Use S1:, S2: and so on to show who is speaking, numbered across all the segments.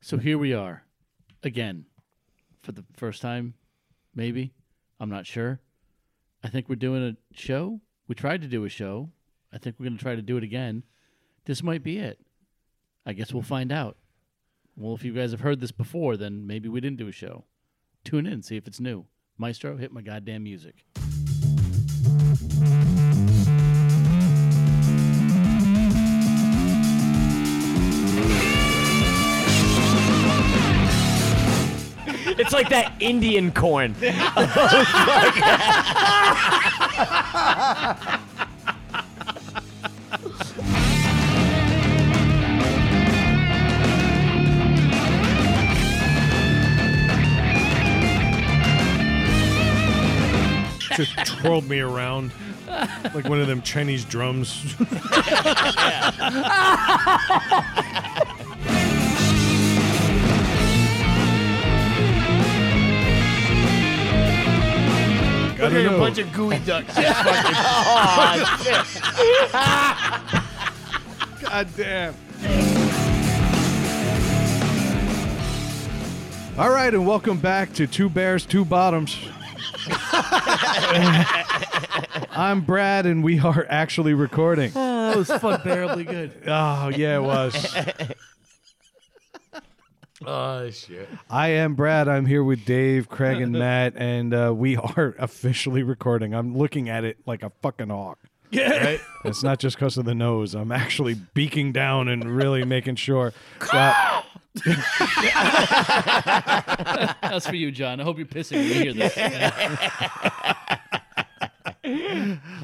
S1: So here we are again for the first time, maybe. I'm not sure. I think we're doing a show. We tried to do a show. I think we're going to try to do it again. This might be it. I guess we'll find out. Well, if you guys have heard this before, then maybe we didn't do a show. Tune in, see if it's new. Maestro, hit my goddamn music.
S2: It's like that Indian corn.
S3: just twirled me around like one of them Chinese drums. I
S2: There's
S3: don't
S2: a
S3: know.
S2: bunch of gooey ducks.
S3: God damn. All right, and welcome back to Two Bears, Two Bottoms. I'm Brad, and we are actually recording. Oh,
S1: That was fun, bearably good.
S3: yeah, it was.
S4: Oh shit!
S3: I am Brad. I'm here with Dave, Craig, and Matt, and uh, we are officially recording. I'm looking at it like a fucking hawk.
S4: Right?
S3: It's not just because of the nose. I'm actually beaking down and really making sure. Well,
S1: That's for you, John. I hope you're pissing when you hear this.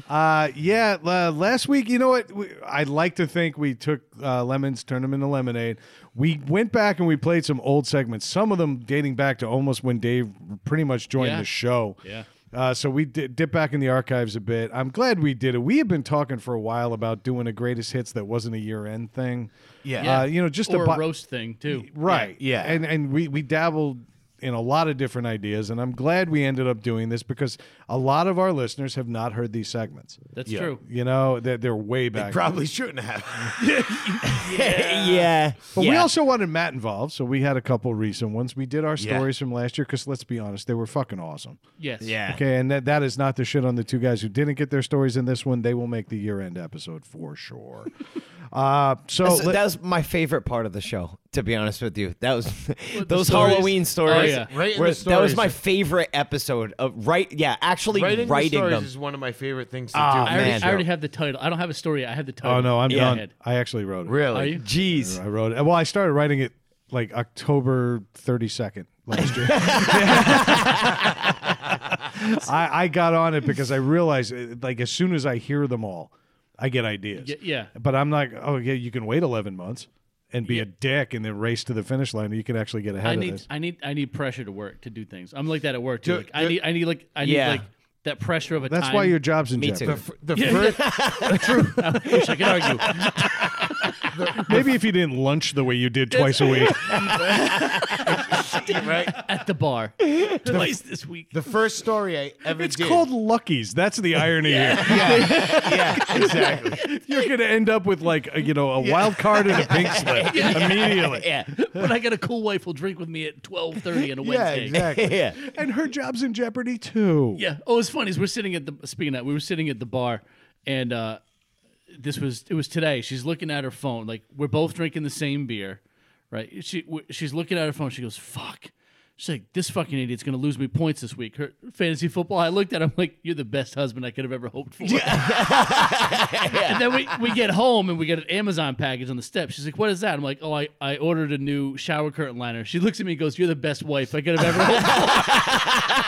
S3: Uh, yeah, la- last week, you know what? We, I'd like to think we took uh, lemons, turned them into lemonade. We went back and we played some old segments, some of them dating back to almost when Dave pretty much joined
S1: Yeah.
S3: the show.
S1: Yeah.
S3: Uh, so we di- dipped back in the archives a bit. I'm glad we did it. We have been talking for a while about doing a greatest hits that wasn't a year end thing.
S4: Yeah.
S3: Uh, you know, just
S1: or
S3: a
S1: a
S3: bo-
S1: roast thing too.
S3: Right.
S4: Yeah, yeah.
S3: And and we we dabbled in a lot of different ideas, and I'm glad we ended up doing this because a lot of our listeners have not heard these segments.
S1: That's
S4: Yeah.
S1: true.
S3: You know, they're, they're way back.
S4: Probably shouldn't have.
S2: yeah.
S3: but we
S2: Yeah.
S3: also wanted Matt involved, so we had a couple recent ones. We did our
S4: Yeah.
S3: stories from last year because let's be honest, they were fucking awesome.
S1: Yes.
S4: yeah.
S3: Okay, and that, that is not the shit on the two guys who didn't get their stories in this one. They will make the year end episode for sure. uh, so
S2: Oh,
S5: That's-
S3: let-
S5: that was my favorite part of the show, to be honest with you. That was those
S1: stories?
S5: Halloween stories.
S1: Oh, yeah.
S4: Right in
S5: were-
S4: the
S5: That was
S4: stories.
S5: my favorite episode of right. Yeah, actually
S4: Writing, the
S5: writing
S4: stories
S5: them.
S4: is one of my favorite things to
S5: Ah,
S4: do.
S1: I already,
S5: Man.
S1: I already have the title. I don't have a story. I have the title.
S3: oh no, I'm
S1: in my
S3: done.
S1: head.
S3: I actually wrote it.
S4: Really?
S1: Are you?
S5: Jeez,
S3: I wrote it. Well, I started writing it like October 32nd last year. I, I got on it because I realized, uh, like, as soon as I hear them all, I get ideas.
S1: Y- yeah.
S3: But I'm like, oh, yeah, you can wait 11 months and be a dick and then race to the finish line. You can actually get ahead
S1: I
S3: of
S1: need
S3: this.
S1: I need I need pressure to work to do things. I'm like that at work too.
S4: Do-
S1: Like, I
S4: do-
S1: need I need like I need
S5: Yeah.
S1: like that pressure of a
S3: That's
S1: time.
S3: why your job's in
S5: Me
S3: jeopardy.
S4: The,
S5: too.
S4: fir- the first,
S1: Wish I could argue.
S3: Maybe if you didn't lunch the way you did twice a week.
S4: right?
S1: at the bar twice this week.
S4: The first story I ever
S3: It's
S4: did.
S3: called Lucky's. That's the irony here.
S4: Yeah, exactly.
S3: You're going to end up with like a, you know a wild card and a pink slip immediately.
S5: yeah,
S1: but I got a cool wife who'll drink with me at 12:30 on a
S3: Yeah,
S1: Wednesday.
S3: exactly.
S5: yeah.
S3: and her job's in jeopardy too.
S1: Yeah. Oh, it's funny. Is we're sitting at the speaking of, that, we were sitting at the bar, and uh, this was it was today. She's looking at her phone. Like we're both drinking the same beer, right? She w- she's looking at her phone. She goes, "Fuck." She's like, "This fucking idiot's gonna lose me points this week." Her fantasy football. I looked at. him like, "You're the best husband I could have ever hoped for." and then we, we get home and we get an Amazon package on the step. She's like, "What is that?" I'm like, "Oh, I, I ordered a new shower curtain liner." She looks at me and goes, "You're the best wife I could have ever hoped." for."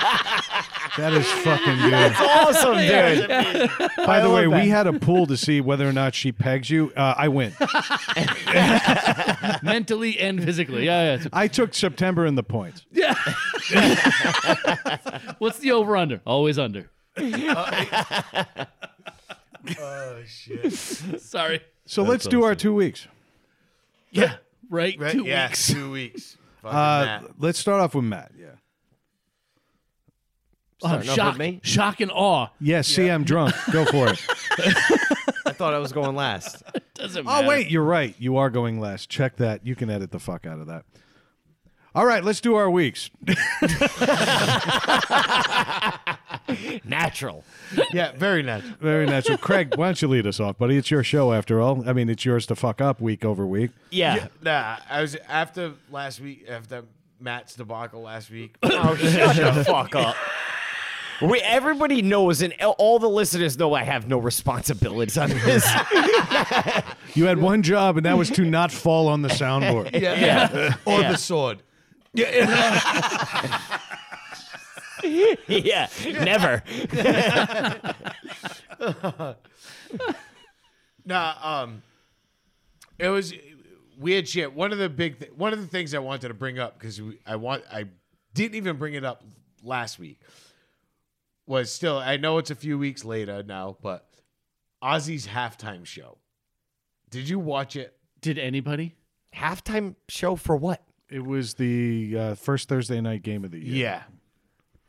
S3: That is fucking good.
S5: Awesome, dude.
S3: By the way, we had a pool to see whether or not she pegs you. Uh, I win.
S1: Mentally and physically. Yeah, yeah. It's
S3: I took September in the points.
S1: Yeah. What's the over under? Always under.
S4: Oh shit!
S1: Sorry.
S3: So let's do our two weeks.
S1: Yeah. Right?
S4: Right?
S1: Two
S4: yeah,
S1: weeks.
S4: Two weeks. Fucking
S3: Uh,
S4: that.
S3: let's start off with Matt. Yeah.
S1: Oh,
S5: Starting off
S1: shock,
S5: with me?
S1: shock and awe.
S3: Yes. See, I'm drunk. Go for it.
S5: I thought I was going last.
S1: Doesn't matter.
S3: oh wait, you're right. You are going last. Check that. You can edit the fuck out of that. All right, let's do our weeks.
S2: Natural.
S4: Yeah, very natural.
S3: Very natural. Craig, why don't you lead us off, buddy? It's your show after all. I mean, it's yours to fuck up week over week.
S2: Yeah.
S4: Nah, I was after last week, after Matt's debacle last week.
S2: Oh, shut the fuck up. We, everybody knows, and all the listeners know I have no responsibilities on this.
S3: You had one job, and that was to not fall on the soundboard.
S4: Yeah. Or the sword.
S2: yeah, never.
S4: Nah, um, it was weird shit. One of the big, th- one of the things I wanted to bring up because I want, I didn't even bring it up last week. Was still, I know it's a few weeks later now, but Ozzy's halftime show. Did you watch it?
S1: Did anybody?
S2: Halftime show for what?
S3: It was the uh, first Thursday night game of the year.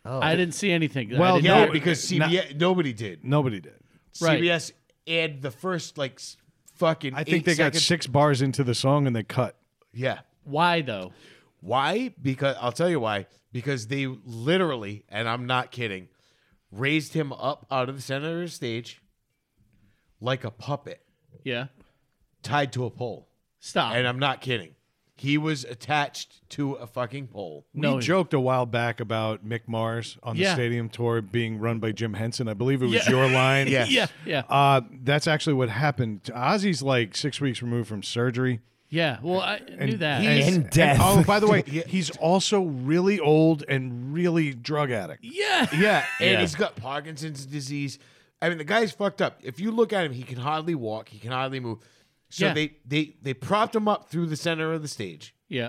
S4: Yeah,
S1: I didn't see anything. I
S3: Well,
S1: didn't
S4: yeah,
S1: know it.
S4: because
S3: uh,
S4: CBS nobody did.
S3: Nobody did.
S1: Right.
S4: CBS and the first like s- fucking.
S3: I think
S4: eight
S3: they
S4: seconds-
S3: got six bars into the song and they cut.
S4: Yeah,
S1: why though?
S4: Why? Because I'll tell you why. Because they literally, and I'm not kidding, raised him up out of the center of the stage like a puppet
S1: Yeah,
S4: tied to a pole.
S1: stop.
S4: And uh, I'm not kidding. He was attached to a fucking pole.
S1: No.
S3: we joked a while back about Mick Mars on the
S1: Yeah.
S3: stadium tour being run by Jim Henson. I believe it was
S1: Yeah.
S3: your line.
S4: Yes.
S1: yeah, yeah,
S3: Uh, that's actually what happened. Ozzy's like six weeks removed from surgery.
S1: yeah. Well, I knew that.
S2: And death.
S3: oh, by the way, he's also really old and really drug addict.
S1: yeah,
S4: Yeah. And he's got Parkinson's disease. I mean, the guy's fucked up. If you look at him, he can hardly walk, he can hardly move. So
S1: Yeah.
S4: they, they, they propped him up through the center of the stage.
S1: yeah.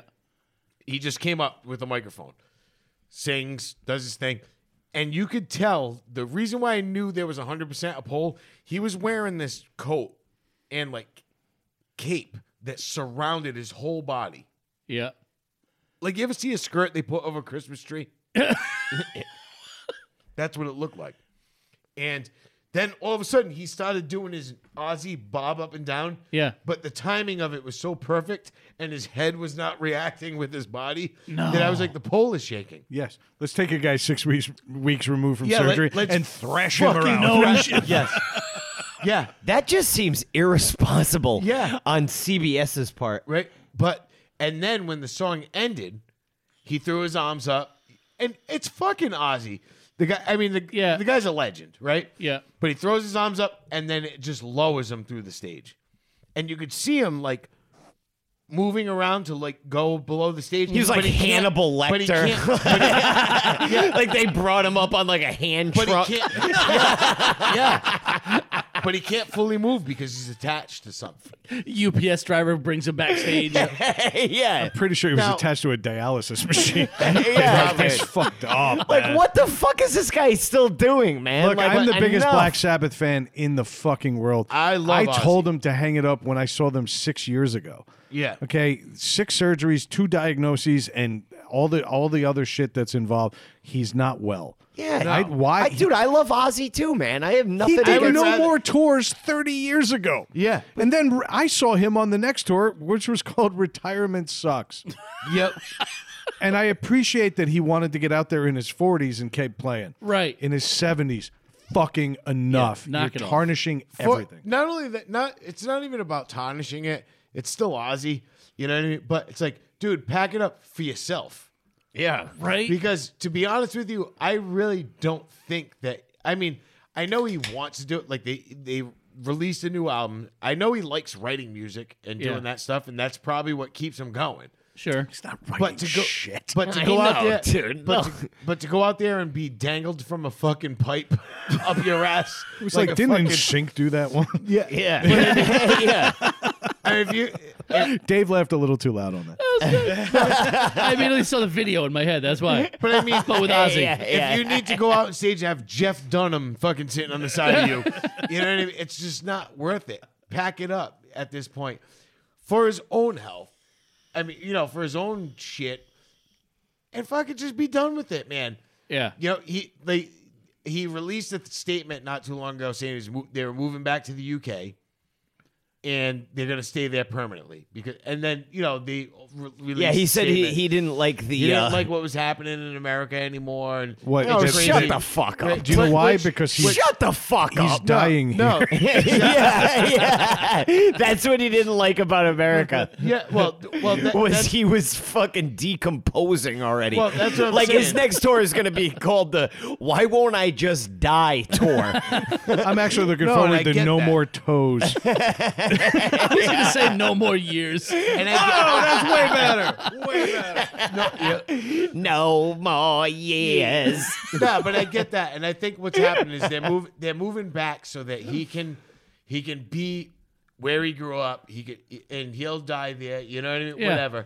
S4: he just came up with a microphone, sings, does his thing. And you could tell the reason why I knew there was 100% a poll, he was wearing this coat and like cape that surrounded his whole body.
S1: yeah.
S4: Like, you ever see a skirt they put over a Christmas tree? That's what it looked like. And then all of a sudden, he started doing his Aussie bob up and down.
S1: Yeah.
S4: But the timing of it was so perfect, and his head was not reacting with his body that I was like, the pole is shaking.
S3: Yes. Let's take a guy six weeks weeks removed from
S4: Yeah, let-
S3: surgery
S4: let's
S3: and thrash him
S4: fucking
S3: around.
S4: yes. Yeah.
S2: That just seems irresponsible
S4: Yeah.
S2: on CBS's part.
S4: Right. But, and then when the song ended, he threw his arms up, and it's fucking Aussie. The guy, I mean, the,
S1: Yeah.
S4: the guy's a legend, right?
S1: Yeah.
S4: But he throws his arms up and then it just lowers him through the stage. And you could see him like moving around to like go below the stage.
S2: He was like
S4: But can't-
S2: Hannibal
S4: But he
S2: Lecter.
S4: can't, but he-
S2: like they brought him up on like a hand
S4: but he
S2: truck.
S4: can't- yeah, yeah. But he can't fully move because he's attached to something.
S1: UPS driver brings him backstage.
S2: yeah.
S3: Pretty sure he was
S4: Now-
S3: attached to a dialysis machine.
S2: Yeah.
S3: That's fucked up.
S2: Like
S3: man.
S2: what the fuck is this guy still doing, man?
S3: Look,
S2: like,
S3: I'm the
S2: enough.
S3: biggest Black Sabbath fan in the fucking world.
S4: I love
S3: I
S4: Ozzy.
S3: told him to hang it up when I saw them six years ago.
S4: Yeah.
S3: Okay. Six surgeries, two diagnoses, and all the all the other shit that's involved. He's not well.
S2: Yeah,
S3: I- why?
S2: I, dude, I love Ozzy too, man. I have nothing.
S3: he did
S2: against-
S3: no
S4: rather-
S3: more tours 30 years ago.
S4: Yeah.
S3: And then r- I saw him on the next tour, which was called Retirement Sucks.
S4: Yep.
S3: and I appreciate that he wanted to get out there in his 40s and keep playing.
S1: Right.
S3: In his 70s. Fucking enough.
S1: Yeah, knock it
S3: You're
S1: off.
S3: tarnishing
S4: For-
S3: everything.
S4: Not only that, not it's not even about tarnishing it. It's still Ozzy. You know what I mean? But it's like, dude, pack it up for yourself.
S2: Yeah.
S1: right?
S4: Because to be honest with you, I really don't think that. I mean, I know he wants to do it. Like they they released a new album. I know he likes writing music and doing
S1: Yeah.
S4: that stuff, and that's probably what keeps him going.
S1: sure.
S4: But to go, but to
S2: I
S4: go out
S2: know,
S4: there,
S2: dude,
S4: but,
S2: no.
S4: to, but to go out there and be dangled from a fucking pipe up your ass.
S3: It was like,
S4: a
S3: didn't
S4: fucking-
S3: Sync do that one?
S4: yeah,
S2: Yeah. yeah.
S4: I mean, if you,
S3: Dave laughed a little too loud on that.
S1: Uh, I immediately saw the video in my head. That's why.
S4: but I mean,
S1: But with Ozzy,
S2: Yeah.
S4: if you need to go out on stage and have Jeff Dunham fucking sitting on the side of you, you know what I mean? It's just not worth it. Pack it up at this point for his own health. I mean, you know, for his own shit, and fucking just be done with it, man.
S1: yeah,
S4: You know, he they he released a statement not too long ago saying he's mo- they were moving back to the UK and they're going to stay there permanently because and then, you know, they re- released.
S2: Yeah, he said he,
S4: statement.
S2: he didn't like the.
S4: He
S2: uh,
S4: didn't like what was happening in America anymore. And
S3: What,
S4: No,
S3: that-
S4: it's
S2: shut
S4: crazy.
S2: the fuck up.
S4: Which-
S3: Do you know
S4: which-
S3: why?
S4: which-
S3: because he,
S2: Shut the fuck
S3: he's
S2: up.
S3: dying
S4: No,
S3: here.
S2: yeah, yeah. That's what he didn't like about America.
S4: yeah. Well, th- well, that,
S2: was
S4: that's-
S2: he was fucking decomposing already.
S4: Well, that's what I'm
S2: like his
S4: saying.
S2: next tour is going to be called the "Why Won't I Just Die" tour.
S3: I'm actually looking
S4: No, and I
S3: forward to
S4: get
S3: no
S4: that.
S3: more toes.
S1: I was gonna say no more years.
S4: and I,
S2: no more years.
S4: no, but I get that, and I think what's happening is they're moving they're moving back so that he can he can be where he grew up. He could and he'll die there. You know what I mean?
S1: Yeah.
S4: Whatever.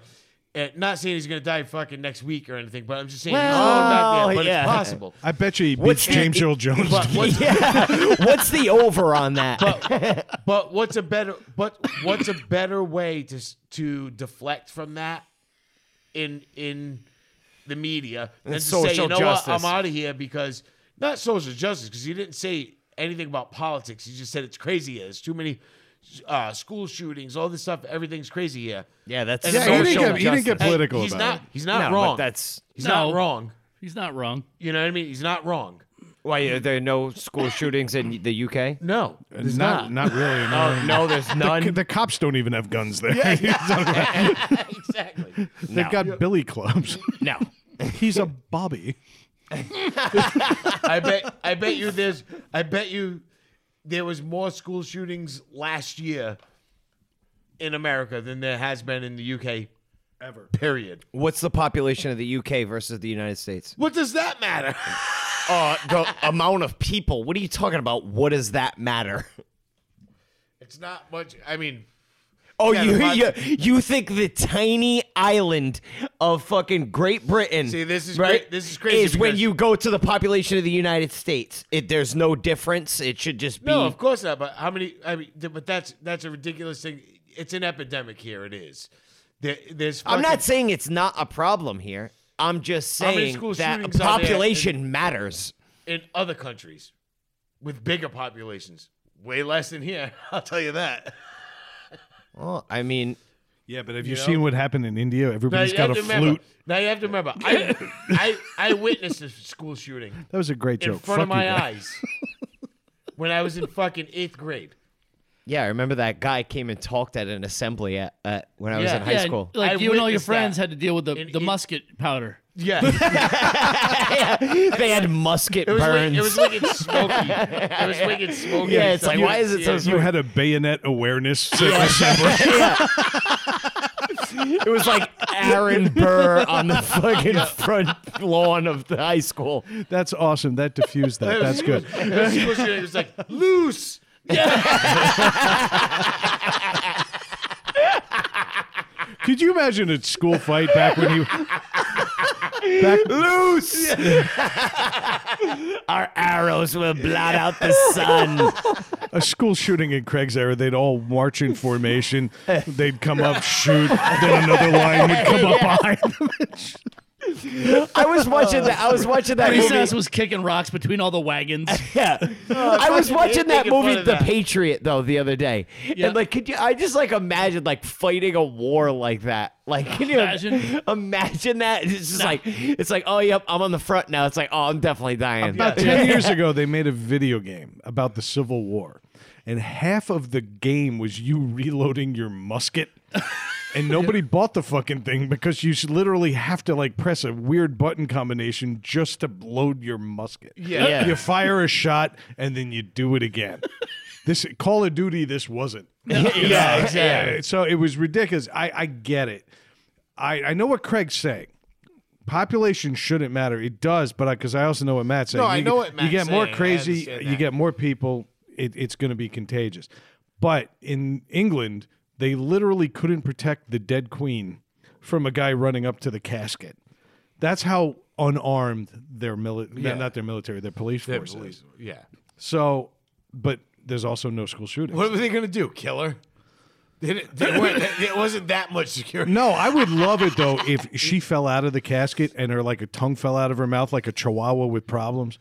S4: And not saying he's gonna die fucking next week or anything, but I'm just saying
S2: Well,
S4: no, not there, but
S2: yeah.
S4: it's possible.
S3: I bet you he beats
S2: What's-
S3: James Earl Jones.
S4: But what's
S2: yeah. What's the over on that?
S4: but, but what's a better but what's a better way to s- to deflect from that in in the media than to say
S2: social
S4: you know
S2: justice.
S4: what I'm out of here because not social justice because he didn't say anything about politics he just said it's crazy here there's too many uh, school shootings all this stuff everything's crazy here
S2: yeah, that's
S4: And
S3: yeah, he didn't,
S4: social
S3: get, he didn't get
S4: And
S3: political
S4: he's
S3: about
S4: not
S3: it.
S4: he's not
S2: No, but
S4: wrong
S2: that's-
S4: he's
S1: No.
S4: not wrong
S1: He's not wrong.
S4: you know what I mean he's not wrong
S2: why are there no school shootings in the UK?
S4: no
S3: Not,
S4: there's
S3: not, really. No.
S2: No, there's
S3: The,
S2: none.
S3: the cops don't even have guns there.
S4: exactly
S3: They've
S2: No.
S3: got billy clubs.
S2: No.
S3: He's a bobby.
S4: I bet I bet you there's I bet you there was more school shootings last year in America than there has been in the UK ever. Period.
S2: What's the population of the UK versus the United States?
S4: What does that matter?
S2: Uh, the amount of people. What are you talking about? What does that matter?
S4: It's not much I mean
S2: Oh,
S4: Yeah,
S2: you,
S4: the
S2: you
S4: pod-
S2: you think the tiny island of fucking Great Britain?
S4: See, this is great- this is crazy
S2: Is when
S4: because-
S2: you go to the population of the United States, it there's no difference. It should just be.
S4: No, of course not, but how many I mean th- but that's that's a ridiculous thing. It's an epidemic here, it is. There, there's
S2: I'm
S4: fucking-
S2: not saying it's not a problem here. I'm just
S4: How many
S2: saying
S4: school
S2: that
S4: shootings are there
S2: population matters.
S4: in other countries with bigger populations. Way less than here, I'll tell you that.
S2: Well, I mean,
S3: Yeah, but have you, seen what happened in India? Everybody's
S4: you
S3: got
S4: have
S3: a
S4: to
S3: flute.
S4: remember- now you have to remember, I, I, I witnessed a school shooting
S3: That was a great
S4: in
S3: joke.
S4: front of
S3: Fuck you
S4: my
S3: guys.
S4: eyes when I was in fucking eighth grade.
S2: yeah, I remember that guy came and talked at an assembly at, at when I was
S4: Yeah.
S2: in high
S1: yeah,
S2: school.
S1: like
S4: I
S1: you and all your
S4: witnessed
S1: friends
S4: that.
S1: had to deal with the,
S4: And
S1: the
S4: it-
S1: musket powder.
S4: Yeah,
S2: they had musket
S4: it was like,
S2: burns.
S4: it was wicked smoky. It was wicked smoky.
S2: Yeah, it's like,
S4: You-
S2: why is it so
S4: yeah.
S3: You had a bayonet awareness.
S2: It was like Aaron Burr on the fucking front lawn of the high school.
S3: That's awesome. That diffused that.
S4: It was-
S3: That's good.
S4: It was, school shooting. It was like loose.
S3: Could you imagine a school fight back when you
S2: Loose! Our arrows will blot out the sun.
S3: a school shooting in Craig's era? They'd all march in formation. They'd come up, shoot, then another line would come up behind them.
S2: I was watching that. I was watching that
S1: His
S2: movie.
S1: ass was kicking rocks between all the wagons.
S2: Yeah. I was
S4: fucking
S2: watching
S4: hate
S2: that
S4: making fun
S2: movie,
S4: of
S2: The
S4: that.
S2: Patriot, though, the other day.
S1: Yeah.
S2: And like, could you? I just like imagine like fighting a war like that. Like, can you
S1: Imagine.
S2: imagine, that? It's just like it's like, oh, yep, I'm on the front now. It's like, oh, I'm definitely dying.
S3: About 10 years ago, they made a video game about the Civil War, and half of the game was you reloading your musket. And nobody bought the fucking thing because you should literally have to like press a weird button combination just to load your musket.
S4: Yeah.
S2: Yeah.
S3: You fire a shot and then you do it again. this Call of Duty, this wasn't.
S2: yeah,
S3: Yeah, Uh, so it was ridiculous. I, I get it. I, I know what Craig's saying. Population shouldn't matter. It does, but because I, also know what Matt's saying.
S4: No, I
S3: You-
S4: know what
S3: You
S4: Matt's
S3: get more
S4: saying. I
S3: crazy.
S4: understand
S3: You
S4: that.
S3: get more people. It, it's going to be contagious. But in England, they literally couldn't protect the dead queen from a guy running up to the casket. That's how unarmed their military, not their military, their police force is.
S4: Yeah.
S3: So, but there's also no school shootings.
S4: What were they gonna do? Kill her? They, didn't- they weren't. It wasn't that much security.
S3: No, I would love it though if she fell out of the casket and her like a tongue fell out of her mouth like a chihuahua with problems.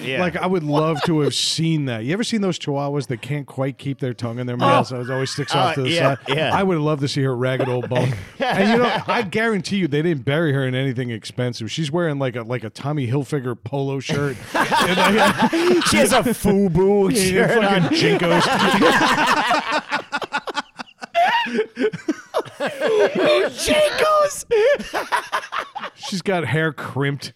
S2: Yeah.
S3: Like I would love to have seen that. You ever seen those chihuahuas that can't quite keep their tongue in their mouth? so it always sticks off
S2: Oh. Uh,
S3: to the
S2: yeah,
S3: side.
S2: yeah.
S3: I would love to see her ragged old bone. and you know, I guarantee you they didn't bury her in anything expensive. She's wearing like a like a Tommy Hilfiger polo shirt. and like a,
S2: she has a FUBU
S3: and
S2: shirt on.
S3: fucking jinkos.
S2: Jacobs!
S3: She's got hair crimped.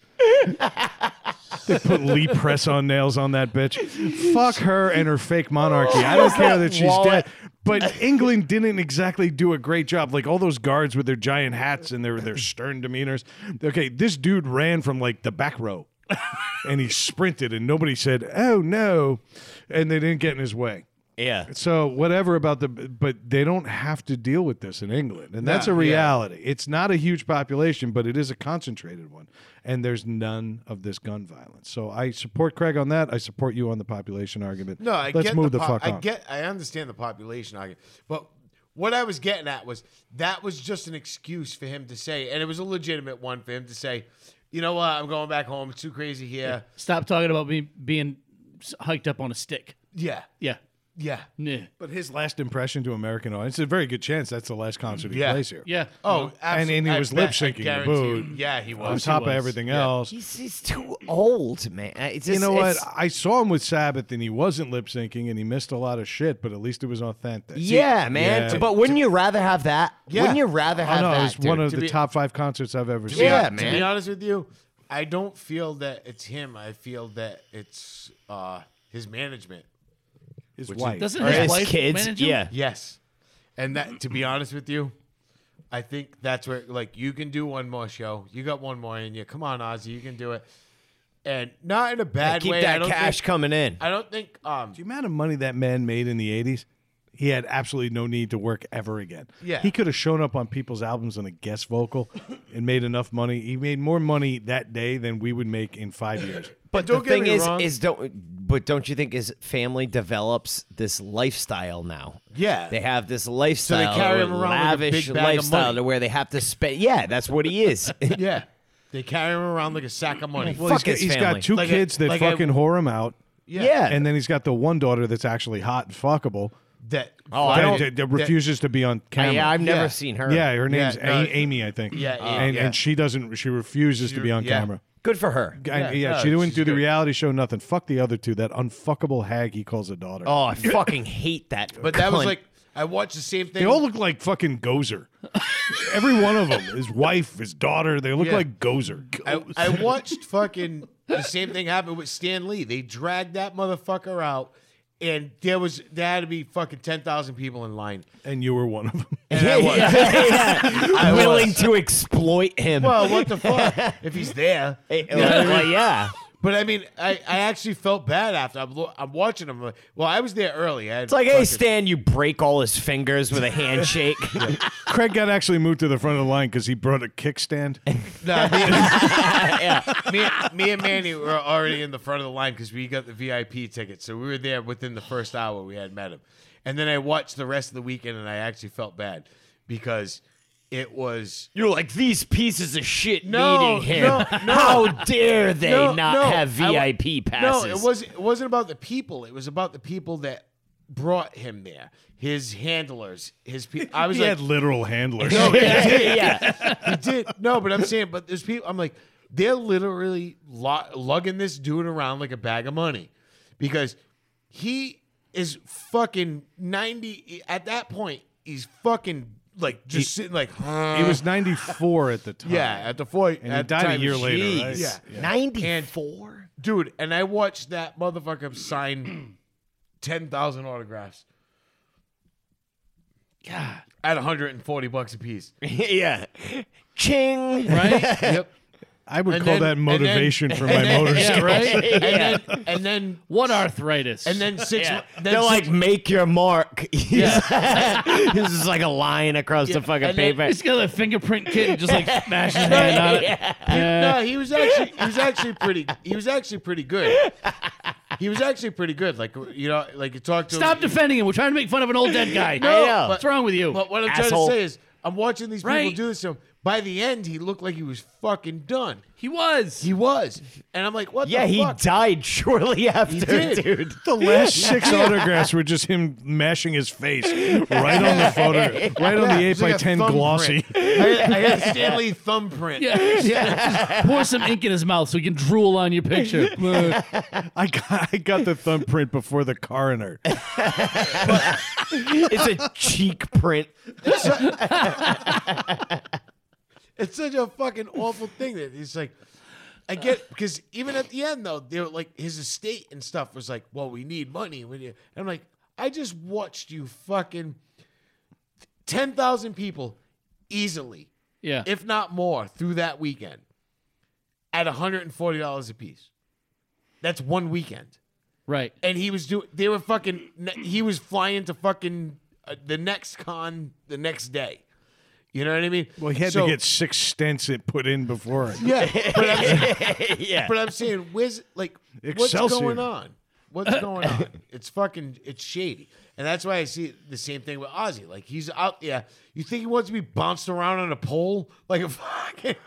S3: they put Lee press on nails on that bitch. Fuck her and her fake monarchy. I don't care that she's
S2: wallet.
S3: dead. But England didn't exactly do a great job. Like all those guards with their giant hats and their, their stern demeanors. Okay, this dude ran from like the back row and he sprinted and nobody said, oh no. And they didn't get in his way.
S2: Yeah.
S3: So whatever about the, but they don't have to deal with this in England, and that's a reality. It's not a huge population, but it is a concentrated one, and there's none of this gun violence. So I support Craig on that. I support you on the population argument.
S4: No, I
S3: let's
S4: get
S3: move the,
S4: po-
S3: fuck
S4: I
S3: on.
S4: get. I understand the population argument, but what I was getting at was that was just an excuse for him to say, and it was a legitimate one for him to say, you know what, I'm going back home. It's too crazy here.
S1: Stop talking about me being s- hiked up on a stick.
S4: Yeah,
S1: Yeah.
S4: yeah.
S1: Yeah.
S3: but his last impression to American audience, it's a very good chance that's the last concert he
S4: Yeah.
S3: plays here.
S1: Yeah.
S4: Oh, absolutely.
S3: and he was lip syncing the booed.
S4: Yeah, he
S3: on
S4: was.
S3: top of
S1: was.
S3: everything else.
S2: He's, he's too old, man. It's
S3: You
S2: just-
S3: know what?
S2: it's-
S3: I saw him with Sabbath, and he wasn't lip syncing, and he missed a lot of shit, but at least it was authentic.
S2: Yeah, man.
S3: Yeah.
S2: But wouldn't you rather have that? Wouldn't you rather
S4: Oh,
S3: I
S2: have
S3: know it
S2: that?
S3: was
S2: dude?
S3: one of
S4: To
S3: the
S4: be-
S3: top five concerts I've ever seen.
S2: Yeah,
S4: To
S2: man.
S4: be honest with you, I don't feel that it's him. I feel that it's uh, his management.
S3: His wife.
S1: Doesn't
S2: Or
S1: his
S2: his
S1: wife
S2: kids?
S1: manage him?
S2: Yeah.
S4: Yes, and that to be honest with you, I think that's where like you can do one more show. You got one more in you. Come on, Ozzy, you can do it. And not in a bad
S2: Keep
S4: way.
S2: that
S4: I don't
S2: cash
S4: think,
S2: coming in.
S4: I don't think. Um,
S3: The amount of money that man made in the 80s, he had absolutely no need to work ever again.
S4: Yeah.
S3: He could have shown up on people's albums on a guest vocal and made enough money. He made more money that day than we would make in five years.
S2: But
S4: don't
S2: the
S4: get
S2: thing
S4: me
S2: is,
S4: wrong.
S2: is don't. But don't you think his family develops this lifestyle now?
S4: Yeah.
S2: they have this lifestyle,
S4: carry him around with a
S2: lavish
S4: big bag of
S2: lifestyle,
S4: money.
S2: to where they have to spend. Yeah, that's what he is.
S4: yeah, they carry him around like a sack of money.
S3: Well, he's
S2: Fuck
S3: got,
S2: his
S3: he's
S2: family.
S3: got two
S4: Like a-
S3: kids that
S4: like a-
S3: fucking whore him out.
S2: yeah,
S3: And then he's got the one daughter that's actually hot and fuckable
S4: that
S2: Oh, I
S3: that,
S2: don't-
S3: that- that refuses to be on camera.
S2: yeah. I've never
S4: Yeah.
S2: seen her.
S3: Yeah, her name's
S4: Yeah, no.
S3: A- Amy, I think.
S4: Yeah, yeah,
S3: and,
S4: yeah.
S3: and she doesn't. She refuses to be on
S4: yeah.
S3: camera.
S2: good for her.
S3: And, yeah,
S4: Yeah, no,
S3: she didn't
S4: she's
S3: do the
S4: good.
S3: reality show. Nothing. Fuck the other two. That unfuckable hag he calls a daughter.
S2: Oh, I fucking hate that.
S4: But that was
S2: cunt.
S4: like I watched the same
S3: They
S4: thing.
S3: all look like fucking Gozer. Every one of them. His wife, his daughter. They look
S4: Yeah.
S3: like Gozer.
S4: I, I watched fucking the same thing happen with Stan Lee. They dragged that motherfucker out, and there was there had to be fucking ten thousand people in line.
S3: and you were one of them.
S2: I'm willing to exploit him.
S4: Well, what the fuck? if he's there,
S2: Eh, well, well, yeah.
S4: but I mean, I, I actually felt bad after I'm lo- I'm watching him. like, Well, I was there early. I
S2: It's like, hey, Stan, you break all his fingers with a handshake.
S3: Craig got actually moved to the front of the line because he brought a kickstand.
S4: Nah, me, me, me and Manny were already in the front of the line because we got the VIP ticket. So we were there within the first hour we had met him. And then I watched the rest of the weekend and I actually felt bad because it was.
S2: You're like, these pieces of shit
S4: No,
S2: needing him.
S4: no,
S2: How dare they
S4: No,
S2: not
S4: no,
S2: have
S4: I wa-
S2: VIP passes?
S4: No, it, was, it wasn't about the people. It was about the people that brought him there his handlers, his people. I was
S3: He
S4: like,
S3: had literal handlers.
S2: yeah.
S4: He did. No, but I'm saying, but there's people. I'm like, they're literally lu- lugging this dude around like a bag of money, because he is fucking ninety. At that point, he's fucking like just sitting like.
S3: He was 94 at the time.
S4: yeah, at the four.
S3: And he
S4: at the
S3: died a
S4: time,
S3: year later. Right?
S4: Yeah. And-
S2: 94?
S4: dude. And I watched that motherfucker sign ten thousand autographs. God, at 140 bucks a piece.
S2: yeah. Ching.
S1: Right?
S4: Yep.
S3: I would
S4: And
S3: call
S4: then-
S3: that
S4: and then-
S3: motivation for my
S4: and then-
S3: motor
S1: yeah,
S3: skills.
S1: right?
S4: And then, and then
S1: What arthritis?
S4: And then six.
S2: Yeah.
S4: mo- then
S2: They're like,
S4: six-
S2: make your mark. Yeah. this is like a line across the fucking
S4: and then-
S2: paper.
S1: he's got a fingerprint kid who just like smashes his hand on it.
S4: no, he was actually he was actually pretty he was actually pretty good. He was actually pretty good. Like you know, like you talked to
S1: Stop
S4: him.
S1: defending him. We're trying to make fun of an old dead guy.
S2: No, I know.
S1: What's wrong with you?
S4: But what I'm
S2: Asshole.
S4: trying to say is, I'm watching these people
S1: Right.
S4: do this. to him, By the end, he looked like he was fucking done.
S1: He was.
S4: He was, and I'm like, what?
S2: Yeah,
S4: the
S2: he
S4: fuck?
S2: died shortly after,
S4: did.
S2: dude.
S3: The last six autographs were just him mashing his face right on the photo, right on the
S4: Yeah,
S3: eight
S4: it's
S3: by
S4: like a
S3: ten
S4: thumbprint.
S3: glossy.
S4: I, I had a Stanley thumbprint.
S1: Yeah. Just pour some ink in his mouth so he can drool on your picture.
S3: I got, I got the thumbprint before the coroner.
S2: It's a cheek print.
S4: It's such a fucking awful thing that he's like. I get because even at the end though, they were like his estate and stuff was like, well, we need money. We need-" And I'm like, I just watched you fucking ten thousand people easily,
S1: yeah.
S4: if not more, through that weekend at hundred and forty dollars a piece. That's one weekend.
S1: right.
S4: and he was doing. They were fucking. He was flying to fucking uh, the next con the next day. You know what I mean?
S3: Well, he had
S4: So-
S3: to get six stents it put in before it.
S4: Yeah, but I'm,
S2: yeah.
S4: but I'm saying, where's like what's
S3: Excelsior.
S4: going on? What's going on? It's fucking. It's shady, and that's why I see the same thing with Ozzy. Like he's out. Yeah, you think he wants to be bounced around on a pole like a fucking.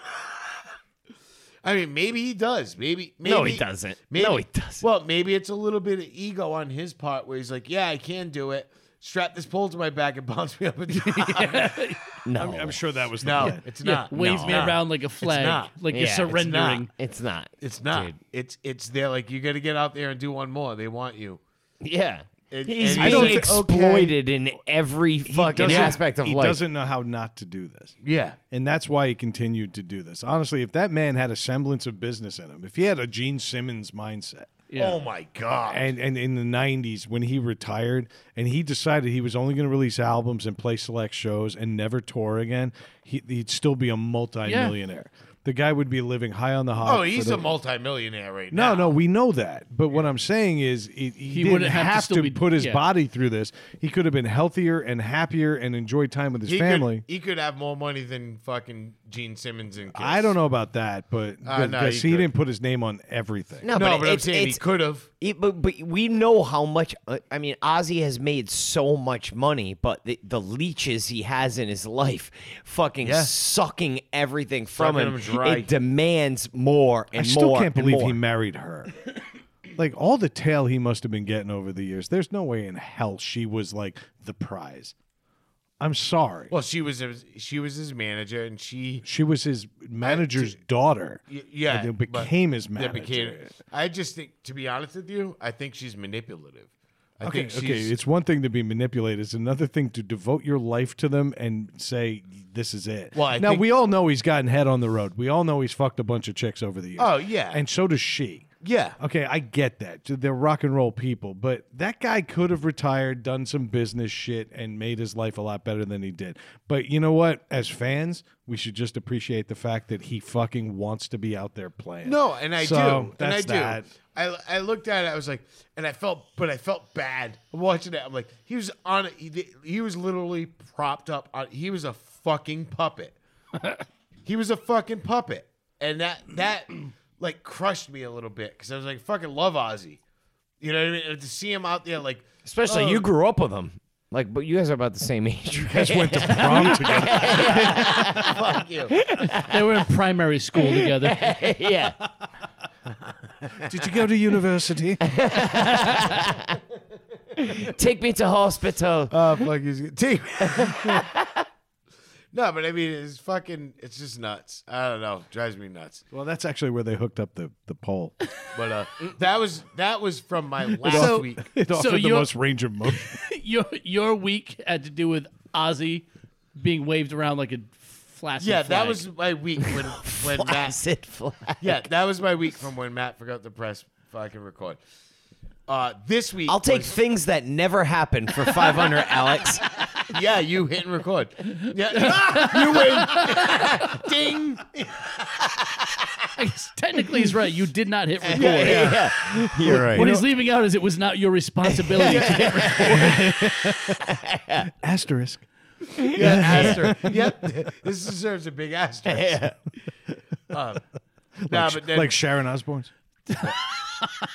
S4: I mean, maybe he does. Maybe, maybe
S2: No, he doesn't.
S4: Maybe,
S2: No, he doesn't.
S4: Well, maybe it's a little bit of ego on his part where he's like, "Yeah, I can do it. Strap this pole to my back and bounce me up and down."
S2: No,
S3: I'm sure that was
S4: No,
S3: the plan.
S4: it's
S1: Yeah,
S4: not.
S1: Wave
S4: No.
S1: me
S4: Nah.
S1: around like a flag.
S4: not.
S1: Like
S2: Yeah,
S1: you're
S2: it's
S1: surrendering.
S2: it's not.
S4: It's not.
S2: Dude.
S4: It's it's they're like you got to get out there and do one more. They want you.
S2: Yeah.
S4: And-
S2: He's
S4: and- I don't
S2: being
S4: thi-
S2: exploited in every fucking
S3: Doesn't-
S2: aspect of
S3: he
S2: life.
S3: doesn't know how not to do this.
S4: Yeah.
S3: And that's why he continued to do this. Honestly, if that man had a semblance of business in him, if he had a Gene Simmons mindset,
S1: Yeah.
S4: Oh my god.
S3: and, and in the 90s when he retired and he decided he was only going to release albums and play select shows and never tour again, he, he'd still be a multimillionaire. The guy would be living high on the hog.
S4: oh,
S3: for
S4: he's
S3: the-
S4: a multimillionaire right
S3: No,
S4: now.
S3: no, we know that. But what I'm saying is, he, he, didn't
S1: wouldn't have
S3: have,
S1: to
S3: to,
S1: still be-
S3: put his
S1: yeah.
S3: body through this. He could have been healthier and happier and enjoyed time with his
S4: He
S3: family.
S4: Could, he could have more money than fucking Gene Simmons and. Kiss.
S3: I don't know about that, but
S4: Uh, no,
S3: because
S4: he
S3: he
S4: could.
S3: didn't put his name on everything.
S2: no,
S4: No, but,
S2: but,
S4: I'm
S2: it's,
S4: saying he
S2: it's-
S4: could have.
S2: it- but, but we know how much. Uh, I mean, Ozzy has made so much money, but the, the leeches he has in his life, fucking sucking everything from
S4: Sucking
S2: him,
S4: him dry.
S2: it demands more and
S3: I still
S2: more.
S3: can't
S2: and
S3: believe
S2: more.
S3: he married her. like all the tail he must have been getting over the years. There's no way in hell she was like the prize. I'm sorry.
S4: Well, she was his- she was his manager, and she
S3: she was his manager's daughter.
S4: y- yeah
S3: They
S4: but
S3: became his
S4: they
S3: manager.
S4: I just think, to be honest with you, I think she's manipulative. I
S3: Okay,
S4: think she's,
S3: okay. It's one thing to be manipulated. It's another thing to devote your life to them and say this is it.
S4: Well, I
S3: now
S4: think-
S3: we all know he's gotten head on the road. We all know he's fucked a bunch of chicks over the years.
S4: Oh, yeah.
S3: and so does she.
S4: yeah.
S3: Okay, I get that. They're rock and roll people, but that guy could have retired, done some business shit, and made his life a lot better than he did. But you know what? As fans, we should just appreciate the fact that he fucking wants to be out there playing.
S4: No, and I
S3: So,
S4: do. and
S3: That's
S4: I do.
S3: that.
S4: I, I looked at it. I was like, and I felt, but I felt bad. I'm watching it. I'm like, he was on. it. He, he was literally propped up. On, he was a fucking puppet. he was a fucking puppet, and that that like crushed me a little bit because I was like, fucking love Ozzy. You know what I mean? And to see him out there, like
S2: Especially
S4: oh,
S2: you grew up with him. Like, but you guys are about the same age. You guys went to
S3: Prom together.
S4: fuck you.
S1: They were in primary school together.
S2: yeah.
S3: Did you go to university?
S2: Take me to hospital.
S4: Oh fuck, he's gonna take. no, but I mean, it's fucking. It's just nuts. I don't know. Drives me nuts.
S3: well, that's actually where they hooked up the, the pole.
S4: But uh, that was that was from my last
S1: So-
S4: week.
S3: It offered the
S1: you're-
S3: most range of motion.
S1: your your week had to do with Ozzy being waved around like a flaccid
S4: Yeah, that
S1: flag.
S4: was my week when when Matt.
S2: Acid flag.
S4: Yeah, that was my week from when Matt forgot to press fucking record. Uh, this week
S2: I'll take
S4: was-
S2: things that never happened for 500, Alex.
S4: yeah, you hit and record. Yeah, you win. Ding.
S1: I guess technically he's right. You did not hit record.
S2: yeah.
S3: You're right.
S1: What he's leaving out is it was not your responsibility. to hit record.
S3: Asterisk.
S4: Yeah, asterisk. Yep, this deserves a big asterisk. Um, nah, but then,
S3: like Sharon Osbourne's.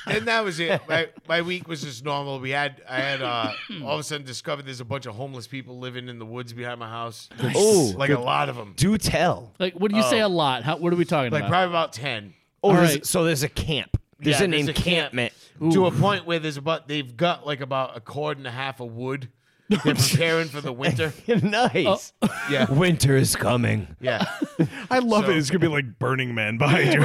S4: then that was it. My, my week was just normal. We had I had uh, all of a sudden discovered there's a bunch of homeless people living in the woods behind my house.
S2: Oh,
S4: like a lot of them.
S2: do tell.
S1: Like, what do you say a lot? How, what are we talking
S4: Oh. Like
S1: about?
S4: probably about ten.
S2: Oh,
S1: All
S2: there's-
S1: right.
S2: so there's a camp. There's
S4: Yeah,
S2: an
S4: there's a camp.
S2: encampment.
S4: to a point where there's about they've got like about a cord and a half of wood. They're preparing for the winter.
S2: nice.
S4: Yeah.
S2: Winter is coming.
S4: Yeah,
S3: I love
S4: So-
S3: it. It's gonna be like Burning Man behind you.
S1: See,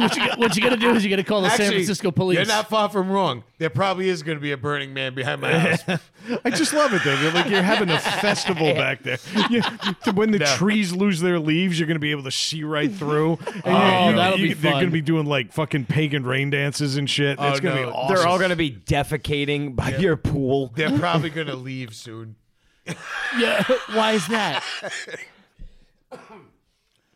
S1: what you, got- what you got to do is you got to call the San Francisco police.
S4: You're not far from wrong. There probably is going to be a burning man behind my house.
S3: I just love it though. You're like you're having a festival back there. You, to- when the
S4: No.
S3: trees lose their leaves, you're gonna be able to see right through. And
S1: Oh, that'll be
S3: They're
S1: fun.
S3: gonna be doing like fucking pagan rain dances and shit. it's gonna be
S4: no. They're
S3: awesome.
S2: They're all gonna be defecating by your pool.
S4: They're probably going to leave soon.
S1: Yeah. Why is that?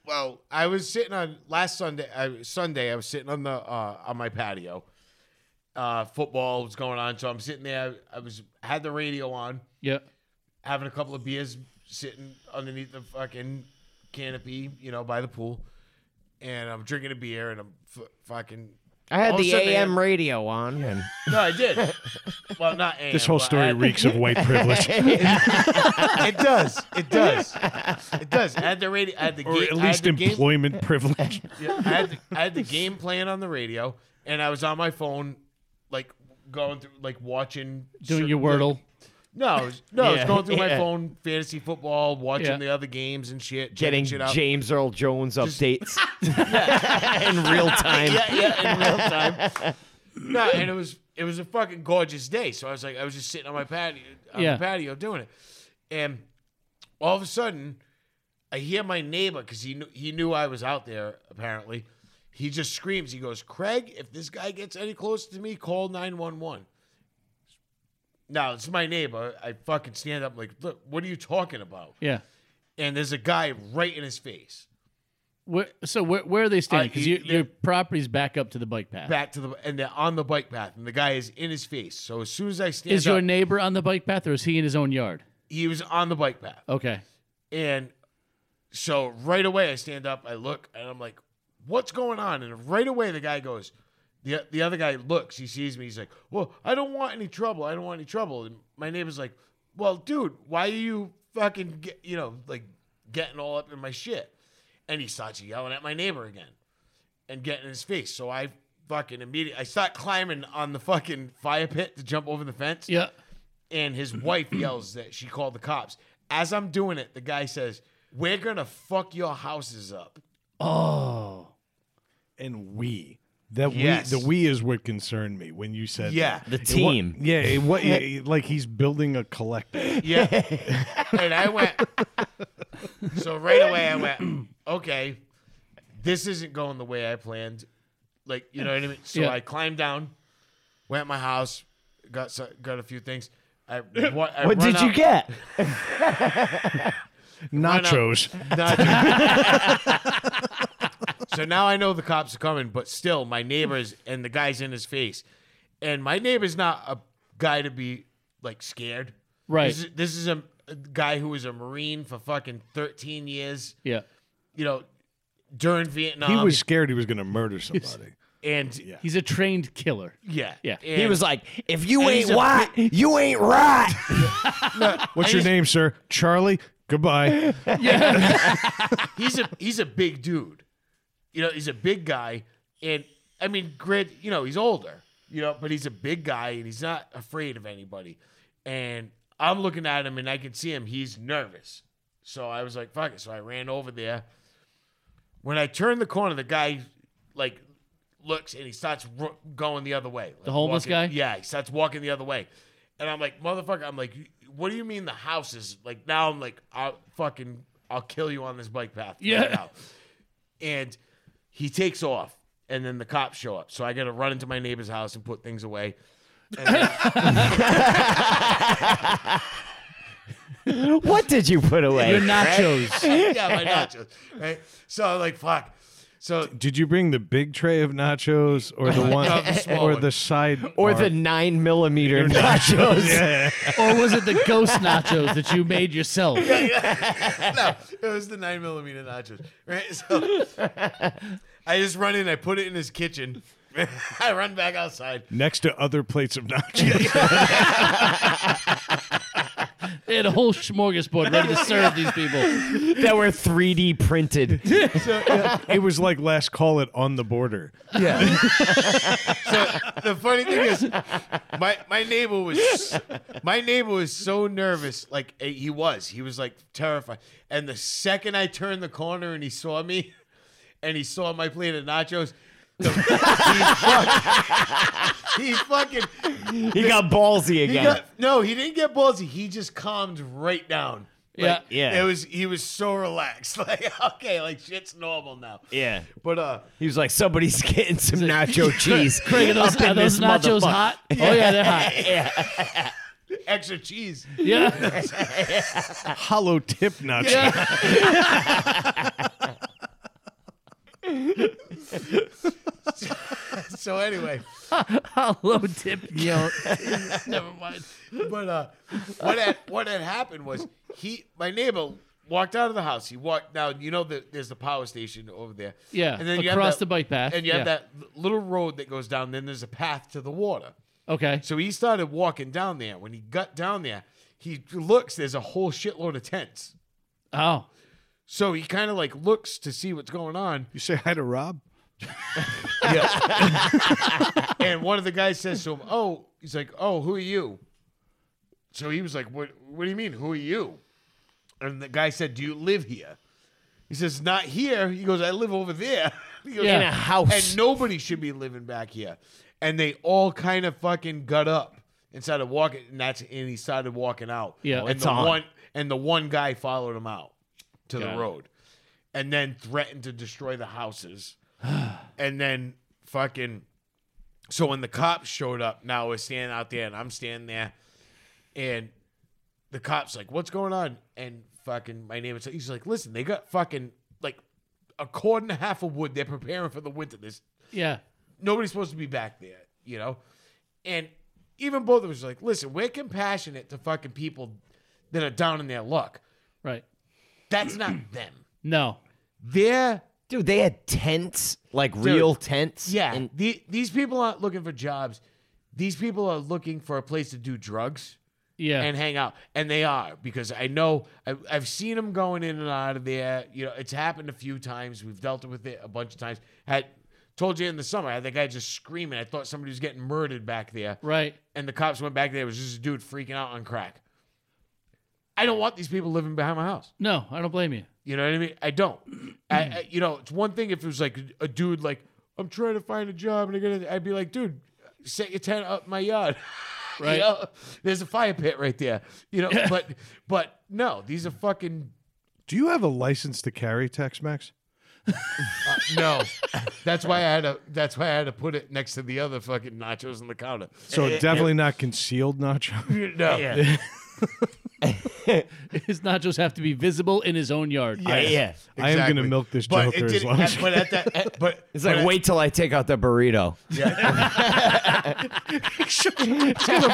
S4: Well, I was sitting on last Sunday. I, Sunday, I was sitting on the uh, on my patio. Uh, football was going on, so I'm sitting there. I, I was had the radio on,
S1: Yeah.
S4: having a couple of beers, sitting underneath the fucking canopy, you know, by the pool, and I'm drinking a beer and I'm f- fucking.
S2: I had
S4: All of a
S2: the
S4: sudden they
S2: AM
S4: had-
S2: radio on, and
S4: No, I did. well, not AM,
S3: This whole
S4: but I
S3: story
S4: had-
S3: reeks of white privilege,
S4: It does. It does. It does. I had the radio. I had the
S3: or
S4: game.
S3: at
S4: I had
S3: least
S4: the game-
S3: employment privilege.
S4: Yeah, I, had the, I had the game playing on the radio, and I was on my phone, like going through, like watching,
S1: Doing
S4: certain-
S1: your Wordle.
S4: no, I was- no, I was
S2: Yeah,
S4: going through my
S2: yeah.
S4: phone, fantasy football, watching
S1: Yeah.
S4: the other games and shit, checking
S2: getting
S4: shit out.
S2: James Earl Jones updates in real time.
S4: yeah, yeah, in real time. no, and it was it was a fucking gorgeous day. So I was like, I was just sitting on my patio, on
S1: Yeah.
S4: the patio doing it, and all of a sudden, I hear my neighbor because he knew he knew I was out there. Apparently, he just screams. He goes, "Craig, if this guy gets any closer to me, call nine one one." Now it's my neighbor. I fucking stand up like, look, what are you talking about?
S1: Yeah.
S4: And there's a guy right in his face.
S1: Where, so where, where are they standing?
S4: Uh,
S1: Because
S4: you-
S1: your property's back up to the bike path.
S4: back to the and they're on the bike path and the guy is in his face. So as soon as I stand
S1: Is your
S4: up,
S1: neighbor on the bike path, or is he in his own yard?
S4: he was on the bike path.
S1: Okay.
S4: And so right away I stand up, I look and I'm like, "What's going on?" And right away the guy goes the the other guy looks, he sees me, he's like, "Well, I don't want any trouble. I don't want any trouble." And my neighbor's like, "Well, dude, why are you fucking get, you know, like getting all up in my shit?" And he starts yelling at my neighbor again. and get in his face. So I fucking immediately I start climbing on the fucking fire pit to jump over the fence.
S1: Yeah.
S4: And his
S2: Mm-hmm.
S4: wife yells that she called the cops. As I'm doing it, the guy says, "We're gonna fuck your houses up."
S1: Oh.
S3: and we. That
S4: Yes.
S3: we the we is what concerned me when you said
S4: Yeah,
S2: The
S3: that. It wa-
S2: team.
S3: yeah, it, wa- yeah, like he's building a collective.
S4: yeah. and I went. So right away I went, okay, this isn't going the way I planned. Like you know what I mean. So
S1: Yeah.
S4: I climbed down, went to my house, got so- got a few things. I, what I
S2: What
S4: run
S2: did you
S4: out-
S2: get?
S3: Nachos.
S4: so now I know the cops are coming, but still, my neighbors and the guy's in his face, and my neighbor's not a guy to be like scared.
S1: Right.
S4: This is, this is a, a guy who was a Marine for fucking thirteen years.
S1: Yeah.
S4: You know, during Vietnam.
S3: He was scared he was going to murder somebody.
S4: and
S1: He's a trained killer.
S4: yeah,
S1: Yeah.
S4: and-
S2: He was like, if you
S4: And
S2: ain't
S4: he's a
S2: white, you ain't right.
S3: What's your name, sir? Charlie. Goodbye.
S4: he's a he's a big dude. You know, he's a big guy, and I mean, grid. You know, he's older. You know, but he's a big guy, and he's not afraid of anybody. And I'm looking at him, and I can see him. He's nervous. So I was like, "Fuck it!" So I ran over there. When I turned the corner, the guy like looks and he starts ru- going the other way. Like,
S1: homeless
S4: walking-
S1: guy?
S4: Yeah, he starts walking the other way, and I'm like, "Motherfucker!" I'm like, "What do you mean the house is like?" Now I'm like, "I'll fucking I'll kill you on this bike path." right
S1: Yeah.
S4: now." And he takes off, and then the cops show up. So I got to run into my neighbor's house and put things away. And then-
S2: what did you put
S1: Your
S2: away?
S1: nachos.
S4: yeah, my nachos. Right? So I'm like, "Fuck." So
S3: Did you bring the big tray of nachos or the one
S4: No, the small
S3: or
S4: one.
S3: the side
S2: Or the
S3: part?
S2: nine millimeter nachos?
S1: or was it the ghost nachos that you made yourself?
S4: no, it was the nine millimeter nachos, right? So I just run in, I put it in his kitchen, I run back outside.
S3: next to other plates of nachos.
S1: They had a whole smorgasbord ready to serve these people.
S2: that were 3D printed.
S3: it was like last call it on the border.
S4: So the funny thing is, my my neighbor was my neighbor was so nervous. Like eh, he was, he was like terrified. And the second I turned the corner and he saw me, and he saw my plate of nachos. the- he, fuck- he fucking
S2: He got ballsy
S4: he
S2: again.
S4: got, no he didn't get ballsy he just calmed right down
S1: Yeah.
S2: Yeah.
S4: it was he was so relaxed like okay like shit's normal now
S2: yeah.
S4: but uh
S2: He was like, somebody's getting some nacho cheese.
S1: Craig, are those,
S2: up in
S1: are those
S2: this
S1: nachos
S2: motherfucker."
S1: hot? Oh, yeah, they're hot.
S4: extra cheese
S1: Yeah.
S3: Hollow tip nacho.
S1: yeah.
S4: so anyway
S1: Hollow tip. Yo. Never mind.
S4: but uh, what had, what had happened was he, my neighbor, walked out of the house. He walked now. You know that there's the power station over there.
S1: Yeah,
S4: you have
S1: across the bike path,
S4: and you
S1: yeah.
S4: have that little road that goes down. Then there's a path to the water.
S1: Okay.
S4: So he started walking down there. When he got down there, he looks. There's a whole shitload of tents.
S1: Oh.
S4: So he kind of like looks to see what's going on,
S3: You say hi to Rob?
S4: and one of the guys says to him, "Oh, he's like, oh, who are you?" So he was like, "What? What do you mean? Who are you?" And the guy said, "Do you live here?" He says, "Not here." He goes, "I live over there." He goes,
S1: Yeah. In a
S2: house.
S4: and nobody should be living back here. And they all kind of fucking got up and started walking, and that's and he started walking out.
S1: Yeah.
S4: and
S1: It's
S4: the
S2: on.
S4: one and the one guy followed him out to
S1: Got
S4: the
S1: it.
S4: road, and then threatened to destroy the houses, and then fucking. So when the cops showed up, now we're standing out there, and I'm standing there, and the cops like, "What's going on?" And fucking my neighbor, he's like, "Listen, they got fucking like a cord and a half of wood. They're preparing for the winter. This
S1: Yeah.
S4: nobody's supposed to be back there, you know." And even both of us were like, "Listen, we're compassionate to fucking people that are down in their luck.
S1: Right.
S4: That's not them.
S1: No.
S4: They're
S2: Dude, they had tents, like real tents.
S4: yeah.
S2: And
S4: the, these people aren't looking for jobs. These people are looking for a place to do drugs."
S1: Yeah.
S4: and hang out. And they are because I know I've, I've seen them going in and out of there. You know, it's happened a few times. We've dealt with it a bunch of times. Had told you in the summer, I had the guy just screaming. I thought somebody was getting murdered back there.
S1: right.
S4: And the cops went back there. It was just a dude freaking out on crack. I don't want these people living behind my house.
S1: No, I don't blame you.
S4: You know what I mean? I don't. I, I you know, it's one thing if it was like a dude like I'm trying to find a job and I gotta, I'd be like, dude, set your tent up in my yard. You
S1: Right.
S4: know? there's a fire pit right there. You know, but but no, these are fucking
S3: Do you have a license to carry Tex Mex?
S4: no. that's why I had to. That's why I had to put it next to the other fucking nachos on the counter.
S3: So definitely not concealed nacho.
S4: No,
S1: His nachos have to be visible in his own yard.
S2: yeah. yeah.
S3: I am going to
S4: exactly.
S3: milk this
S4: but
S3: joker
S4: it
S3: as
S4: did.
S3: long as
S4: But at that, but
S2: It's like, wait till I take out the burrito.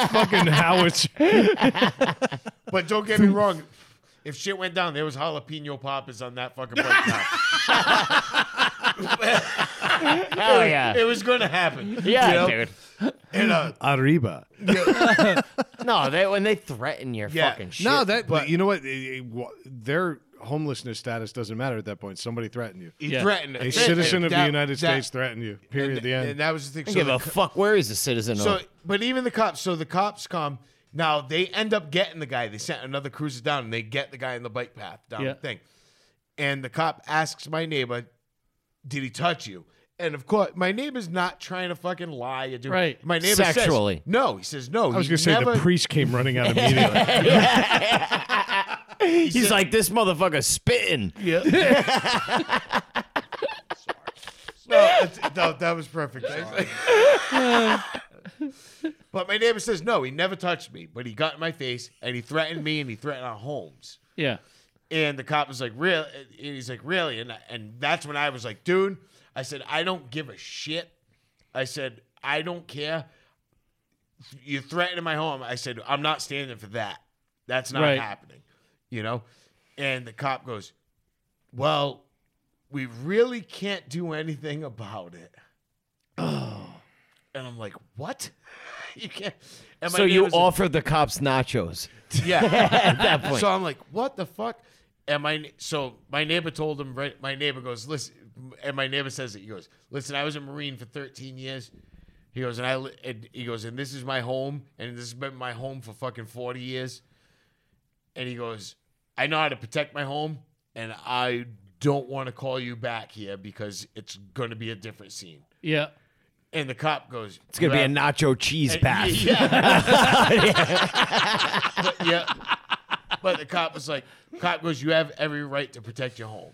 S3: fucking Howitz.
S4: But don't get me wrong. If shit went down, there was jalapeno poppers on that fucking plate.
S2: Hell yeah.
S4: it was going to happen.
S2: Yeah,
S4: you know?
S2: dude.
S4: And, uh,
S3: Arriba.
S2: No, they, when they threaten your
S4: Yeah.
S2: fucking shit.
S3: No, that but you know what? It- it- wha- their homelessness status doesn't matter at that point. Somebody threatened you.
S4: he
S1: Yeah.
S4: threatened
S3: A citizen of the
S4: Eh, That-
S3: United
S4: that-
S3: States threatened you. Period. the end.
S4: And that was the thing.
S2: I
S4: So,
S2: don't give
S4: the
S2: a
S4: co-
S2: fuck where he's a citizen
S4: so,
S2: of.
S4: but even the cops. So the cops come. Now they end up getting the guy. They sent another cruiser down, and they get the guy in the bike path down
S1: Yeah.
S4: the thing. And the cop asks my neighbor, "Did he touch you?" And of course, my neighbor's not trying to fucking lie. Or do,
S1: Right.
S4: My neighbor says,
S2: Sexually.
S4: no. He says no.
S3: I was
S4: going to
S3: say the priest came running out immediately.
S2: He's like, this motherfucker spitting.
S4: No, it's- no, that was perfect. but my neighbor says no, he never touched me, but he got in my face and he threatened me and he threatened our homes.
S1: Yeah.
S4: And the cop was like, "Really?" And he's like, "Really?" And I- and that's when I was like, "Dude," I said, "I don't give a shit." I said, "I don't care." You threatened my home. I said, "I'm not standing for that. That's not
S1: Right.
S4: happening." You know. And the cop goes,
S2: Oh.
S4: "Well, we really can't do anything about it." and I'm like, what? you can't. And my
S2: So
S4: neighbors
S2: you
S4: are-
S2: offered the cops nachos.
S4: yeah. At that point. So I'm like, what the fuck? And my so my neighbor told him right. My neighbor goes, listen, and my neighbor says it. He goes, listen, I was a marine for 13 years. He goes, and I li- and he goes, and this is my home, and this has been my home for fucking 40 years. And he goes, I know how to protect my home, and I don't want to call you back here because it's going to be a different scene.
S1: Yeah.
S4: And the cop goes,
S2: It's gonna be a nacho cheese path.
S4: yeah. but, yeah. But the cop was like, cop goes, you have every right to protect your home.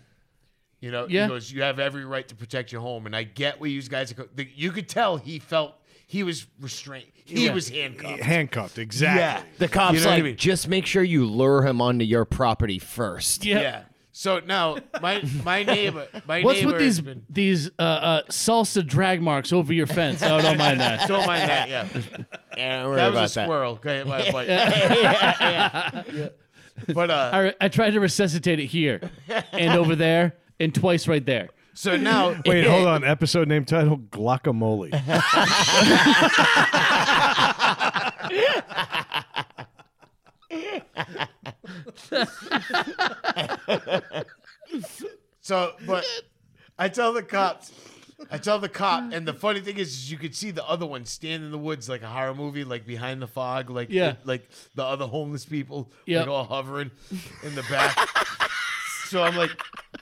S4: You know,
S1: Yeah.
S4: he goes, you have every right to protect your home. And I get where you guys are. co- the- You could tell he felt he was restrained. He was handcuffed.
S3: handcuffed. Exactly.
S2: The cops
S4: You know what I
S2: like
S4: mean?
S2: just make sure you lure him onto your property first.
S1: Yeah.
S4: Yeah. So now my my neighbor, my
S1: What's
S4: neighbor
S1: with these
S4: has been
S1: these uh, uh, salsa drag marks over your fence? I don't mind that.
S4: don't mind that. Yeah,
S2: Yeah, don't worry
S4: that
S2: about
S4: was a
S2: that.
S4: squirrel. Okay, my bike. Yeah. But uh,
S1: I, I tried to resuscitate it here and over there and twice right there.
S4: so now
S3: Wait, hold on. Episode name title Guacamole.
S4: So, but I tell the cops, I tell the cop, and the funny thing is, is you could see the other one stand in the woods like a horror movie, like behind the fog, like
S1: Yeah.
S4: like the other homeless people,
S1: Yep.
S4: like all hovering in the back. so I'm like,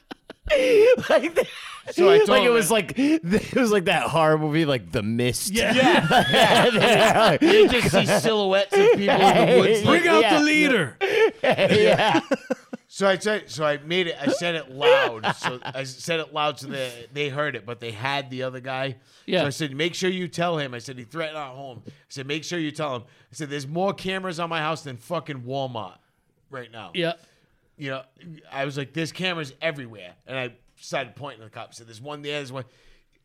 S2: like, that-
S4: So I told
S2: like it
S4: him-
S2: was like it was like that horror movie, like The Mist.
S4: yeah,
S2: Yeah.
S4: you just see silhouettes of people in the woods. like-
S2: Bring out the
S3: leader.
S4: so I said, so I made it. I said it loud. So I said it loud so they they heard it, but they had the other guy.
S1: Yeah.
S4: So I said, make sure you tell him. I said he threatened our home. I said, make sure you tell him. I said, there's more cameras on my house than fucking Walmart right now.
S1: Yeah.
S4: You know, I was like, there's cameras everywhere, and I started pointing at the cops. Said, there's one there. There's one.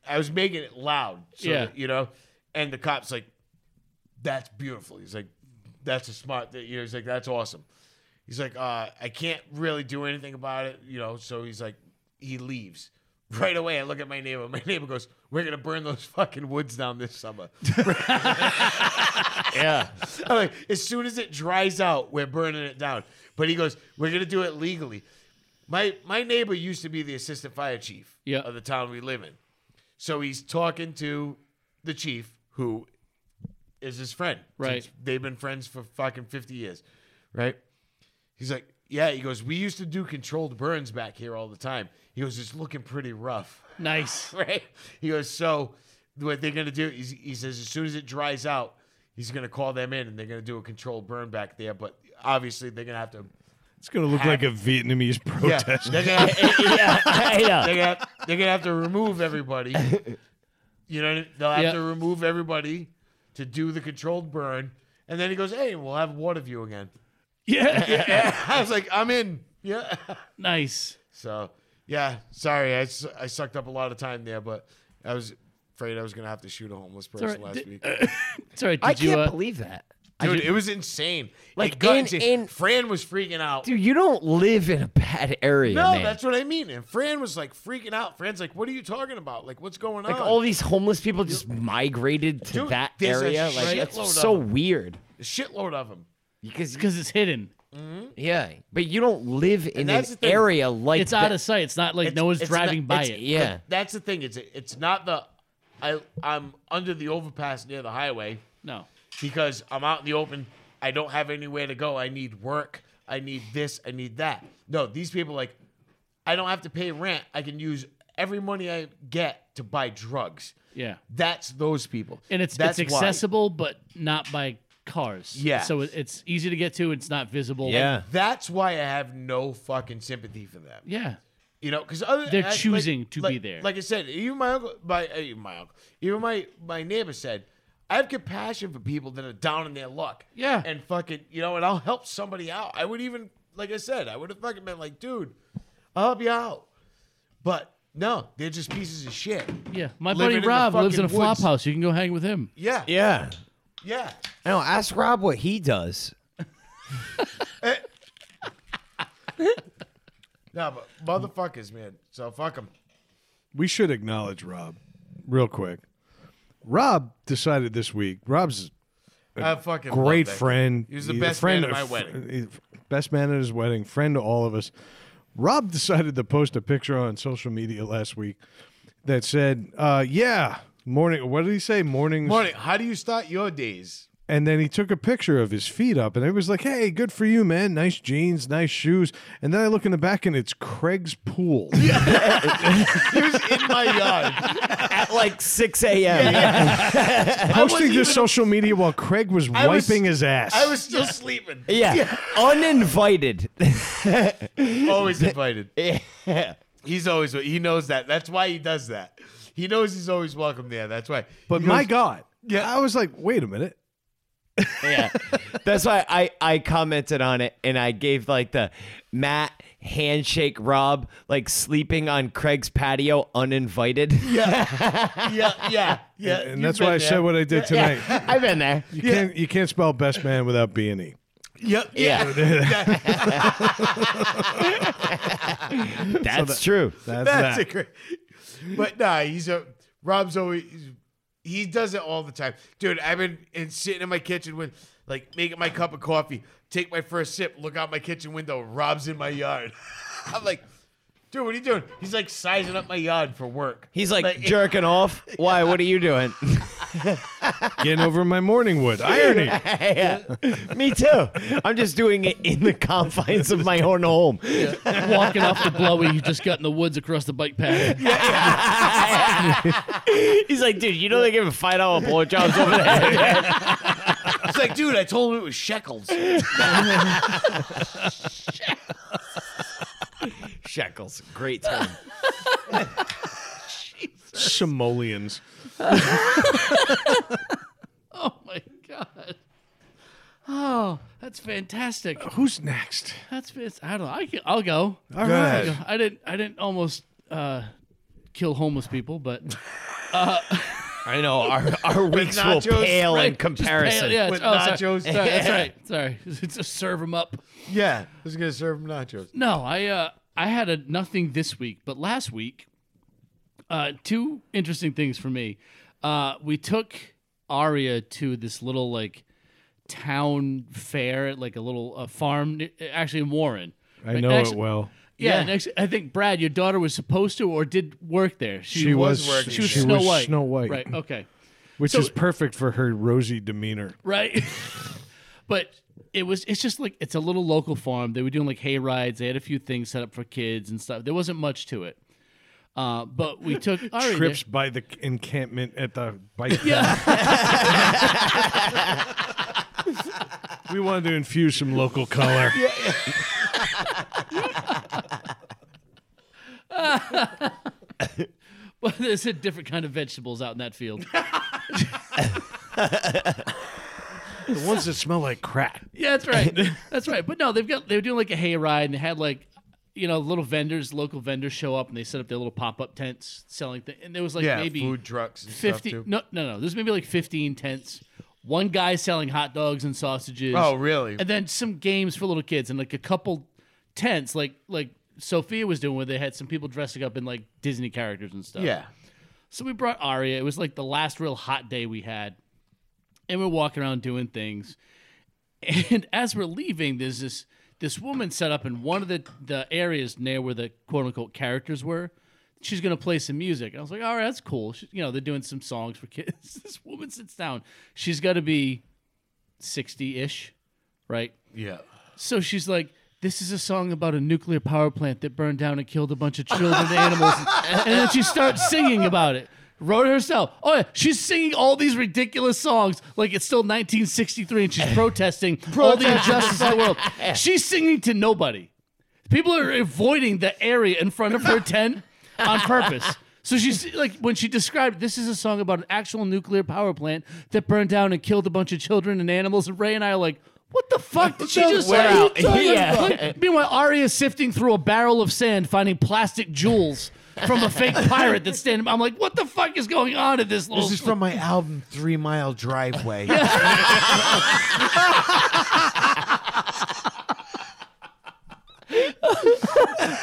S4: I was making it loud. So
S1: Yeah.
S4: that, you know, and the cops like, that's beautiful. He's like, that's a smart. Thing. You know, he's like, that's awesome. He's like, uh, I can't really do anything about it, you know. So he's like, he leaves right away. I look at my neighbor. My neighbor goes, "We're gonna burn those fucking woods down this summer."
S2: yeah.
S4: I'm like, as soon as it dries out, we're burning it down. But he goes, "We're gonna do it legally." My my neighbor used to be the assistant fire chief
S1: Yeah.
S4: of the town we live in, so he's talking to the chief who is his friend.
S1: Right.
S4: Since They've been friends for fucking 50 years, right? He's like, yeah. He goes, we used to do controlled burns back here all the time. He goes, it's looking pretty rough,
S1: Nice.
S4: right? He goes, so what they're gonna do? Is, he says, as soon as it dries out, he's gonna call them in and they're gonna do a controlled burn back there. But obviously, they're gonna have to.
S3: It's gonna look like a Vietnamese
S4: Yeah,
S3: protest.
S4: they're gonna, yeah,
S2: I know.
S4: they're, gonna have, they're gonna have to remove everybody. You know, what I mean? they'll have
S1: Yeah.
S4: to remove everybody to do the controlled burn. And then he goes, "Hey, we'll have water view again."
S1: Yeah.
S4: I was like, "I'm in." Yeah.
S1: Nice.
S4: So yeah, sorry, I, s- I sucked up a lot of time there, but I was afraid I was gonna have to shoot a homeless person
S1: right.
S4: last
S1: Did-
S4: week.
S2: uh,
S1: It's all right. Did
S2: I
S1: you,
S2: can't
S1: uh,
S2: believe that.
S4: Dude, it was insane.
S2: Like,
S4: It got
S2: in-
S4: insane.
S2: in-
S4: Fran was freaking out.
S2: Dude, you don't live in a bad area,
S4: no,
S2: man.
S4: that's what I mean. And Fran was like freaking out. Fran's like, "What are you talking about? Like, what's going
S2: like
S4: on?"
S2: all these homeless people just migrated to
S4: Dude,
S2: that
S4: there's a
S2: area. Like
S4: shitload of
S2: that's so
S4: them.
S2: weird.
S4: a shitload of them.
S2: Because
S1: because it's hidden.
S2: yeah, but you don't live in an
S4: that's the thing.
S2: area like
S1: It's
S2: that.
S1: out of sight. It's not like
S4: It's-
S1: no one's
S4: it's
S1: driving
S4: not-
S1: by
S4: it's-
S1: it.
S2: yeah.
S4: That's the thing. It's it's not the I I'm under the overpass near the highway.
S1: No.
S4: because I'm out in the open. I don't have anywhere to go. I need work. I need this. I need that. No, these people like, I don't have to pay rent. I can use every money I get to buy drugs.
S1: Yeah.
S4: That's those people.
S1: And it's
S4: That's
S1: it's
S4: why.
S1: accessible, but not by cars.
S4: Yeah.
S1: So it, it's easy to get to. It's not visible.
S2: Yeah.
S4: That's why I have no fucking sympathy for them.
S1: Yeah.
S4: You know, because other
S1: They're
S4: I- like-
S1: choosing to be
S4: like-
S1: there.
S4: Like I said, even my uncle, my eh, even my uncle, even my my neighbor said, I have compassion for people that are down in their luck.
S1: Yeah.
S4: and fucking, you know, and I'll help somebody out. I would even, like I said, I would have fucking been like, dude, I'll help you out. But no, they're just pieces of shit.
S1: Yeah. My
S4: Living
S1: buddy
S4: in the
S1: Rob lives in a
S4: fucking
S1: flop
S4: woods.
S1: house. You can go hang with him.
S4: Yeah, yeah.
S2: Yeah.
S4: yeah.
S2: No, ask Rob what he does.
S4: No, but motherfuckers, man. So fuck them.
S3: we should acknowledge Rob, real quick. Rob decided this week. Rob's
S4: I fucking love
S3: great
S4: that
S3: friend.
S4: kid. He was the
S3: He's a
S4: best
S3: friend
S4: man at my
S3: of-
S4: wedding.
S3: he's Best man at his wedding, friend to all of us. Rob decided to post a picture on social media last week that said, uh, "Yeah, morning." What did he say? Mornings.
S4: Morning. How do you start your days?
S3: And then he took a picture of his feet up, and it was like, "Hey, good for you, man. Nice jeans, nice shoes." And then I look in the back, and it's Craig's pool.
S4: He was in my yard.
S2: at like 6 a.m.
S3: Posting
S4: wasn't
S3: to
S4: even-
S3: social media while Craig was
S4: I was-
S3: wiping his ass.
S4: I was still sleeping.
S2: Yeah. Uninvited.
S4: Always invited. He's always he knows that. That's why he does that. He knows he's always welcome there. That's why.
S3: but
S4: He
S3: my
S4: goes,
S3: God, yeah, I was like, "Wait a minute."
S2: yeah. That's why I, I commented on it and I gave like the Matt handshake Rob like sleeping on Craig's patio uninvited.
S4: yeah, yeah, yeah.
S3: and
S4: you've
S3: that's why
S4: been
S3: I
S4: there.
S3: said what I did tonight.
S2: I've been there.
S3: You can't you can't spell best man without B and E.
S4: Yep,
S2: Yeah.
S4: yeah. yeah.
S2: That's true.
S3: That's,
S4: That's
S3: that.
S4: a great. But nah, he's a Rob's always. He does it all the time, dude. I've been and sitting in my kitchen with, like, making my cup of coffee, take my first sip, look out my kitchen window. Rob's in my yard. I'm like, dude, what are you doing? He's like sizing up my yard for work.
S2: He's like, jerking off. Why? What are you doing?
S3: Getting over my morning wood irony.
S2: Yeah. Me too. I'm just doing it in the confines of my own home.
S1: Walking off the blowy you just got in the woods across the bike path.
S2: He's like, dude, you know they give a five dollar blowjobs over there.
S4: It's like, dude, I told him it was shekels.
S2: Shekels, great term.
S3: Simoleons.
S1: Oh my god. Oh, that's fantastic.
S3: Who's next?
S1: That's it's, I don't know. I can, I'll go.
S3: All
S1: I'll
S3: right.
S1: go. I didn't I didn't almost uh, kill homeless people, but
S2: I know our our weeks will
S4: nachos,
S2: pale
S1: Right,
S2: in
S1: just
S2: comparison.
S1: pale- yeah,
S4: With
S1: it's- oh, sorry.
S4: nachos.
S1: Sorry, that's right. Sorry, just serve them up.
S4: yeah, I was gonna serve him nachos.
S1: No, I uh, I had a nothing this week, but last week, uh, two interesting things for me. Uh, we took Aria to this little like town fair, at, like a little uh, farm, n- actually in Warren.
S3: I
S1: Right,
S3: know it
S1: actually-
S3: well.
S1: Yeah, and actually, I think Brad, your daughter was supposed to or did work there. She,
S3: She
S4: was
S3: was,
S4: working
S3: she
S4: there.
S3: was
S1: was Snow White.
S3: Snow White,
S1: Right. Okay.
S3: which
S1: So-
S3: is perfect for her rosy demeanor.
S1: right? but it was it's just like it's a little local farm. They were doing like hay rides. They had a few things set up for kids and stuff. There wasn't much to it. Uh, but we took Ari there.
S3: Trips by the encampment at the bike. we wanted to infuse some local color.
S1: Well, there's a different kind of vegetables out in that field.
S3: The ones that smell like crack.
S1: yeah, that's right. That's right. But no, they've got they were doing like a hay ride and they had like you know little vendors, local vendors show up and they set up their little pop up tents selling things. And there was like
S4: Yeah,
S1: maybe
S4: food trucks and
S1: fifty.
S4: stuff too.
S1: No, no, no. There's maybe like fifteen tents. One guy selling hot dogs and sausages.
S4: Oh, really?
S1: And then some games for little kids and like a couple tents, like like Sophia was doing, where they had some people dressing up in like Disney characters and stuff.
S4: Yeah,
S1: So we brought Aria. It was like the last real hot day we had. And we're walking around doing things. And as we're leaving, there's this this woman set up in one of the, the areas near where the quote unquote characters were. She's gonna play some music. I was like, all right, that's cool. She, you know, they're doing some songs for kids. this woman sits down. She's got to be sixty ish, right?
S4: yeah.
S1: So she's like, this is a song about a nuclear power plant that burned down and killed a bunch of children and animals. And then she starts singing about it. Wrote it herself. Oh, yeah. She's singing all these ridiculous songs like it's still 1963 and she's protesting all the injustice of the world. She's singing to nobody. People are avoiding the area in front of her tent on purpose. So she's like, when she described this is a song about an actual nuclear power plant that burned down and killed a bunch of children and animals. And Ray and I are like, what the fuck did she just
S2: We're
S1: say?
S2: out. Yeah.
S1: Like, meanwhile, Arya is sifting through a barrel of sand, finding plastic jewels from a fake pirate that's standing. I'm like, what the fuck is going on at this little?
S4: This is from my album Three Mile Driveway.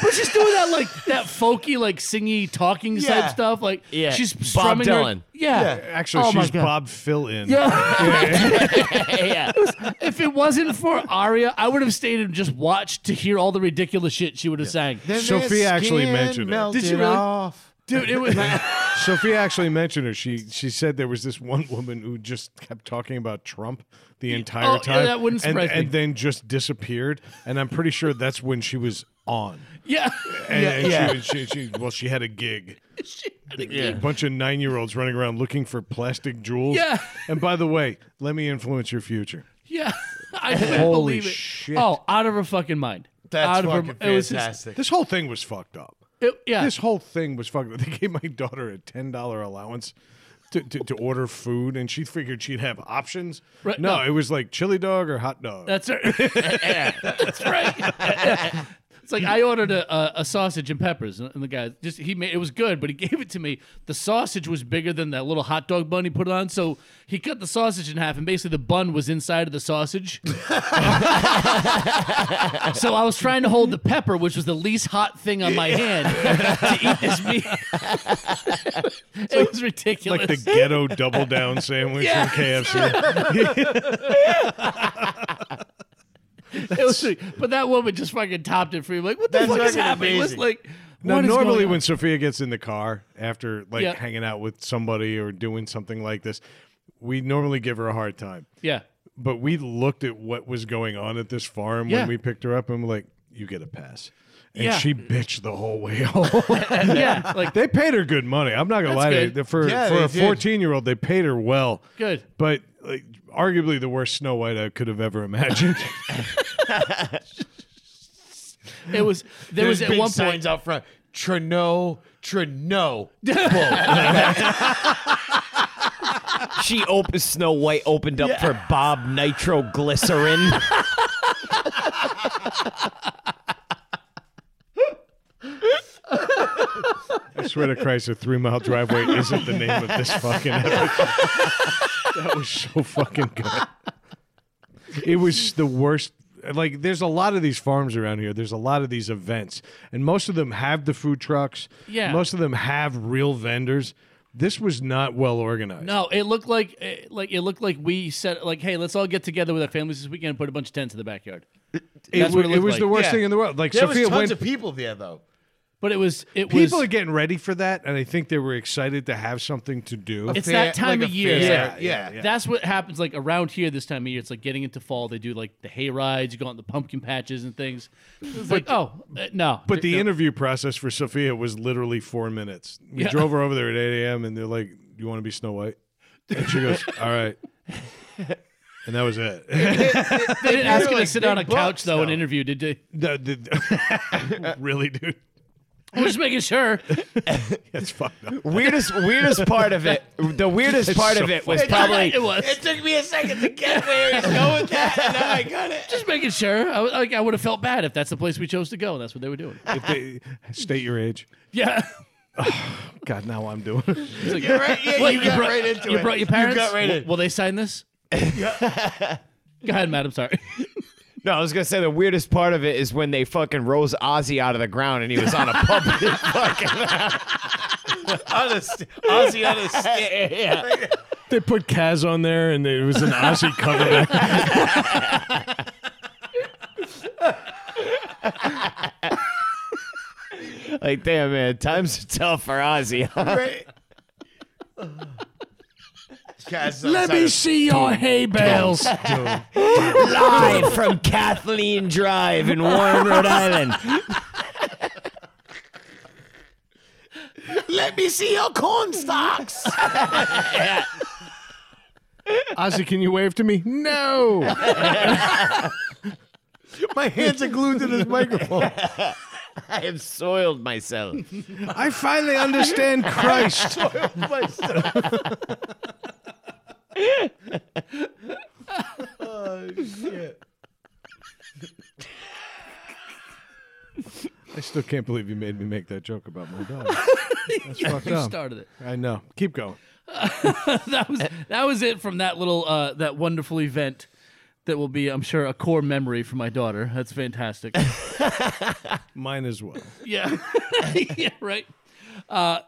S1: But she's doing that like that folky, like singy, talking
S4: Yeah.
S1: type stuff. Like
S2: Yeah.
S1: she's
S2: Bob
S1: strumming her-
S2: Dylan.
S1: Yeah.
S3: Actually,
S1: Oh my
S3: she's
S1: God.
S3: Bob Fill in.
S1: Yeah.
S2: yeah.
S1: if it wasn't for Aria, I would have stayed and just watched to hear all the ridiculous shit she would have sang.
S3: Sophia actually mentioned it.
S1: Did she really?
S4: Off.
S1: Dude, it was
S3: Sophia actually mentioned her. She she said there was this one woman who just kept talking about Trump the entire
S1: oh, yeah,
S3: time.
S1: that wouldn't
S3: and,
S1: surprise me.
S3: And then just disappeared. And I'm pretty sure that's when she was on.
S1: yeah.
S3: And, and
S4: Yeah.
S3: She, she, she, well, she had a gig. A bunch of nine year olds running around looking for plastic jewels.
S1: Yeah.
S3: And by the way, let me influence your future.
S1: Yeah. I couldn't
S3: Holy
S1: believe it.
S3: shit.
S1: Oh, out of her fucking mind.
S4: That's
S1: out of her,
S4: fucking
S1: it was just-
S4: fantastic.
S3: This whole thing was fucked up.
S1: it- yeah.
S3: This whole thing was fucked up. They gave my daughter a ten dollar allowance to, to, to order food, and she figured she'd have options.
S1: Right,
S3: no,
S1: no.
S3: it was like chili dog or hot dog.
S1: That's her. That's right. It's like I ordered a, a, a sausage and peppers, and and the guy just he made it was good, but he gave it to me. The sausage was bigger than that little hot dog bun he put on, so he cut the sausage in half, and basically the bun was inside of the sausage. so I was trying to hold the pepper, which was the least hot thing on my hand, to eat this meat. it was ridiculous.
S3: like the ghetto double down sandwich
S1: Yeah.
S3: from KFC.
S1: It was like- but that woman just fucking topped it for you. Like, what the
S4: That's
S1: fuck is
S4: fucking
S1: happening? It was
S4: amazing.
S1: like,
S3: Now,
S1: what is
S3: normally
S1: going on?
S3: when Sophia gets in the car after like
S1: Yeah.
S3: hanging out with somebody or doing something like this, we normally give her a hard time.
S1: yeah,
S3: But we looked at what was going on at this farm
S1: Yeah.
S3: when we picked her up, and we're like, "You get a pass." And
S1: Yeah.
S3: she bitched the whole way home.
S1: yeah, like
S3: They paid her good money. I'm not gonna lie to
S1: good.
S3: you. For
S4: Yeah,
S3: for
S4: they
S3: a
S4: did.
S3: 14 year old, they paid her well.
S1: Good.
S3: but like, arguably the worst Snow White I could have ever imagined.
S1: it was. There
S4: There's
S1: was at
S4: big
S1: one
S4: signs
S1: point.
S4: out front. Trino, Trino.
S2: She opened Snow White opened up for Bob nitroglycerin.
S3: I swear to Christ, a three mile driveway isn't the name of this fucking episode. that was so fucking good. It was the worst. Like, there's a lot of these farms around here. There's a lot of these events, and most of them have the food trucks.
S1: Yeah.
S3: most of them have real vendors. This was not well organized.
S1: No, it looked like eh, like it looked like we said like, hey, let's all get together with our families this weekend and put a bunch of tents in the backyard. That's
S3: it,
S1: what
S3: wa-
S1: it looked
S3: was
S1: like.
S3: the worst
S4: Yeah.
S3: thing in the world. Like
S4: There was
S3: Sophia
S4: tons
S3: went.
S4: of people there though.
S1: But it was it was
S3: people are getting ready for that, and I think they were excited to have something to do.
S1: it's
S4: Fair-
S1: that time of
S4: like a
S1: year.
S4: fair-
S1: so-
S4: yeah, yeah.
S1: That's what happens like around here this time of year. It's like getting into fall. They do like the hay rides. You go on the pumpkin patches and things. It's like oh eh, no.
S3: But the
S1: No.
S3: interview process for Sophia was literally four minutes. We
S1: Yeah.
S3: drove her over there at 8 a.m. and they're like, "You want to be Snow White?" And she goes, "All right." And that was it.
S1: they didn't ask her to
S4: like
S1: sit
S4: big
S1: on a couch
S4: bucks,
S1: though, and
S4: though.
S1: interview. Did they?
S3: The- the- really, dude,
S1: We're just making sure.
S3: that's fucked up.
S2: weirdest weirdest part of it. The weirdest part
S3: so
S2: of it was
S1: It's not like
S2: probably
S1: it was.
S4: It took me a second to get where he's going with that, and now I got it.
S1: Just making sure. I, was- like, I would have felt bad if that's the place we chose to go and that's what they were doing.
S3: If they, state your age.
S1: Yeah.
S3: God, now I'm doing. it.
S1: It's like,
S4: You're right. Yeah,
S1: what,
S4: you, got
S1: brought,
S4: right into
S1: you
S4: it.
S1: brought your parents?
S4: You got right
S1: Will-
S4: in.
S1: Will they sign this? Go ahead, madam. Sorry.
S2: No, I was gonna say the weirdest part of it is when they fucking rose Ozzy out of the ground and he was on a public fucking
S4: on a st- Ozzy on a stick.
S3: They put Kaz on there, and it was an Aussie cover. back.
S2: like damn man, times are tough for Ozzy.
S4: Right. Cast
S1: see your hay bales.
S2: Live from Kathleen Drive in Warren, Rhode Island.
S4: Let me see your corn stalks.
S3: Ozzy, can you wave to me? No.
S4: My hands are glued to this microphone.
S2: I have soiled myself.
S3: I finally understand Christ.
S4: oh shit!
S3: I still can't believe you made me make that joke about my dog. That's fucked
S1: You
S3: up.
S1: started it.
S3: I know. Keep going.
S1: That was that was it from that little uh, that wonderful event that will be, I'm sure, a core memory for my daughter. That's fantastic.
S3: Mine as well.
S1: Yeah. yeah, right. Uh,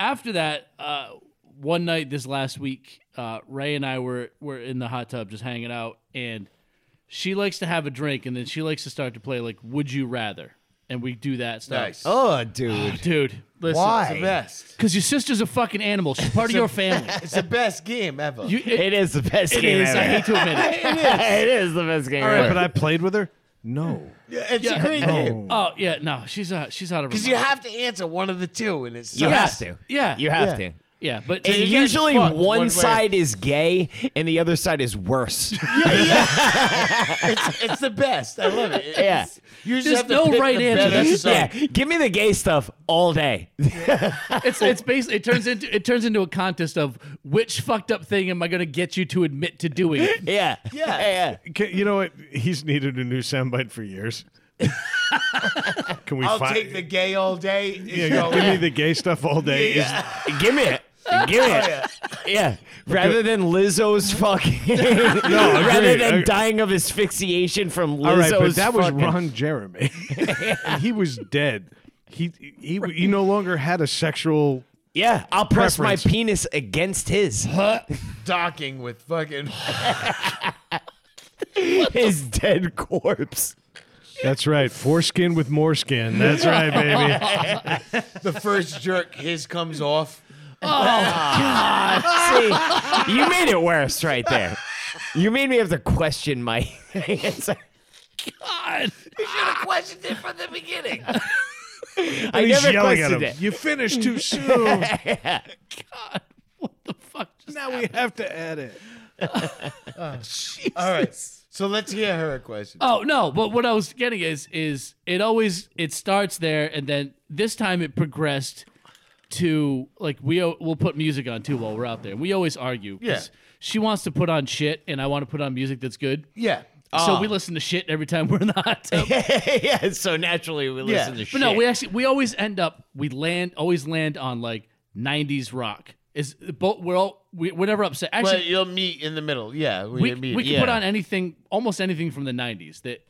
S1: after that, uh, one night this last week, uh, Ray and I were, were in the hot tub just hanging out, and she likes to have a drink, and then she likes to start to play, like, Would You Rather? And we do that stuff.
S4: Nice.
S2: Oh, dude.
S1: Dude, listen.
S2: Why?
S4: It's the best.
S1: Because your sister's a fucking animal. She's part of your family.
S4: It's the best game ever.
S1: You, it,
S2: It is the best
S1: it
S2: game
S1: is. I
S2: ever.
S1: hate to admit it.
S2: it is the best game ever.
S3: But I played with her. No.
S4: Yeah, it's
S1: Yeah.
S4: a great game.
S1: Oh yeah, no, she's out. She's out of. her
S4: Because you
S1: mind.
S4: have to answer one of the two, and it's
S2: you
S4: yeah.
S2: have to.
S1: Yeah.
S2: You have
S4: Yeah.
S2: to.
S1: Yeah, but
S2: And
S1: you guys
S2: usually
S1: fucked
S2: one,
S4: way.
S2: side is gay and the other side is worse.
S4: it's, it's the best. I love it. It's-
S2: Yeah.
S4: you just
S1: There's
S4: have to
S1: no
S4: pick
S1: right
S4: the
S1: answer.
S4: better song.
S2: yeah. Give me the gay stuff all day.
S1: It's it's basically it turns into it turns into a contest of which fucked up thing am I going to get you to admit to doing.
S2: Yeah. Yeah. yeah.
S3: Can, you know what? He's needed a new soundbite for years. Can we
S4: I'll
S3: fi-
S4: take the gay all day. and
S3: Yeah,
S4: go,
S3: give me the gay stuff all day. Is-
S2: Give me it. Give me it. Yeah. Rather than Lizzo's fucking. no, rather
S3: agreed.
S2: than
S3: Ag-
S2: dying of asphyxiation from Lizzo's.
S3: all right, but that was
S2: fucking-
S3: Ron Jeremy. he was dead. He, he he no longer had a sexual.
S2: Yeah. I'll press
S3: Preference.
S2: my penis against his.
S4: docking with fucking.
S2: his dead corpse.
S3: That's right. Foreskin with more skin. That's right, baby.
S4: the first jerk, his comes off.
S2: See, you made it worse right there. You made me have to question my answer.
S1: God,
S4: Questioned it from the beginning.
S2: I
S3: He's
S2: never
S3: yelling at
S2: questioned
S3: him.
S2: it.
S3: You finished too soon.
S1: God, what the fuck? Just,
S3: now we have to add it.
S4: All right. So let's hear her question.
S1: oh no, but what I was getting is is it always it starts there and then this time it progressed to like we o- we'll put music on too while we're out there. We always argue. 'cause
S4: Yeah.
S1: she wants to put on shit and I want to put on music that's good.
S4: Yeah.
S1: So we listen to shit every time we're in the hot tub.
S2: yeah, so naturally we listen to shit.
S1: But no, we actually we always end up we land always land on like '90s rock. Is both we're all we, we're never upset.
S4: Well,
S1: Actually,
S4: you'll meet in the middle. Yeah. We,
S1: we
S4: meet.
S1: we can
S4: yeah.
S1: put on anything, almost anything from the '90s that,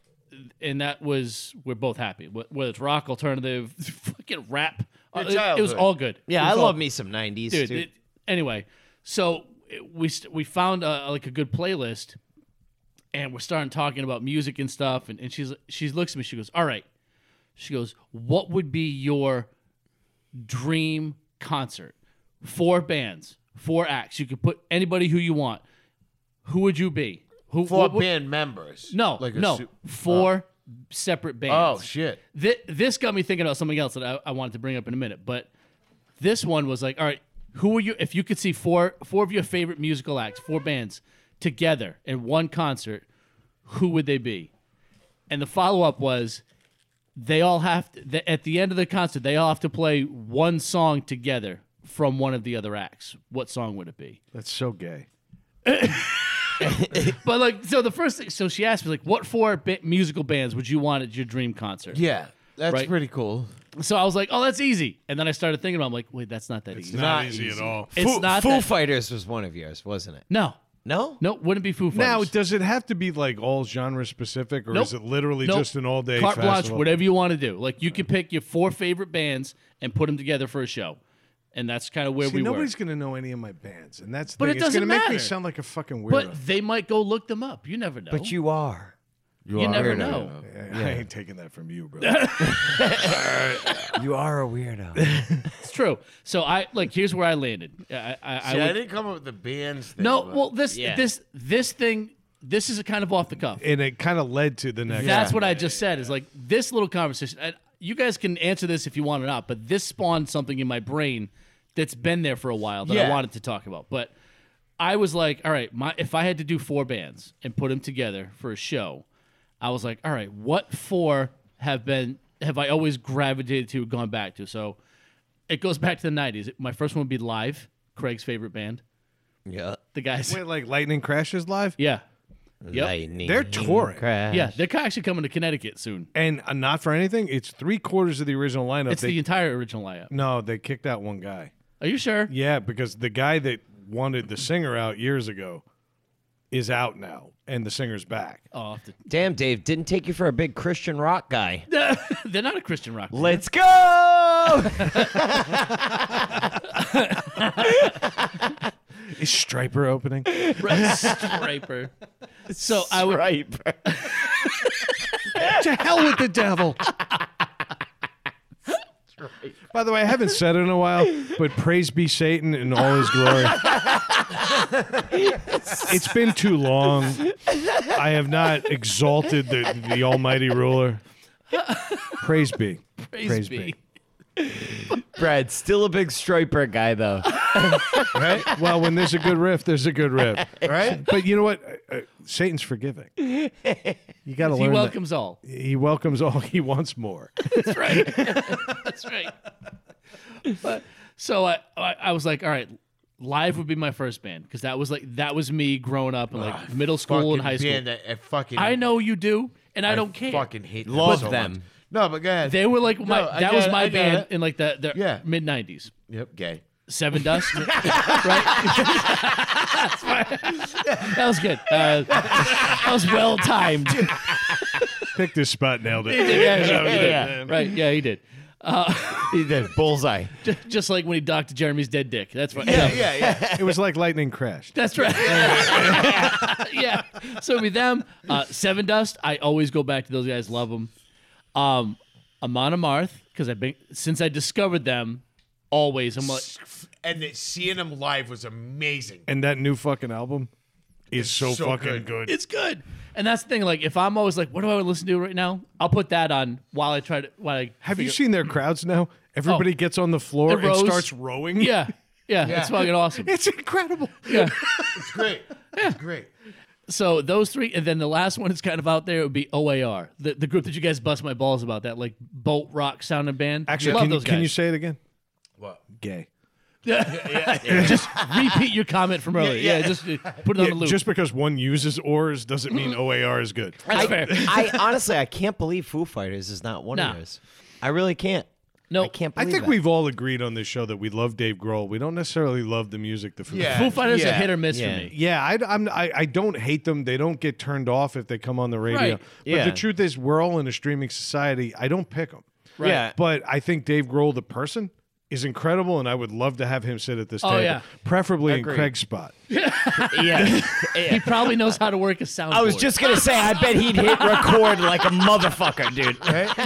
S1: and that was we're both happy. Wh- Whether it's rock, alternative, fucking rap, uh, it, it was
S4: childhood.
S1: all good.
S2: yeah,
S1: It was
S2: I
S1: all
S2: love me some 90s,
S1: dude.
S2: dude.
S1: it- anyway, so it- we st- we found uh like a good playlist, and we're starting talking about music and stuff. And, and she's she looks at me. She goes, "All right," she goes, "What would be your dream concert? Four bands, four acts. You could put anybody who you want. Who would you be? Who
S4: Four
S1: what would-
S4: band members.
S1: No,
S4: Like a
S1: no,
S4: su-
S1: four separate
S4: Oh
S1: bands.
S4: shit.
S1: Thi- this got me thinking about something else that I, I wanted to bring up in a minute. But this one was like, all right, who are you? If you could see four four of your favorite musical acts, four bands together in one concert, who would they be? And the follow up was, they all have to, th- at the end of the concert, they all have to play one song together from one of the other acts. What song would it be?
S3: That's so gay.
S1: But like, so the first thing, so she asked me like, what four ba- musical bands would you want at your dream concert?
S4: Yeah. That's
S1: Right.
S4: pretty cool.
S1: So I was like, oh, that's easy. And then I started thinking about, it. I'm like, wait, that's not that easy.
S4: Not easy at
S3: all.
S1: It's
S2: Foo,
S1: not
S2: Foo
S1: that-
S2: Fighters was one of yours, wasn't it?
S1: No,
S2: No?
S1: no, wouldn't be Foo Fighters.
S3: Now, does it have to be like all genre specific, or
S1: Nope.
S3: is it literally
S1: Nope.
S3: just an all day
S1: carte blanche,
S3: festival?
S1: whatever you want to do. Like you could pick your four favorite bands and put them together for a show, and that's kind of where
S3: See,
S1: we
S3: nobody's
S1: were.
S3: going to know any of my bands, and that's the
S1: But
S3: thing.
S1: it
S3: it's
S1: doesn't
S3: going to make me
S1: matter.
S3: sound like a fucking weirdo.
S1: But they might go look them up. You never know.
S2: But you are.
S1: you, never know.
S3: I- I ain't taking that from you, bro. That's
S2: You are a weirdo.
S1: It's true. So I like here's where I landed. I, I, I
S4: See, I
S1: would-
S4: didn't come up with the bands thing.
S1: no,
S4: but-
S1: well this
S2: Yeah.
S1: this this thing this is a kind of off the cuff.
S3: and it kind of led to the next.
S1: That's what I just said. Is like this little conversation. And you guys can answer this if you want or not, but this spawned something in my brain that's been there for a while that I
S4: Yeah.
S1: wanted to talk about. But I was like, all right, my if I had to do four bands and put them together for a show, I was like, all right, what four have been have I always gravitated to, gone back to? So it goes back to the '90s. My first one would be Live, Craig's favorite band.
S2: yeah.
S1: The guys,
S3: Wait, like lightning crashes live.
S1: yeah, yep.
S2: Lightning
S3: They're touring.
S2: crash.
S1: yeah, they're actually coming to Connecticut soon.
S3: And uh, not for anything, it's three quarters of the original lineup.
S1: It's
S3: they,
S1: the entire original lineup.
S3: no, they kicked out one guy.
S1: Are you sure?
S3: Yeah, because the guy that wanted the singer out years ago is out now, and the singer's back.
S1: Oh, I'll have to-
S2: Damn, Dave, didn't take you for a big Christian rock guy.
S1: they're not a Christian rock. band.
S2: Let's go.
S3: Is Striper opening?
S1: Right, Striper. So I would
S2: right. bro.
S3: to hell with the devil. By the way, I haven't said it in a while, but praise be Satan in all his glory. it's been too long. I have not exalted the, the almighty ruler. Praise be.
S1: praise,
S3: Praise
S1: be.
S3: be.
S2: Brad, still a big striper guy though.
S3: Right? Well, when there's a good riff, there's a good riff.
S4: right?
S3: But you know what? Uh, uh, Satan's forgiving. You got to
S1: He
S3: learn that.
S1: welcomes all.
S3: He welcomes all. He wants more.
S1: That's right. That's right. But so I, I I was like, all right, live would be my first band because that was like that was me growing up in like middle school and
S4: Ah, Fucking
S1: high school.
S4: band that- I fucking
S1: I know you do, and I, don't care.
S4: Fucking hate them
S2: Love
S4: so
S2: them.
S4: much. No, but go ahead.
S1: They were like my
S4: No, I
S1: that
S4: get
S1: was
S4: it,
S1: my
S4: I get
S1: band
S4: it.
S1: in like the, the
S4: Yeah.
S1: mid nineties.
S4: yep, gay.
S1: Seven Dust, right? That's right. That was good. Uh, that was well timed.
S3: Pick this spot, nailed it.
S1: Right? Yeah, he did.
S2: He did bullseye.
S1: J- Just like when he docked Jeremy's dead dick. That's right.
S4: Yeah, yeah, yeah.
S3: It was like lightning crashed.
S1: That's right. yeah. So it'd be them. Uh, Seven Dust. I always go back to those guys. Love them. Um, Amon Amarth, because I've been since I discovered them. Always, I'm like,
S4: and that seeing them live was amazing.
S3: And that new fucking album is so,
S4: so
S3: fucking
S4: good.
S3: good.
S1: it's good. And that's the thing. Like, if I'm always like, what do I listen to right now? I'll put that on while I try to. While I
S3: Have you
S1: figure-
S3: seen their crowds now? Everybody gets on the floor
S1: Oh. It
S3: and
S1: rows.
S3: starts rowing.
S1: Yeah, yeah, it's fucking awesome.
S3: It's incredible.
S1: Yeah.
S4: It's great. It's great.
S1: So those three, and then the last one is kind of out there. It would be OAR, the, the group that you guys bust my balls about. That like bolt rock sounding band.
S3: Actually,
S1: love
S3: can, you-
S1: those
S3: can you
S1: guys.
S3: say it again?
S4: What?
S3: Gay.
S1: just repeat your comment from earlier? Yeah, just uh, put it on the loop.
S3: just because one uses oars doesn't mean
S1: Mm-hmm.
S3: OAR is good.
S1: That's fair.
S2: I honestly, I can't believe Foo Fighters is not one
S1: Nah.
S2: of those. I really can't.
S1: No,
S2: I can't
S3: I
S2: believe.
S3: think
S2: that.
S3: we've all agreed on this show that we love Dave Grohl. We don't necessarily love the music. The Foo
S4: Yeah.
S1: Foo Fighters are
S4: Yeah.
S1: hit or miss
S2: Yeah.
S1: for me.
S3: Yeah, I, I'm, I, I don't hate them. They don't get turned off if they come on the radio.
S1: Right.
S3: But
S2: Yeah.
S3: the truth is, we're all in a streaming society. I don't pick them.
S2: Right. Yeah.
S3: But I think Dave Grohl, the person, is incredible, and I would love to have him sit at this
S1: Oh,
S3: table,
S1: yeah.
S3: preferably in Craig's spot.
S2: Yeah.
S1: He probably knows how to work a soundboard.
S2: I was just gonna say, I bet he'd hit record like a motherfucker, dude.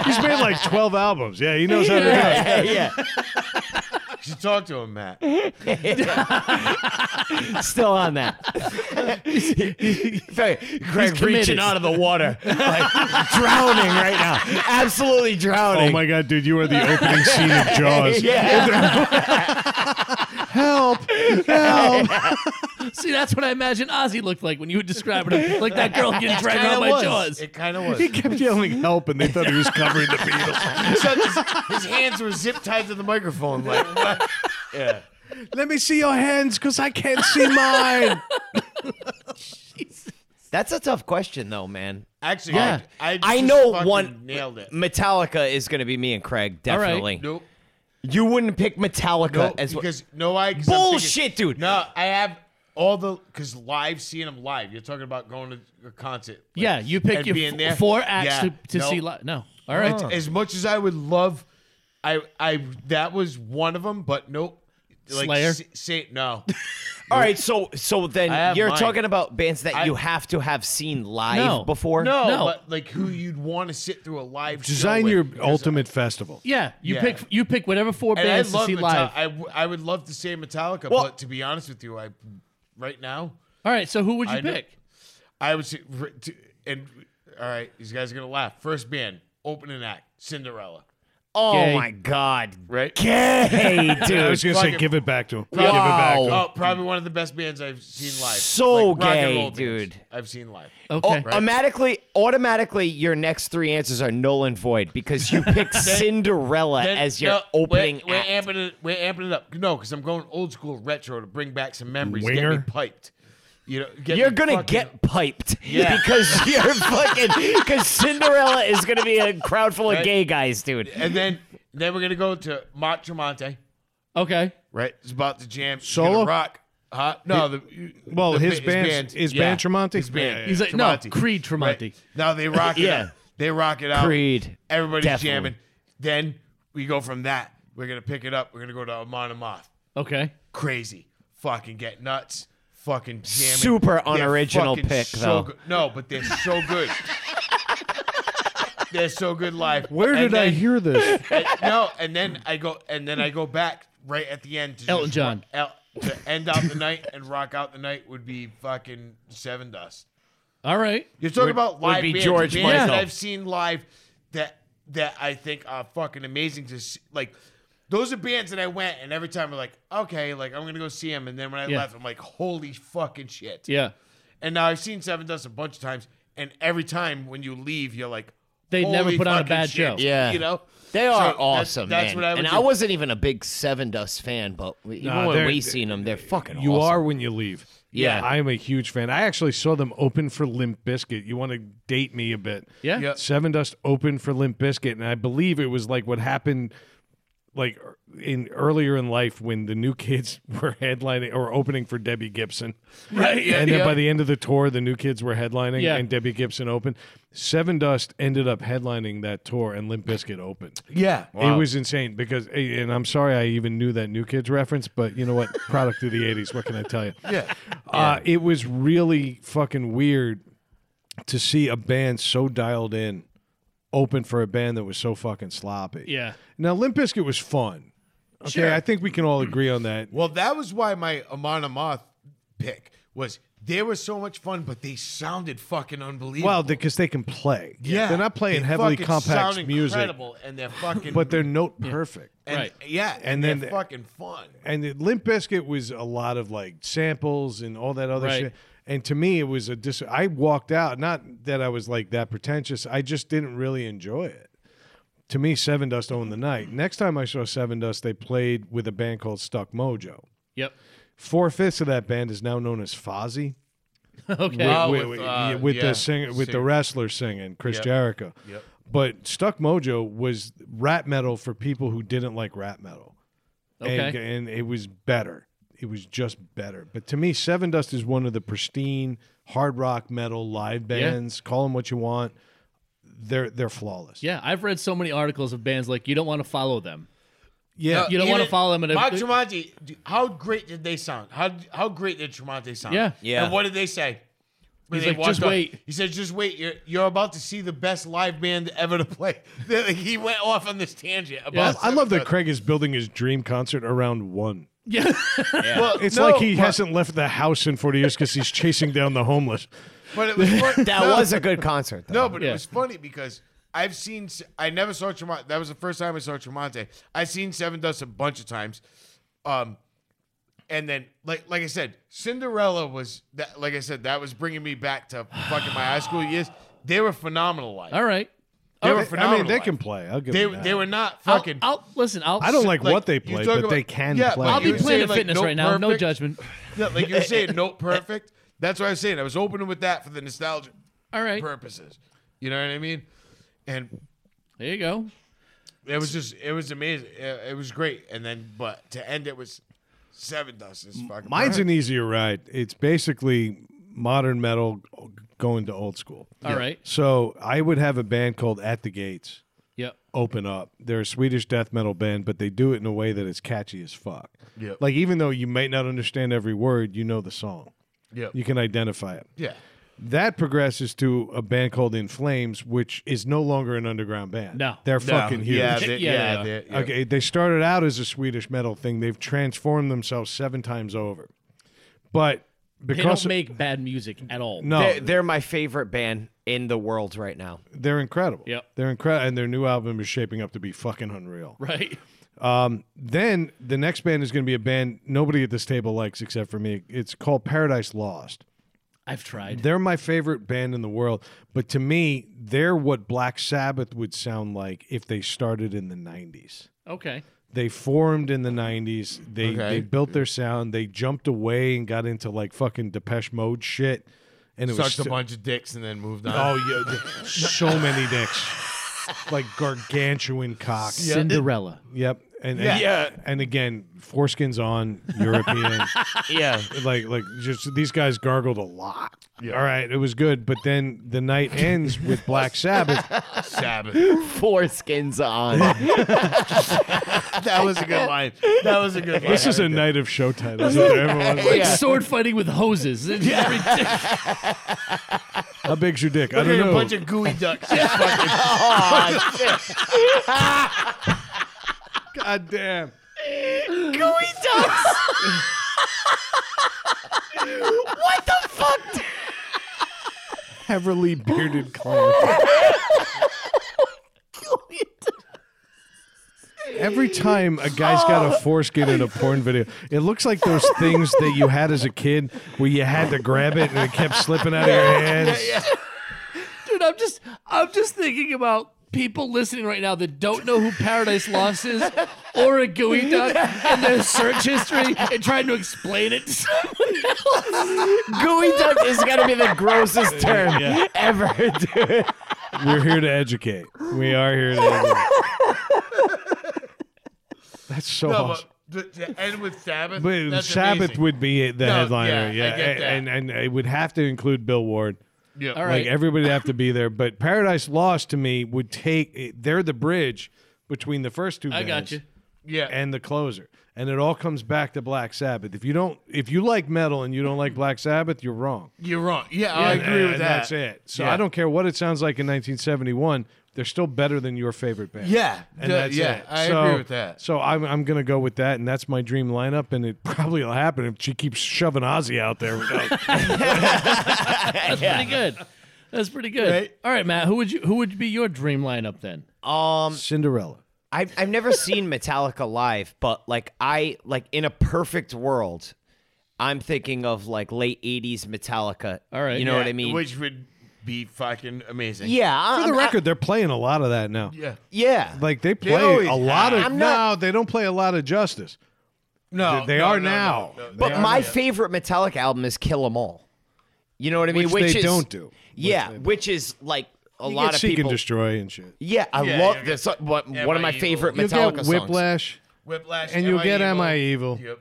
S3: He's made like 12 albums. Yeah, he knows how to do it.
S2: Yeah, yeah.
S4: You should talk to him, Matt.
S2: Still on that. Sorry, Craig
S1: committed.
S2: reaching out of the water, like drowning right now, absolutely drowning.
S3: Oh my God, dude, you are the opening scene of Jaws.
S2: Yeah.
S3: Help! Help!
S1: see that's what I imagine Ozzy looked like when you were describing him, like that girl getting dragged
S4: Kinda
S1: around by
S4: was.
S1: jaws.
S4: It kind of
S3: He
S4: was.
S3: kept yelling help, and they thought he was covering the Beatles.
S4: Except his, his hands were zip tied to the microphone. Like, what? yeah.
S3: Let me see your hands, because I can't see mine.
S2: That's a tough question, though, man.
S4: Actually,
S1: Yeah.
S4: I, I,
S2: I
S4: just
S2: know
S4: fucking
S2: one-
S4: nailed it.
S2: Metallica is gonna be me and Craig,
S1: right.
S2: definitely.
S4: Nope.
S2: You wouldn't pick Metallica
S4: No,
S2: as well.
S4: because no, I 'cause I'm thinking-
S2: Bullshit, dude.
S4: No, I have all the because live seeing them live. You're talking about going to a concert. like,
S1: Yeah, you
S4: and
S1: pick your
S4: being
S1: f-
S4: there.
S1: four acts
S4: Yeah,
S1: to, to
S4: no.
S1: see live. No, all right.
S4: As much as I would love, I I that was one of them, but nope. Like,
S1: Slayer?
S4: s- Say, no.
S2: All right, so so
S4: I
S2: then
S4: have
S2: you're
S4: mine.
S2: talking about bands that
S4: I-
S2: you have to have seen live
S1: No.
S2: before.
S4: No,
S1: No.
S4: but like who you'd want to sit through a live show
S3: Design
S4: with,
S3: your
S4: because
S3: ultimate festival.
S1: Yeah, you
S4: Yeah.
S1: pick you pick whatever four
S4: I, and I
S1: bands to
S4: love
S1: see
S4: Metall-
S1: live.
S4: I, w- I would love to say Metallica,
S2: Well-
S4: but to be honest with you, I right now
S1: All right, so who would you
S4: I know-
S1: pick?
S4: I would say r- t- and all right, these guys are gonna laugh. First band opening act Cinderella.
S2: Oh
S1: Gay.
S2: my god,
S4: Right.
S2: gay dude.
S3: I was gonna say,
S4: fucking-
S3: give it back to him.
S4: Probably-
S3: Give it back to him.
S2: Wow.
S4: Oh, probably one of the best bands I've seen live.
S2: So
S4: Like, rock and
S2: gay,
S4: roll bands
S2: dude.
S4: I've seen live.
S2: Oh,
S1: Okay,
S2: automatically, automatically, your next three answers are null and void because you picked Cinderella
S4: Then-
S2: as your
S4: no,
S2: opening
S4: We're, we're
S2: act.
S4: amping it. We're amping it up. No, because I'm going old school retro to bring back some memories. Get
S3: Winger.
S4: me piped. You know, get
S2: You're
S4: me
S2: gonna
S4: fucking-
S2: get piped
S4: Yeah.
S2: because you're fucking because Cinderella is gonna be a crowd full of
S4: Right.
S2: gay guys, dude.
S4: And then, then we're gonna go to Mont Tremonte.
S1: okay.
S4: Right, it's about to jam. He's
S3: Solo?
S4: gonna rock. Huh? No, the
S3: Well,
S4: the ba-
S3: his band- his band Tremonti?
S4: His band.
S3: Yeah, yeah,
S1: He's like,
S4: Tremonti.
S1: no, Creed Tremonti.
S4: Right. No, they rock it.
S2: Yeah.
S4: out. they rock it out.
S2: Creed.
S4: Everybody's
S2: Definitely.
S4: jamming. Then we go from that. We're gonna pick it up. We're gonna go to Amon Amoth.
S1: Okay.
S4: Crazy. Fucking get nuts. Fucking jamming.
S2: Super
S4: They're
S2: unoriginal
S4: fucking
S2: pick,
S4: so
S2: though.
S4: good. No, but they're so good. they're so good live.
S3: Where
S4: And
S3: did I
S4: then-
S3: hear this?
S4: and- no, and then I go and then I go back right at the end. To
S1: Elton
S4: just
S1: John.
S4: rock- El, to end out the night and rock out the night would be fucking Seven Dust.
S1: All right.
S4: You're talking about live
S2: be
S4: bands,
S2: George
S4: bands that
S2: Michael.
S4: I've seen live that that I think are fucking amazing to see. Like those are bands that I went and every time I'm like, okay, like I'm gonna go see them, and then when I
S1: Yeah.
S4: left, I'm like, holy fucking shit.
S1: Yeah.
S4: And now I've seen Seven Dust a bunch of times, and every time when you leave, you're like,
S1: They never
S4: holy
S1: put on a
S4: fucking
S1: bad
S4: shit,
S1: show.
S2: Yeah.
S4: you know.
S2: They are
S4: So that-
S2: awesome,
S4: that's
S2: man.
S4: what I would
S2: and
S4: do.
S2: I wasn't even a big Seven Dust fan, but we, even
S3: Nah,
S2: when
S3: they're-
S2: we seen them, they're fucking
S3: You
S2: awesome.
S3: are when you leave.
S2: Yeah.
S3: I'm a huge fan. I actually saw them open for Limp Biscuit. You want to date me a bit?
S1: Yeah.
S4: Yeah.
S3: Seven Dust opened for Limp Biscuit, and I believe it was like what happened, like er- in earlier in life when the new kids were headlining or opening for Debbie Gibson.
S4: Right, yeah,
S3: and then
S4: yeah.
S3: by the end of the tour, the new kids were headlining,
S1: Yeah.
S3: and Debbie Gibson opened. Seven Dust ended up headlining that tour, and Limp Biscuit opened.
S4: Yeah.
S3: It was insane because, and I'm sorry I even knew that New Kids reference, but you know what? Product of the 80s. What can I tell you? Yeah. Uh, it was really fucking weird to see a band so dialed in open for a band that was so fucking sloppy.
S1: Yeah.
S3: Now, Limp Bizkit was fun. Okay. I think we can all agree on that.
S4: Well, that was why my Amon Amoth pick was they were so much fun, but they sounded fucking unbelievable.
S3: Well, because they can play.
S4: yeah,
S3: They're not playing
S4: They
S3: heavily
S4: fucking
S3: compact
S4: sound
S3: music,
S4: incredible, and they're fucking.
S3: but they're note perfect.
S4: and,
S1: Right.
S4: Yeah,
S3: And
S4: and,
S3: then
S4: they're
S3: the-
S4: fucking fun.
S3: and the Limp Bizkit was a lot of like samples and all that other
S1: Right.
S3: shit. And to me, it was a dis. I walked out. Not that I was like that pretentious. I just didn't really enjoy it. To me, Seven Dust owned the night. Next time I saw Seven Dust, they played with a band called Stuck Mojo.
S1: Yep.
S3: Four fifths of that band is now known as Fozzy
S1: Okay.
S4: Wow. Oh,
S3: with,
S4: with,
S3: with-
S4: uh,
S3: with
S4: yeah,
S3: the singer, with the
S4: singer.
S3: wrestler singing, Chris
S4: Yep.
S3: Jericho.
S4: Yep.
S3: But Stuck Mojo was rap metal for people who didn't like rap metal. And,
S1: Okay.
S3: and it was better. It was just better. But to me, Seven Dust is one of the pristine hard rock metal live bands. Call them what you want. They're they're flawless.
S1: Yeah. I've read so many articles of bands like you don't want to follow them.
S3: yeah.
S1: You don't
S4: Even
S1: wanna follow them in a-
S4: Mark Tremonti. d- How great did they sound? How how great did Tremonti sound?
S1: Yeah.
S5: Yeah.
S4: And what did they say? When
S1: He's
S4: they
S1: like,
S4: walked
S1: "Just
S4: off,
S1: wait."
S4: He said, "Just wait. You're you're about to see the best live band ever to play." he went off on this tangent about.
S3: I love that Craig is building his dream concert around one.
S1: Yeah.
S4: Well,
S3: It's
S4: no,
S3: like he
S4: but-
S3: hasn't left the house in 40 years because he's chasing down the homeless.
S4: But it was fun.
S2: That
S4: No,
S2: was a good concert, though.
S4: No, but
S1: Yeah.
S4: it was funny because I've seen I never saw Tremonte. That was the first time I saw Tremonte. I've seen Seven Dust a bunch of times. Um and then like like I said, Cinderella was that like I said, that was bringing me back to fucking my high school years. They were phenomenal live.
S1: All right.
S4: They were
S3: I
S4: phenomenal.
S3: mean, they
S4: live.
S3: can play. I'll give
S4: they,
S3: them that.
S4: they were not
S1: I'll-
S4: fucking
S1: I'll, listen. I'll.
S3: I don't like,
S4: like,
S3: what they
S4: you
S3: play,
S4: talk
S3: but
S4: about-
S3: they can
S4: Yeah,
S3: play.
S4: but
S1: I'll be
S4: you say,
S1: playing at
S4: like,
S1: fitness
S4: no
S1: right now. No
S4: perfect-
S1: judgment.
S4: Yeah, like you were saying, note perfect. That's what I was saying. I was opening with that for the nostalgia
S1: All right.
S4: purposes. You know what I mean? And
S1: There you go.
S4: It was just, it was amazing. It, it was great. And then, but to end it was seven dust. Is fucking
S3: Mine's an easier ride. It's basically modern metal going to old school.
S1: All right.
S3: So I would have a band called At the Gates
S1: Yep.
S3: open up. They're a Swedish death metal band, but they do it in a way that is catchy as fuck.
S4: Yep.
S3: Like even though you might not understand every word, you know the song.
S4: Yep.
S3: You can identify it.
S4: yeah.
S3: That progresses to a band called In Flames, which is no longer an underground band.
S1: No.
S3: They're fucking huge.
S4: Yeah, they,
S1: Yeah,
S4: yeah,
S1: yeah.
S4: they- yeah.
S3: Okay, they started out as a Swedish metal thing. They've transformed themselves seven times over. But
S1: They
S3: because
S1: don't make bad music at all.
S3: no,
S2: They're, they're my favorite band in the world right now.
S3: they're incredible.
S1: Yep.
S3: They're incredible and their new album is shaping up to be fucking unreal.
S1: Right.
S3: Then the next band is going to be a band nobody at this table likes except for me. It's called Paradise Lost.
S1: I've tried.
S3: They're my favorite band in the world, but to me, they're what Black Sabbath would sound like if they started in the 90s.
S1: Okay.
S3: they formed in the 90s they they
S4: Okay.
S3: built their sound they jumped away and got into like fucking depeche mode shit and it
S4: Sucked
S3: was
S4: a bunch of dicks and then moved on.
S3: oh yeah th- so many dicks like gargantuan cocks
S1: Cinderella.
S3: yep And
S4: Yeah.
S3: And,
S2: Yeah.
S3: and again, foreskins on European,
S2: Yeah.
S3: like like just these guys gargled a lot. All right, it was good, but then the night ends with Black Sabbath.
S4: Sabbath.
S2: Four skins on.
S4: That was a good line. That was a good line.
S3: This is a night of show titles. that everyone-
S1: Like sword fighting with hoses. It's ridiculous.
S3: How big's your dick? I
S4: Look
S3: don't
S4: at a
S3: know.
S4: bunch of gooey ducks. Just fucking-
S3: God damn.
S2: Gooey ducks. what the fuck? dude?
S3: Heavily bearded clown. Every time a guy's got a foreskin in a porn video, it looks like those things that you had as a kid where you had to grab it and it kept slipping out of your hands.
S1: Dude, I'm just I'm just thinking about people listening right now that don't know who Paradise Lost is or a gooey duck and their search history and trying to explain it to someone else.
S2: Gooey duck is gonna be the grossest term
S3: Yeah.
S2: ever, dude.
S3: We're here to educate. We are here to educate. That's so
S4: No,
S3: awesome.
S4: but but to end with Sabbath.
S3: But
S4: that's
S3: Sabbath
S4: amazing.
S3: would be the
S4: No,
S3: headliner,
S4: yeah, I
S3: yeah,
S4: get that.
S3: and and it would have to include Bill Ward.
S4: Yeah.
S1: All right.
S3: Like everybody would have to be there. But Paradise Lost to me would take it- they're the bridge between the first two.
S1: I
S3: bands
S1: got you.
S4: Yeah.
S3: And the closer, and it all comes back to Black Sabbath. If you don't, if you like metal and you don't like Black Sabbath, you're wrong.
S4: You're wrong. Yeah, I
S3: And-
S4: agree with
S3: and
S4: that.
S3: That's it. So
S4: Yeah.
S3: I don't care what it sounds like in 1971. They're still better than your favorite band.
S4: Yeah,
S3: and
S4: the-
S3: that's
S4: yeah,
S3: it.
S4: I
S3: So-
S4: agree with that.
S3: So I'm I'm gonna go with that, and that's my dream lineup. And it probably will happen if she keeps shoving Ozzy out there. without-
S1: That's pretty good. That's pretty good.
S4: Right?
S1: All right, Matt, who would you who would be your dream lineup then?
S2: Um,
S3: Cinderella.
S2: I've I've never seen Metallica live, but like I like in a perfect world, I'm thinking of like late '80s Metallica.
S1: All right.
S2: you know
S1: Yeah,
S2: what I mean?
S4: Which would be fucking amazing.
S2: yeah,
S3: For the
S2: I'm- I-
S3: record, they're playing a lot of that now.
S4: Yeah. oh,
S2: yeah,
S3: Like they play
S4: always
S3: a lot of
S2: have. I'm
S3: no,
S2: not-
S3: they don't play a lot of Justice.
S4: No.
S3: They- they
S4: no,
S3: are
S4: no, no,
S3: now.
S4: no, no.
S2: but my favorite Metallica album is Kill 'Em All. You know what I mean?
S3: Which they don't do.
S2: Yeah, which is like a
S3: You
S2: lot
S3: get
S2: of
S3: Seek
S2: people.
S3: and destroy and shit.
S2: Yeah, I
S4: Yeah,
S2: love
S4: you'll
S2: this.
S4: get-
S2: What,
S4: yeah,
S2: one of
S4: my
S2: my favorite
S4: evil.
S3: You'll
S2: Metallica
S3: get
S2: songs.
S3: Whiplash,
S4: Whiplash.
S3: and you'll get
S4: Am I E,
S3: "Am I E Evil?"
S4: Yep.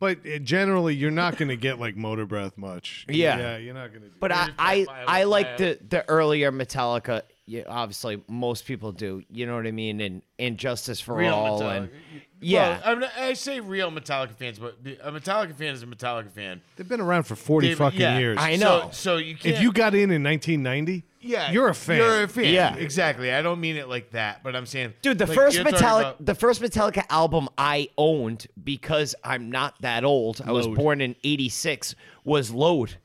S3: but uh, generally you're not going to get like Motor Breath much.
S2: Yeah.
S3: yeah, you're not going to.
S2: But I,
S4: Here's
S2: I,
S4: my- my-
S2: I like
S4: my-
S2: the, the earlier Metallica. Yeah, obviously, most people do. You know what I mean? And and Justice for
S4: Real
S2: All.
S4: Metallica.
S2: And,
S4: Well,
S2: yeah.
S4: I'm not- I say real Metallica fans, but the- a Metallica fan is a Metallica fan.
S3: They've been around for forty
S4: David-
S3: fucking
S4: yeah.
S3: years.
S2: I
S4: So-
S2: know.
S4: So, you can't.
S3: if you got in in 1990,
S4: yeah,
S3: you're a fan.
S4: You're a fan.
S2: Yeah.
S4: exactly. I don't mean it like that, but I'm saying,
S2: Dude, the
S4: like,
S2: first
S4: you're talking
S2: Metallica,
S4: about-
S2: the first Metallica album I owned because I'm not that old. I was
S1: Load.
S2: born in '86. Was Load.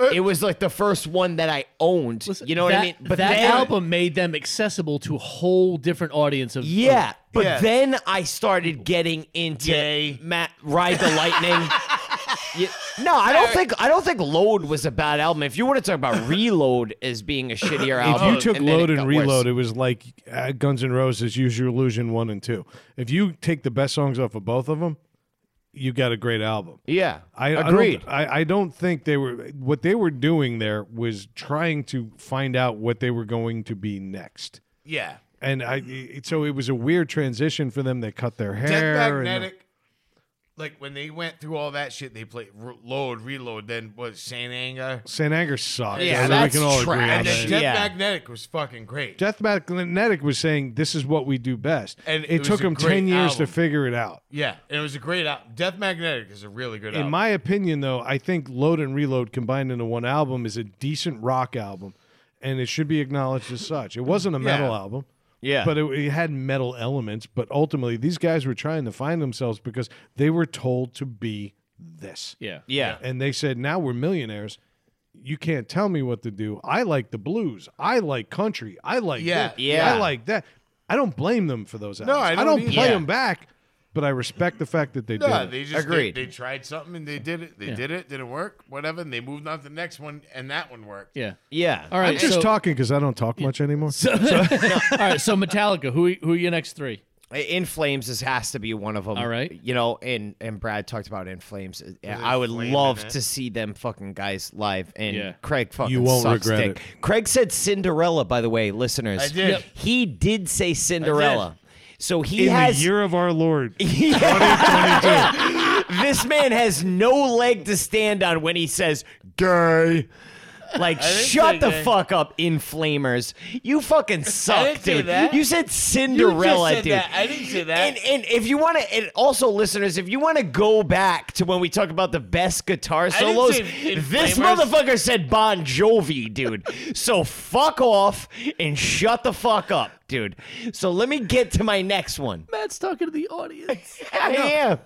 S3: Uh,
S2: it was like the first one that I owned. you know what
S1: that,
S2: I mean?
S1: But that album made them accessible to a whole different audience of
S2: Yeah, but
S4: Yeah.
S2: then I started getting into
S4: Yay.
S2: Matt Ride the Lightning. Yeah. No, I
S3: Uh,
S2: don't think I don't think Load was a bad album. If you want to talk about Reload as being a shittier
S3: If
S4: Oh,
S2: album,
S3: you took
S2: then it
S3: Load and
S2: got worse.
S3: Reload, it was like uh, Guns N' Roses, Use Your Illusion one and two. If you take the best songs off of both of them, you got a great album.
S2: yeah,
S3: I
S2: agreed.
S3: I don't, I, I don't think they were what they were doing there was trying to find out what they were going to be next.
S4: yeah,
S3: And I, it- so it was a weird transition for them. They cut their
S4: Death
S3: hair. and-
S4: Magnetic. Like when they went through all that shit, they played re- load, reload. Then was Saint Anger.
S3: San Anger sucked.
S4: Yeah,
S3: I think
S2: that's
S3: we can all agree
S2: trash.
S3: on
S4: And
S3: that.
S4: then Death
S2: Yeah.
S4: Magnetic was fucking great.
S3: Death Magnetic was saying this is what we do best.
S4: And
S3: it,
S4: it was
S3: took
S4: a
S3: them
S4: great
S3: ten years to
S4: album.
S3: figure it out.
S4: yeah, and it was a great album. Death Magnetic is a really good
S3: In
S4: album.
S3: my opinion, though, I think Load and Reload combined into one album is a decent rock album, and it should be acknowledged as such. It wasn't a metal
S4: Yeah.
S3: album.
S2: Yeah.
S3: But it, it had metal elements. But ultimately, these guys were trying to find themselves because they were told to be this.
S1: yeah.
S2: yeah.
S3: And they said, now we're millionaires. You can't tell me what to do. I like the blues. I like country. I like
S4: Yeah,
S3: this.
S2: yeah.
S3: I like that. I don't blame them for those albums.
S4: I don't either.
S3: play
S2: Yeah.
S3: them back, but I respect the fact that they
S4: No,
S3: did. it.
S4: they just
S2: Agreed.
S4: They, they tried something and they did it. They
S1: Yeah.
S4: did it. Didn't work. Whatever. And they moved on to the next one, and that one worked.
S1: Yeah.
S2: yeah.
S1: All right.
S3: I'm just
S1: so,
S3: talking because I don't talk much anymore.
S1: all right. So Metallica, who who are your next three?
S2: In Flames is, has to be one of them.
S1: All right.
S2: You know, and and Brad talked about In Flames. I would
S4: Flame in
S2: love
S4: it.
S2: to see them fucking guys live. And
S1: Yeah.
S2: Craig fucking
S3: You won't
S2: sucks
S3: regret
S2: dick. Craig said Cinderella, by the way, listeners.
S4: I did. Yep.
S2: He did say Cinderella. So he
S3: in
S2: has
S3: the year of our Lord.
S2: this man has no leg to stand on when he says gay. Like, shut
S6: say
S2: the
S6: gay.
S2: fuck up, inflamers. You fucking suck,
S6: didn't say
S2: dude.
S6: that.
S2: You said
S6: You just
S2: Cinderella,
S6: said
S2: dude.
S6: that. I didn't say that.
S2: And, and if you want to, and also listeners, if you want to go back to when we talk about the best guitar
S6: didn't
S2: solos,
S6: say
S2: this
S6: inflamers.
S2: motherfucker said Bon Jovi, dude. so fuck off and shut the fuck up, dude. So let me get to my next one.
S1: Matt's talking to the audience.
S2: I am.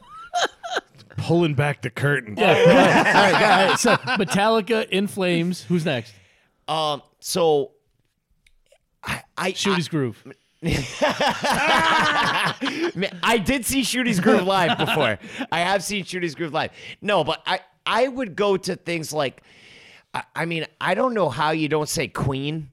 S3: Pulling back the curtain.
S1: all right, all right. So Metallica in flames. Who's next?
S2: Um, so I, I,
S1: Shooty's Groove.
S2: Man, I did see Shooty's Groove live before. I have seen Shooty's Groove live. No, but I I would go to things like I, I mean, I don't know how you don't say Queen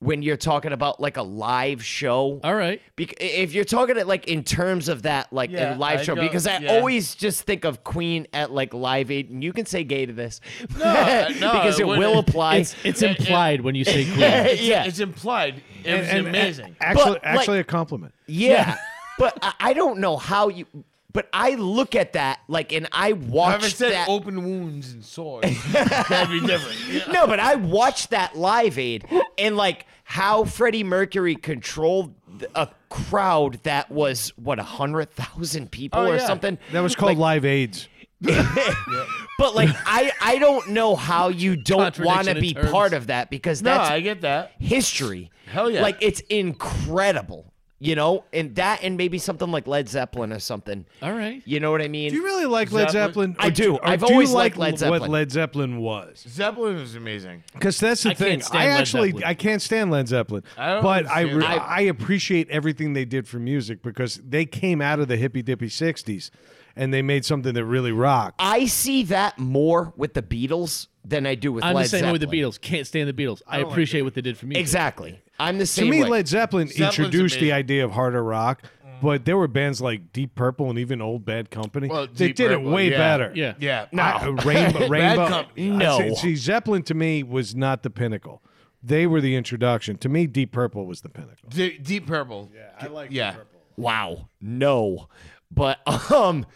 S2: when you're talking about like a live show.
S1: All right.
S2: Bec- if you're talking it like in terms of that, like
S6: Yeah,
S2: a live
S6: I
S2: show,
S6: go-
S2: because I
S6: yeah.
S2: always just think of Queen at like Live Aid, and you can say gay to this
S6: uh, no,
S2: because
S6: it
S2: it will
S6: wouldn't.
S2: apply.
S1: It's it's implied when you say Queen.
S6: It's,
S2: yeah,
S6: it's implied. It was
S3: And-
S6: amazing.
S3: Actually,
S2: But, like-
S3: actually, a compliment.
S2: Yeah. but I, I don't know how you. But I look at that like, and I
S4: I
S2: watch
S4: haven't said oh.
S2: that.
S4: open wounds and swords.
S6: That'd be different. Yeah.
S2: No, but I watched that live aid and like how Freddie Mercury controlled th- a crowd that was what a hundred thousand people or
S4: yeah.
S2: something.
S3: That was called Live AIDS.
S2: But like, I I don't know how you don't want
S1: Contradiction
S2: to
S1: in
S2: be
S1: terms.
S2: part of that because
S6: No,
S2: that's
S6: I get that.
S2: history.
S6: Hell yeah.
S2: Like it's incredible, you know, and that and maybe something like Led Zeppelin or something.
S1: All right.
S2: You know what I mean?
S3: Do you really like Led
S6: Zeppelin?
S3: Zeppelin?
S2: I
S3: Or
S2: do.
S3: or
S2: I've
S3: do you
S2: always
S3: like
S2: liked Led
S3: What
S2: Zeppelin.
S3: Led Zeppelin was,
S4: Zeppelin is amazing.
S3: because that's the
S1: I can't
S3: thing.
S1: stand
S3: I
S1: Led
S3: actually
S1: Zeppelin.
S3: I can't stand Led Zeppelin,
S4: I don't
S3: but I,
S4: understand
S3: re-
S4: that.
S3: I appreciate everything they did for music because they came out of the hippy dippy '60s, and they made something that really rocked.
S2: I see that more with the Beatles than I do with
S1: I'm
S2: Led
S1: the same way
S2: Zeppelin.
S1: with the Beatles. Can't stand the Beatles. I, appreciate what they did for me.
S2: Exactly. I'm the
S3: to
S2: same
S3: me,
S2: way.
S3: Led Zeppelin
S4: Zeppelin's
S3: introduced
S4: amazing.
S3: the idea of harder rock, but there were bands like Deep Purple and even Old Bad Company.
S4: Well,
S3: they
S4: Deep
S3: did
S4: Purple,
S3: it way
S4: yeah.
S3: better.
S1: Yeah.
S4: Yeah.
S3: Not Rainbow. Rainbow.
S4: Company.
S3: I
S2: No.
S3: see- see, Zeppelin to me was not the pinnacle. They were the introduction. To me, Deep Purple was the pinnacle.
S4: D- Deep Purple. Yeah, I like yeah.
S2: wow. No. But um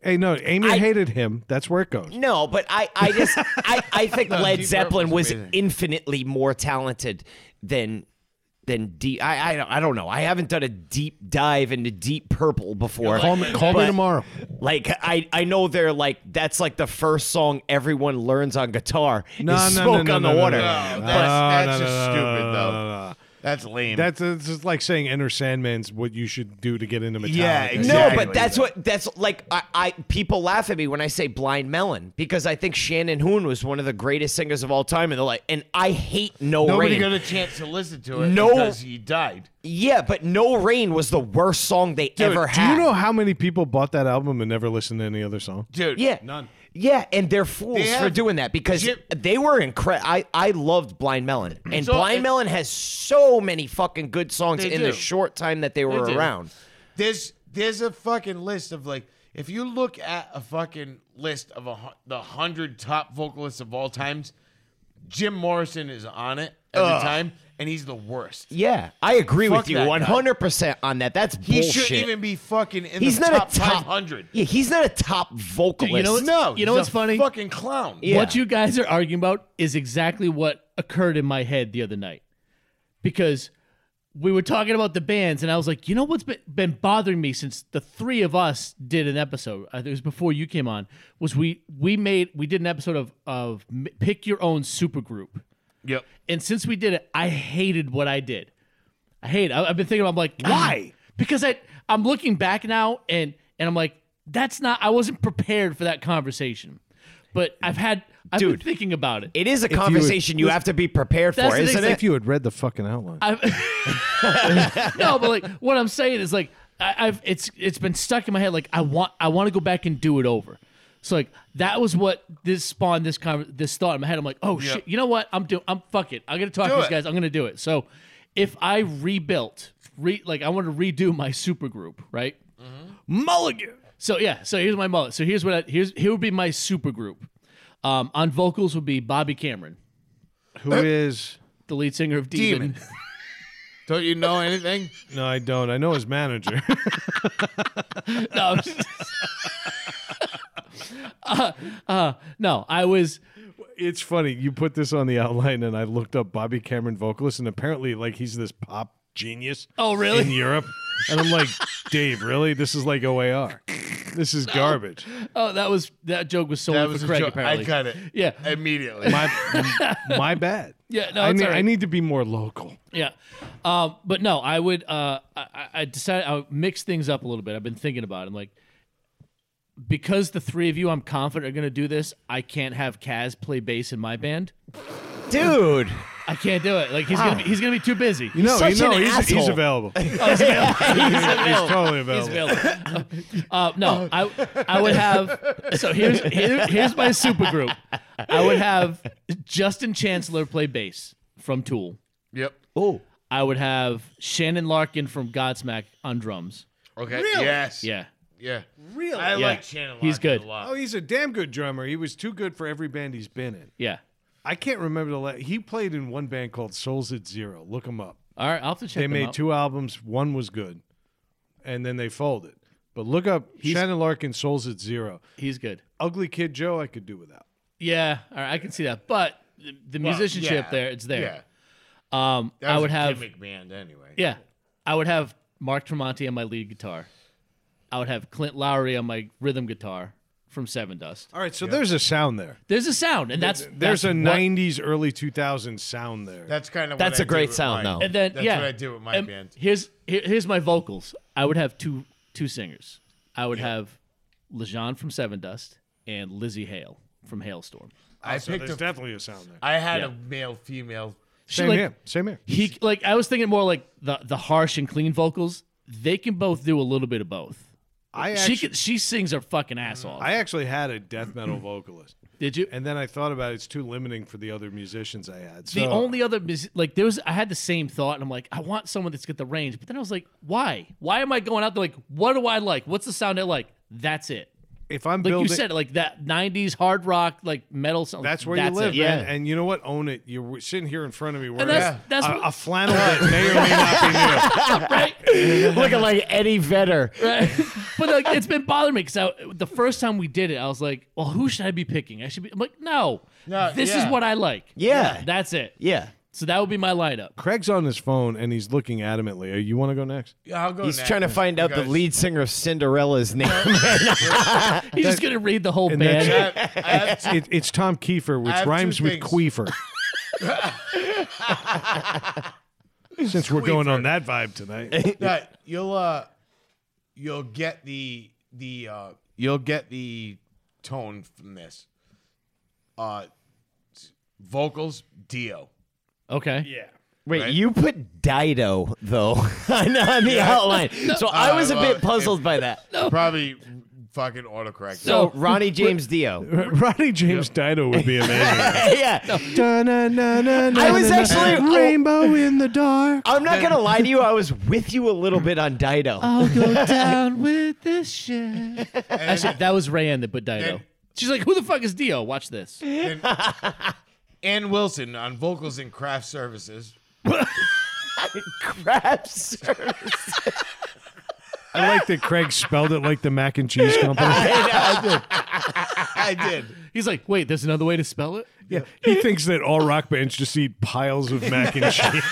S3: Hey, no, Amy
S2: I-
S3: hated him. That's where it goes.
S2: no, but I I just I I think Led
S4: Deep
S2: Zeppelin
S4: Purple's
S2: was
S4: amazing.
S2: infinitely more talented than than deep. I I don't, I don't know. I haven't done a deep dive into Deep Purple before.
S3: Call me, call me
S2: But-
S3: tomorrow.
S2: Like I, I know they're like that's like the first song everyone learns on guitar.
S3: No,
S2: is
S3: no, no,
S2: smoke
S3: no,
S2: on
S3: no,
S2: the
S3: no,
S2: water.
S4: No,
S3: No,
S4: Oh, that's,
S3: no,
S4: that's just
S3: no, no,
S4: stupid,
S3: no,
S4: though.
S3: no, no, no.
S4: That's lame.
S3: That's it's just like saying Enter Sandman's what you should do to get into Metallica.
S4: Yeah,
S2: No,
S4: Exactly.
S2: but that's what that's like. I, I people laugh at me when I say Blind Melon because I think Shannon Hoon was one of the greatest singers of all time, and they're like, and I hate No
S4: Nobody
S2: Rain.
S4: got a chance to listen to it
S2: No.
S4: because he died.
S2: yeah, but No Rain was the worst song they ever
S3: Do
S2: had.
S3: you know how many people bought that album and never listened to any other song?
S4: Dude.
S2: yeah,
S4: None.
S2: Yeah, and they're fools
S4: They
S2: for
S4: have-
S2: doing that because
S4: Jim-
S2: they were incredible. I I loved Blind Melon, and
S4: So
S2: Blind
S4: it-
S2: Melon has so many fucking good songs
S4: They
S2: in the
S4: do.
S2: short time that they were
S4: do.
S2: around.
S4: There's there's a fucking list of like if you look at a fucking list of a, hu- the hundred top vocalists of all times, Jim Morrison is on it every time, and he's the worst.
S2: Yeah, I agree
S4: Fuck
S2: with you
S4: that guy.
S2: 100 percent on that. That's
S4: He
S2: bullshit.
S4: shouldn't even be fucking in
S2: he's
S4: the
S2: not
S4: top,
S2: a top
S4: 500.
S2: Yeah, he's not a top vocalist.
S1: You know what-
S4: No,
S1: You know
S4: he's
S1: what's
S4: a
S1: funny?
S4: Fucking clown.
S2: Yeah.
S1: What you guys are arguing about is exactly what occurred in my head the other night. Because we were talking about the bands, and I was like, you know what's been, been bothering me since the three of us did an episode? I think it was before you came on. Was we we made we did an episode of of m- pick your own supergroup,
S4: Yep.
S1: and since we did it, I hated what I did. I hate. It. I, I've been thinking. I'm like, why? Because I I'm looking back now, and and I'm like, that's not. I wasn't prepared for that conversation, but I've had. I've been thinking about it.
S2: It is a conversation you, have to be prepared for,
S1: That's the
S2: isn't
S1: thing,
S2: it?
S3: If you had read the fucking outline.
S1: no, but like what I'm saying is like I, I've it's it's been stuck in my head. Like I want I want to go back and do it over. So like that was what this spawned this conver- this thought in my head. I'm like, oh shit, you know what? I'm doing. I'm fuck it. I'm gonna talk
S4: Do
S1: to these
S4: it.
S1: guys. I'm gonna do it. So if I rebuilt, re like I want to redo my super group, right?
S4: Mm-hmm.
S1: Mulligan. So yeah, so here's my mullet. So here's what I, here's here would be my super group. Um, on vocals would be Bobby Cameron,
S3: Who is
S1: the lead singer of Demon.
S4: Demon. Don't you know anything?
S3: No, I don't. I know his manager.
S1: no, I'm just- Uh, uh, no, I was.
S3: it's funny. You put this on the outline, and I looked up Bobby Cameron vocalist, and apparently, like, he's this pop genius.
S1: Oh, really?
S3: In Europe, and I'm like, Dave, really? This is like OAR. This is garbage.
S1: Oh, that was that joke was solely
S4: That was
S1: for
S4: a
S1: Craig.
S4: joke.
S1: Apparently,
S4: I cut it.
S1: Yeah.
S4: Immediately.
S3: My, my bad.
S1: Yeah, no,
S3: I
S1: it's
S3: need,
S1: all right.
S3: I need to be more local.
S1: Yeah, um, but no, I would. Uh, I- I, I decided I would mix things up a little bit. I've been thinking about it. I'm like, because the three of you, I'm confident are going to do this. I can't have Kaz play bass in my band.
S5: Dude.
S1: I can't do it. Like he's gonna be, he's gonna be too busy.
S3: You know,
S5: Such
S3: you know,
S5: an
S3: he's, he's
S5: asshole.
S3: available. he's totally
S1: He's
S3: available.
S1: available. Uh,
S3: Oh.
S1: no, I I would have. So here's here, here's my super group. I would have Justin Chancellor play bass from Tool.
S4: yep.
S5: Oh.
S1: I would have Shannon Larkin from Godsmack on drums.
S4: Okay. Yes.
S1: Yeah.
S4: Yeah.
S3: Really?
S4: I
S1: Yeah.
S4: like Shannon.
S1: He's
S4: Larkin
S1: good.
S4: A lot.
S3: Oh, he's a damn good drummer. He was too good for every band he's been in.
S1: Yeah.
S3: I can't remember the last. He played in one band called Souls at Zero. Look him up.
S1: All right, I'll have to check.
S3: They
S1: them
S3: made
S1: out.
S3: two albums. One was good, and then they folded. But look up Shannon Larkin, Souls at Zero.
S1: He's good.
S3: Ugly Kid Joe, I could do without.
S1: Yeah, all right, I can see that. But the, the musicianship
S4: yeah.
S1: there, it's
S4: Yeah.
S1: there. Um,
S4: That
S1: I
S4: was
S1: would
S4: a
S1: have
S4: gimmick band anyway.
S1: yeah, I would have Mark Tremonti on my lead guitar. I would have Clint Lowry on my rhythm guitar from Seven Dust.
S3: All right, so there's a sound there.
S1: There's a sound, and that's
S3: There's
S1: that's
S3: a
S1: what-
S3: '90s, early 2000s sound there.
S4: That's kind of
S5: That's
S4: what
S5: a
S4: I
S5: great
S4: do
S5: sound,
S4: with mine.
S5: though.
S1: And then
S4: That's
S1: yeah,
S4: what I do with my
S1: and
S4: band.
S1: Here's here, here's my vocals. I would have two two singers. I would have Lejean from Seven Dust and Lizzie Hale from Hailstorm.
S4: I
S3: so
S4: picked.
S3: there's
S4: A,
S3: definitely a sound there.
S4: I had
S1: Yeah.
S4: a male female.
S1: She,
S3: Same
S1: like,
S3: here. Same here.
S1: he like I was thinking more like the the harsh and clean vocals. They can both do a little bit of both.
S3: I
S1: she
S3: actually,
S1: can, she sings her fucking ass off.
S3: I actually had a death metal vocalist.
S1: Did you?
S3: And then I thought about it, it's too limiting for the other musicians I had. So
S1: the only other mus- like there was I had the same thought and I'm like I want someone that's got the range, but then I was like, why? Why am I going out there like what do I like? What's the sound I like? That's it.
S3: if I'm
S1: Like
S3: building,
S1: you said, like that '90s hard rock, like metal. Sound,
S3: that's where you
S1: it.
S3: live,
S1: Yeah.
S3: man. And you know what? Own it. You're sitting here in front of me wearing
S1: that's-
S3: a,
S1: that's
S3: a,
S1: what-
S3: a flannel that may or may not be new.
S2: Looking like Eddie Vedder.
S1: Right. but like, it's been bothering me because the first time we did it, I was like, "Well, who should I be picking?" I should be. I'm like, "No,
S4: No,
S1: this
S4: yeah.
S1: is what I like."
S5: Yeah.
S1: that's it.
S5: Yeah.
S1: So that would be my lineup.
S3: Craig's on his phone and he's looking adamantly. Uh, You want to go next?
S4: Yeah, I'll go.
S5: He's
S4: next.
S5: trying to find out the
S4: Because
S5: lead singer of Cinderella's name.
S1: He's just gonna read the whole
S3: And that's
S1: band.
S4: I have, I have two-
S3: It, it's Tom Kiefer, which
S4: have two
S3: rhymes with
S4: things.
S3: queefer. Since we're going on that vibe tonight,
S4: no, you'll uh, you'll get the the uh, you'll get the tone from this. Uh, vocals Dio.
S1: Okay.
S5: Wait, you put Dido though on, on the outline, so I was a
S4: well,
S5: bit puzzled by that.
S1: Oh.
S4: Probably fucking autocorrect.
S5: So
S1: So-
S5: Ronnie James Dio.
S3: Ronnie James Dido would be amazing.
S5: yeah,
S3: I
S5: I was actually-
S3: rainbow in the dark.
S5: I'm not gonna lie to you. I was with you a little bit on Dido.
S1: I'll go down with this shit. Actually, that was Rayanne that put Dido.
S4: And-
S1: She's like, "Who the fuck is Dio?" Watch this.
S4: Ann Wilson on vocals and craft services.
S5: Crap, sir.
S3: I like that Craig spelled it like the mac and cheese company.
S4: I did.
S1: He's like, "Wait, there's another way to spell it."
S3: Yeah, he thinks that all rock bands just eat piles of mac and cheese.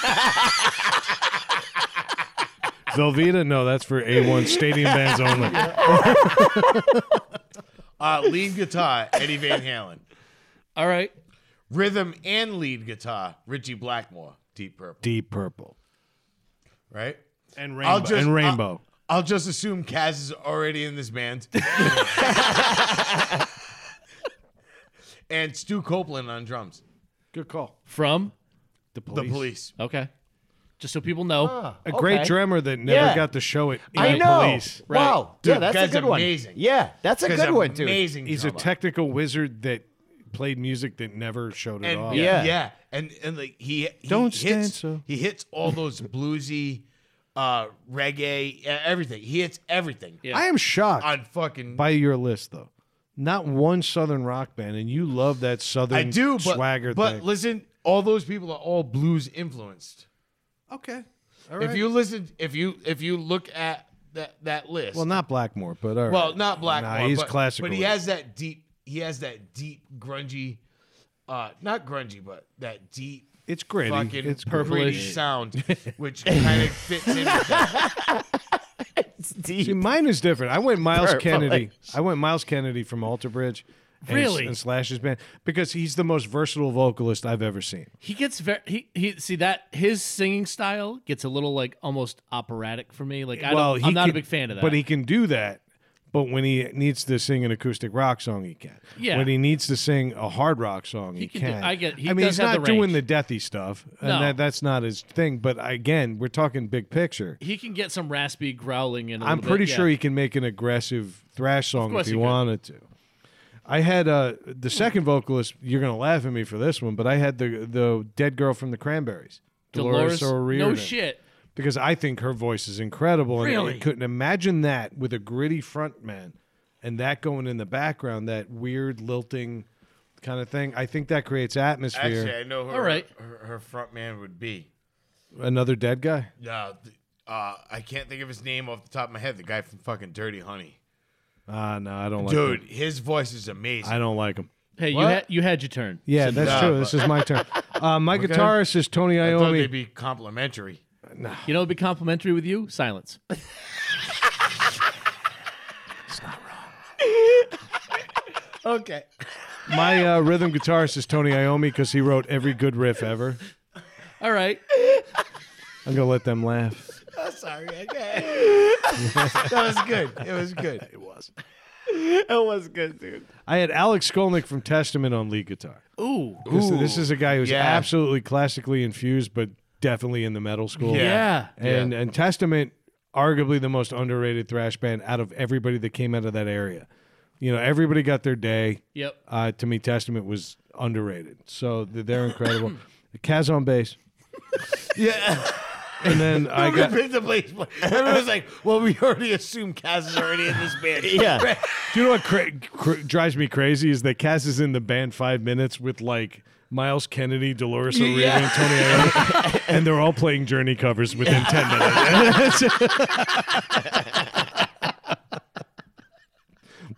S3: Velveeta, no, that's for A1 stadium bands only.
S4: Uh, lead guitar Eddie Van Halen.
S1: All right.
S4: Rhythm and lead guitar Richie Blackmore. Deep Purple.
S3: Deep Purple
S4: Right.
S3: and
S4: I'll just- uh,
S3: and Rainbow.
S4: I'll just assume Kaz is already in this band. and Stu Copeland on drums.
S3: Good call.
S1: From
S3: The
S4: The
S3: police.
S4: police.
S1: okay, just so people know.
S3: A great
S5: Okay.
S3: drummer that never
S5: Yeah.
S3: got to show it. In
S5: I
S3: the
S5: know.
S3: Police.
S5: Wow.
S4: Dude,
S5: yeah, that's a
S4: guy's
S5: good one.
S4: amazing.
S5: Yeah, that's a
S4: Guy's
S5: good one, dude.
S4: Amazing.
S3: He's a
S4: drummer.
S3: technical wizard that played music that never showed it off.
S4: And,
S5: Yeah.
S4: yeah. yeah, and and like he, he
S3: Don't
S4: hits,
S3: stand so-
S4: He hits all those bluesy, uh, reggae, e- everything. He hits everything
S1: Yeah.
S3: I am shocked
S4: on fucking.
S3: by your list, though. Not one Southern rock band, and you love that Southern
S4: I do, but
S3: swagger
S4: but
S3: thing.
S4: listen, all those people are all blues influenced.
S3: okay.
S4: If you listen, if you if you look at that that list,
S3: Well, not Blackmore, but all right.
S4: Well, not Blackmore.
S3: Nah, he's
S4: but,
S3: classical.
S4: But he has that deep. He has that deep grungy, uh, not grungy, but that deep.
S3: It's gritty.
S4: Fucking
S3: It's
S4: gritty
S1: purplish.
S4: sound, which kind of fits in. with that.
S3: See, mine is different. I went Miles Kennedy. I went Miles Kennedy from Alter Bridge. and-
S1: Really?
S3: And Slash's band because he's the most versatile vocalist I've ever seen.
S1: He gets very he, he see that his singing style gets a little like almost operatic for me. Like I
S3: well,
S1: don't,
S3: he
S1: I'm not
S3: can-
S1: a big fan of that.
S3: But he can do that. But when he needs to sing an acoustic rock song, he can.
S1: Yeah.
S3: When he needs to sing a hard rock song, he,
S1: can do- I get- he
S3: I mean,
S1: does
S3: he's
S1: have
S3: not
S1: the range.
S3: doing the deathy stuff, and
S1: No.
S3: that, that's not his thing. But again, we're talking big picture.
S1: he can get some raspy growling and
S3: I'm pretty sure he can make an aggressive thrash song if
S1: course
S3: he,
S1: he could.
S3: wanted to. I had uh, the second vocalist. You're gonna laugh at me for this one, but I had the the dead girl from the Cranberries,
S1: Dolores,
S3: O'Riordan
S1: no shit.
S3: because I think her voice is incredible. And I
S1: Really?
S3: couldn't imagine that with a gritty front man and that going in the background, that weird lilting kind of thing. I think that creates
S4: Actually,
S3: atmosphere.
S4: I know who
S1: All right.
S4: her, her, her front man would be.
S3: Another dead guy?
S4: Uh, th- uh, I can't think of his name off the top of my head. The guy from fucking Dirty Honey.
S3: Ah, no, I don't like
S4: Dude,
S3: him.
S4: his voice is amazing.
S3: I don't like him.
S1: Hey, you
S4: What?
S1: had you had your turn.
S3: Yeah, that's
S4: nah,
S3: true. This is my turn. Uh, my guitarist is Tony
S4: I thought they'd
S3: Iommi.
S4: be complimentary.
S1: You know, it'd be complimentary with you. Silence.
S4: Okay.
S3: my uh, rhythm guitarist is Tony Iommi because he wrote every good riff ever.
S1: All right.
S3: I'm gonna let them laugh.
S4: I'm Oh, sorry. Okay. that was good. It was good. It was.
S3: I had Alex Skolnick from Testament on lead guitar.
S1: Ooh.
S3: This, this is a guy who's
S4: yeah.
S3: absolutely classically infused, but definitely in the metal school.
S4: Yeah.
S1: Yeah.
S3: And and Testament, arguably the most underrated thrash band out of everybody that came out of that area. You know, everybody got their day.
S1: Yep.
S3: Uh, to me, Testament was underrated. So th- they're incredible. Kaz on bass. yeah. And then I got
S4: Pick the place. Everyone's like, well, we already assumed Kaz is already in this band. Yeah.
S3: Do you know what cra- cra- drives me crazy is that Cass is in the band five minutes with like Miles Kennedy, Dolores O'Riordan, and Tony Iommi, and they're all playing Journey covers within ten minutes.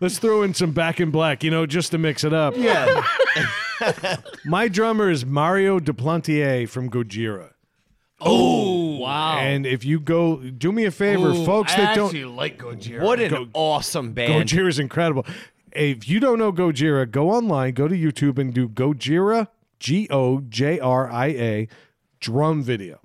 S3: Let's throw in some Back in Black, you know, just to mix it up.
S4: Yeah.
S3: My drummer is Mario Duplantier from Gojira,
S1: Wow.
S3: and if you go, do me a favor, folks
S4: Oh. I
S3: that don't
S4: actually like Gojira.
S2: What an awesome band.
S3: Gojira is incredible. If you don't know Gojira, go online, go to YouTube, and do Gojira, G O J R I A, drum video.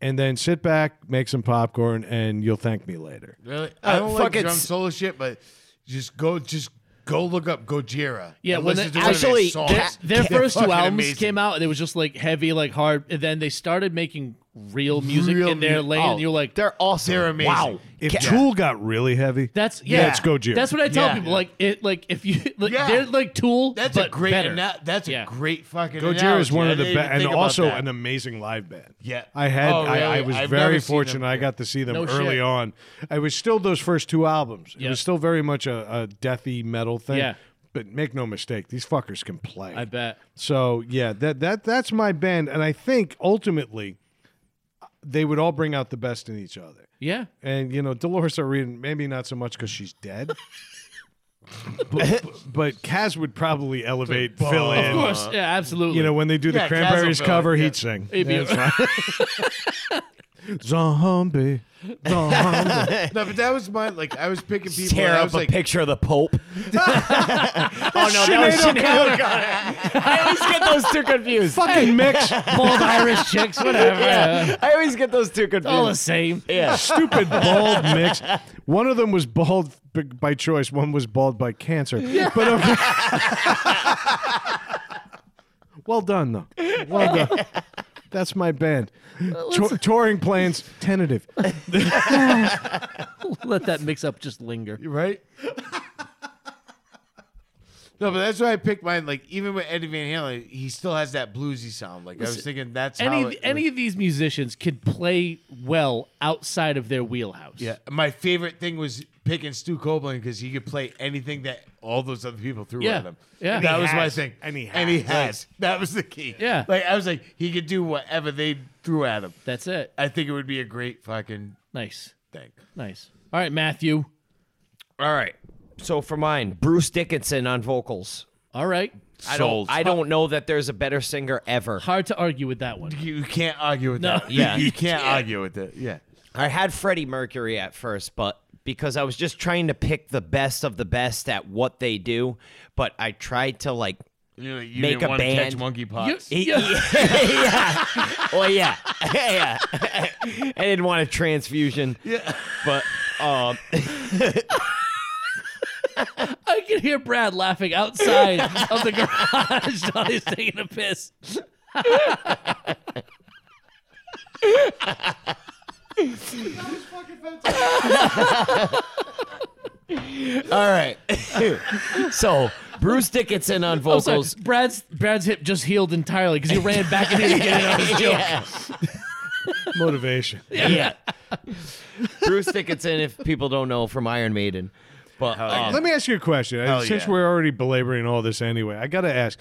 S3: And then sit back, make some popcorn, and you'll thank me later.
S4: Really? I don't like
S2: fucking
S4: drum
S2: s-
S4: solo shit, but just go, just go look up Gojira.
S1: Yeah,
S4: and
S1: when
S4: listen
S1: they-
S4: to one of their
S2: actually,
S4: songs.
S2: their-
S1: Their
S4: They're
S1: first two
S4: fucking
S1: albums
S4: amazing.
S1: came out, and it was just like heavy, like hard. And then they started making real music
S4: Real
S1: in their
S4: mu-
S1: lane.
S4: oh,
S1: and you're like,
S2: They're awesome.
S4: They're amazing.
S2: Wow.
S3: If
S2: Ca-
S3: Tool got really heavy,
S1: that's yeah,
S3: it's Gojira.
S1: That's what I tell
S4: Yeah.
S1: people. Like it, like if you, like,
S4: Yeah.
S1: they're like Tool.
S4: That's
S1: but
S4: a great.
S1: better.
S4: ana- that's
S1: Yeah.
S4: a great fucking.
S3: Gojira is
S4: analogy.
S3: one
S4: I
S3: of the
S4: didn't
S3: best,
S4: even
S3: and
S4: think about
S3: also
S4: that.
S3: an amazing live band.
S4: Yeah.
S3: I had,
S4: Oh,
S3: I, I
S4: really?
S3: was
S4: I've
S3: very
S4: never seen them.
S3: fortunate. I got to see them
S1: No
S3: early
S1: shit.
S3: on. It was still those first two albums. It
S1: Yeah.
S3: was still very much a, a deathy metal thing.
S1: Yeah.
S3: But make no mistake, these fuckers can play.
S1: I bet.
S3: So yeah, that that that's my band, and I think ultimately they would all bring out the best in each other.
S1: Yeah.
S3: And you know, Dolores O'Riordan, maybe not so much because she's dead. but, but Kaz would probably elevate Phil
S1: Of
S3: in.
S4: Uh-huh.
S1: course. Yeah. Absolutely.
S3: You know, when they do the
S4: Yeah, Kaz will
S3: Cranberries
S4: fill in,
S3: cover,
S4: yeah.
S3: he'd sing.
S1: It'd be-
S3: Zombie, zombie.
S4: No, but that was my like. I was picking people.
S2: Tear
S4: and I
S2: up
S4: was
S2: a
S4: like, "Oh,
S2: picture of the Pope. oh no, that was Sinead O'Connor. I always get those two confused.
S3: Fucking mix.
S1: bald Irish chicks, whatever.
S2: Yeah, I always get those two confused.
S1: All the same.
S2: yeah.
S3: Stupid bald mix. One of them was bald b- by choice. One was bald by cancer. But okay. well done though. Well done. That's my band. Tou- touring plans tentative.
S1: Let that mix up just linger.
S4: right. No, but that's why I picked mine. Like even with Eddie Van Halen, he still has that bluesy sound. Like I was thinking, that's
S1: any
S4: how it,
S1: any of these musicians could play well outside of their wheelhouse.
S4: Yeah, my favorite thing was picking Stu Copeland because he could play anything that all those other people threw
S1: Yeah,
S4: at him.
S1: yeah. And
S4: that
S1: he
S4: was my
S3: has,
S4: thing.
S3: and he
S4: and he
S3: has.
S4: has. That was the key.
S1: Yeah.
S4: like I was like, he could do whatever they threw at him.
S1: that's it.
S4: I think it would be a great fucking
S1: Nice,
S4: thing.
S1: nice. All right, Matthew.
S2: All right. So for mine, Bruce Dickinson on vocals.
S1: All right,
S2: I don't, I don't know that there's a better singer ever.
S1: hard to argue with that one.
S4: You can't argue with
S1: No.
S4: that.
S2: Yeah.
S4: you can't argue with it. Yeah,
S2: I had Freddie Mercury at first, but because I was just trying to pick the best of the best at what they do, but I tried to like
S4: you, know, you
S2: Make
S4: didn't
S2: a
S4: want to catch
S2: band.
S1: You-
S4: monkeypox.
S1: yeah,
S2: yeah. Well, yeah. yeah. I didn't want a transfusion. Yeah. But um,
S1: I can hear Brad laughing outside of the garage while he's taking a piss.
S2: all right. so Bruce Dickinson on
S1: I'm Oh, sorry,
S2: vocals.
S1: Brad's Brad's hip just healed entirely because he ran back in here to get it out of his joke.
S2: Yeah.
S3: Motivation.
S2: yeah. Bruce Dickinson, if people don't know, from Iron Maiden. But um,
S3: Let me ask you a question. Uh, Since we're already belaboring all this anyway, I got to ask.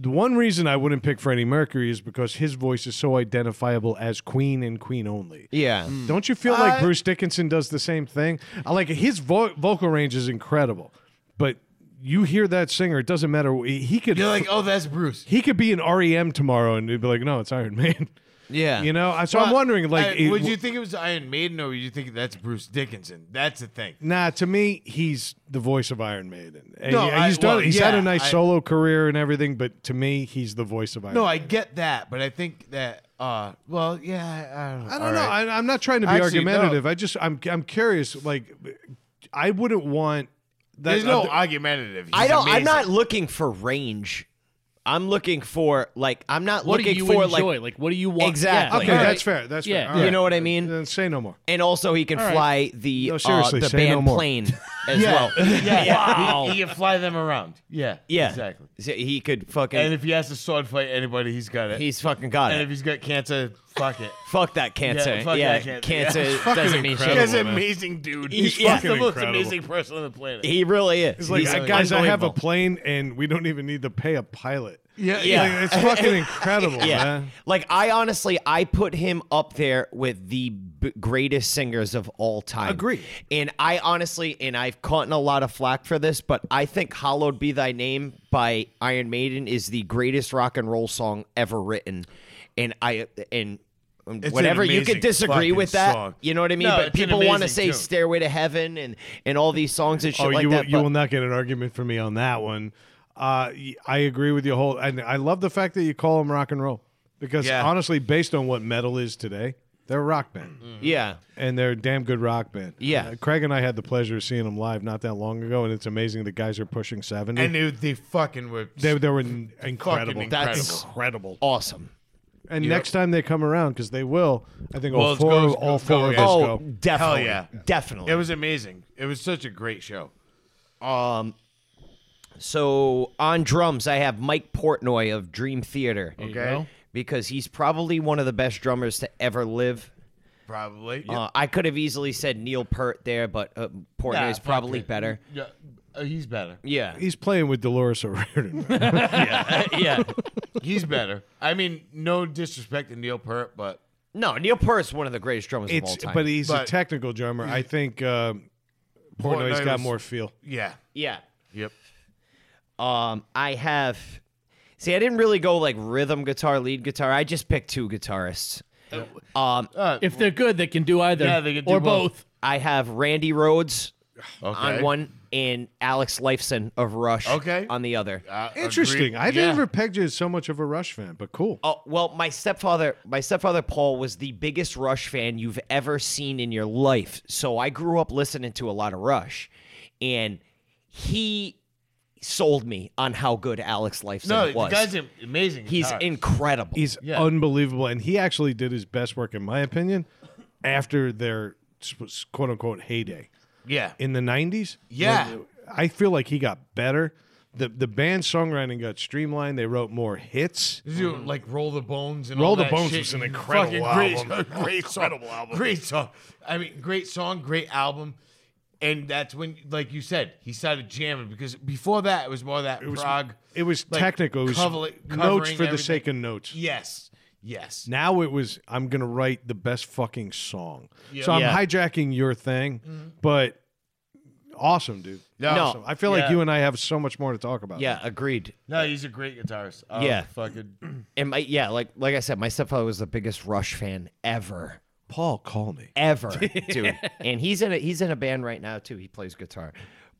S3: The one reason I wouldn't pick Freddie Mercury is because his voice is so identifiable as Queen and Queen only.
S2: yeah.
S3: Don't you feel like Bruce Dickinson does the same thing? I like his vo- vocal range is incredible, but you hear that singer, it doesn't matter. He he could
S4: You're like, oh, that's Bruce.
S3: he could be an REM tomorrow, and you'd be like, no, it's Iron Man.
S2: Yeah.
S3: You know, I- so I'm wondering, like,
S4: Uh,
S3: it-
S4: would you think it was Iron Maiden or would you think that's Bruce Dickinson? That's the thing.
S3: Nah, to me, he's the voice of Iron Maiden. And
S4: No,
S3: he-
S4: I-
S3: he's done.
S4: well,
S3: he's had
S4: yeah,
S3: a nice
S4: I-
S3: solo career and everything, but to me, he's the voice of Iron.
S4: No,
S3: Maiden.
S4: I get that, but I think that. uh Well, yeah, I- I don't know.
S3: I
S4: All
S3: don't know.
S4: right.
S3: I, I'm not trying to be
S4: Actually, no.
S3: argumentative. I just, I'm, I'm curious. Like, I wouldn't want. That,
S4: There's no
S3: uh,
S4: argumentative. He's
S2: I don't. I'm
S4: amazing.
S2: not looking for range. I'm looking for like. I'm not
S1: What
S2: looking
S1: do you
S2: for
S1: enjoy?
S2: like.
S1: Like, what do you want?
S2: Exactly.
S3: okay,
S1: Yeah,
S3: that's fair. That's
S1: Yeah.
S3: fair. All
S2: You
S3: right.
S2: know what I mean?
S3: Then say no more.
S2: and also he can fly the
S3: No,
S2: uh,
S3: seriously,
S2: the
S3: say no
S2: band
S3: more.
S2: plane as well.
S4: Yeah, wow. He, he can fly them around. Yeah.
S2: Yeah,
S4: Exactly.
S2: So he could fucking.
S4: And if he has to sword fight anybody, he's got it.
S2: he's fucking got
S4: and
S2: it.
S4: if he's got cancer, fuck it.
S2: fuck that cancer. Yeah,
S4: fuck that
S2: cancer,
S4: cancer. Yeah.
S2: doesn't mean
S4: He
S2: shit.
S4: an amazing dude.
S2: He-
S4: He's
S2: yeah.
S4: fucking the most
S3: incredible.
S4: amazing person on the planet.
S2: He really is.
S3: It's like,
S2: He's
S3: guys, I have a
S2: unbelievable.
S3: plane, and we don't even need to pay a pilot.
S4: yeah.
S2: yeah.
S3: Like, it's fucking incredible,
S2: Yeah.
S3: man.
S2: Like I honestly, I put him up there with the b- greatest singers of all time.
S3: Agreed.
S2: And I honestly, and I've caught in a lot of flack for this, but I think "Hallowed Be Thy Name" by Iron Maiden is the greatest rock and roll song ever written. And I and
S4: an
S2: whatever you
S4: amazing
S2: could disagree
S4: fucking
S2: with that,
S4: song.
S2: you know what I mean.
S4: No,
S2: but
S4: it's an
S2: people want to
S4: amazing
S2: say
S4: tune.
S2: "Stairway to Heaven" and and all these songs and shit
S3: Oh,
S2: like
S3: you, will-
S2: that.
S3: you
S2: but-
S3: will not get an argument from me on that one. Uh, y- I agree with you whole, and I love the fact that you call them rock and roll because
S2: Yeah.
S3: honestly, based on what metal is today, they're a rock band
S2: yeah,
S3: and they're a damn good rock band.
S2: Mm. Yeah.
S3: Uh, Craig and I had the pleasure of seeing them live not that long ago, and it's amazing the guys are pushing seventy.
S4: And they, they fucking were.
S3: they, they were n- incredible.
S4: incredible.
S2: that's incredible, awesome.
S3: And next time they come around, because they will, I think all
S4: Well, it's
S3: four,
S4: go-
S3: of- all
S4: go-
S3: four
S4: go
S3: of
S4: again.
S3: us
S2: oh,
S3: go.
S2: definitely,
S4: Hell yeah.
S2: definitely.
S4: it was amazing. It was such a great show.
S2: Um, so on drums, I have Mike Portnoy of Dream Theater.
S4: Okay.
S2: Because he's probably one of the best drummers to ever live.
S4: Probably.
S2: Uh, I could have easily said Neil Peart there, but uh, Portnoy
S4: Nah,
S2: is
S4: fuck
S2: probably
S4: it.
S2: better.
S4: Yeah. Uh, he's better.
S2: Yeah,
S3: He's playing with Dolores O'Riordan.
S2: yeah.
S4: He's better. I mean, no disrespect to Neil Peart, but
S2: No, Neil Peart's one of the greatest drummers of all
S3: It's
S2: time.
S3: but he's a
S4: But-
S3: technical drummer. I think um, Portnoy's
S4: Portnoy
S3: got
S4: was-
S3: more feel.
S4: yeah.
S2: yeah.
S4: Yep.
S2: Um, I have. See, I didn't really go like rhythm guitar, lead guitar. I just picked two guitarists. Um,
S1: If they're good, they can do either.
S4: Yeah, they can do
S1: or
S4: both.
S1: both.
S2: I have Randy Rhodes
S4: Okay.
S2: on one and Alex Lifeson of Rush
S4: Okay.
S2: on the other.
S4: Uh,
S3: Interesting.
S4: agree-
S3: I
S4: yeah.
S3: never pegged you as so much of a Rush fan, but cool.
S2: Oh well, my stepfather, my stepfather Paul was the biggest Rush fan you've ever seen in your life. So I grew up listening to a lot of Rush, and he sold me on how good Alex Lifeson
S4: No, the
S2: was.
S4: guy's am- amazing. Uh,
S2: He's
S4: guitarist.
S2: incredible.
S3: He's
S4: Yeah.
S3: unbelievable, and he actually did his best work, in my opinion, after their s- quote unquote heyday
S4: Yeah.
S3: in the '90s.
S4: Yeah.
S3: When- I feel like he got better. the the band's songwriting got streamlined. They wrote more hits.
S4: Did you like roll the bones and
S3: Roll
S4: all
S3: the
S4: that
S3: Bones
S4: shit?
S3: was an
S4: Fucking
S3: incredible album.
S4: Great, great song, incredible album. Great song. I mean, great song, great album. And that's when, like you said, he started jamming because before that it was more that
S3: It was
S4: prog.
S3: it was
S4: like,
S3: technical. It was
S4: cover-
S3: notes
S4: covering
S3: for the
S4: everything.
S3: sake of notes.
S4: Yes, yes.
S3: Now it was I'm gonna write the best fucking song.
S4: Yeah.
S3: So I'm
S2: Yeah.
S3: hijacking your thing, but awesome, dude.
S4: No.
S3: Awesome. I feel like
S6: Yeah.
S3: you and I have so much more to talk about.
S2: Yeah, agreed.
S4: No, he's a great guitarist. Oh,
S2: Yeah.
S4: fucking.
S2: And my yeah, like like I said, my stepfather was the biggest Rush fan ever,
S3: Paul, call me.
S2: ever, dude. And he's in a he's in a band right now too. He plays guitar,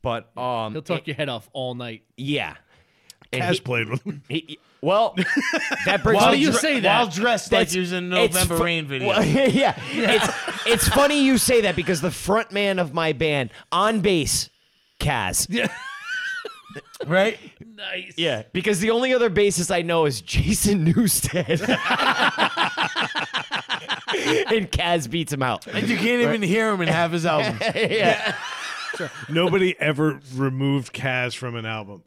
S2: but um,
S1: He'll talk your head off all night.
S2: yeah. And
S3: Has
S2: he-
S3: played with him.
S2: he, well, that brings
S1: Why
S2: me
S1: do you
S2: to-
S1: say
S6: While
S1: that?
S6: dressed like
S2: That's-
S6: he was in a
S2: it's
S6: November
S2: fu-
S6: Rain video.
S2: Well, yeah, It's, it's funny you say that because the front man of my band on bass, Kaz.
S6: Right?
S1: Nice.
S2: Yeah, because the only other bassist I know is Jason Newstead. and Kaz beats him out.
S6: And you can't even hear him and have his album.
S2: yeah.
S3: Nobody ever removed Kaz from an album.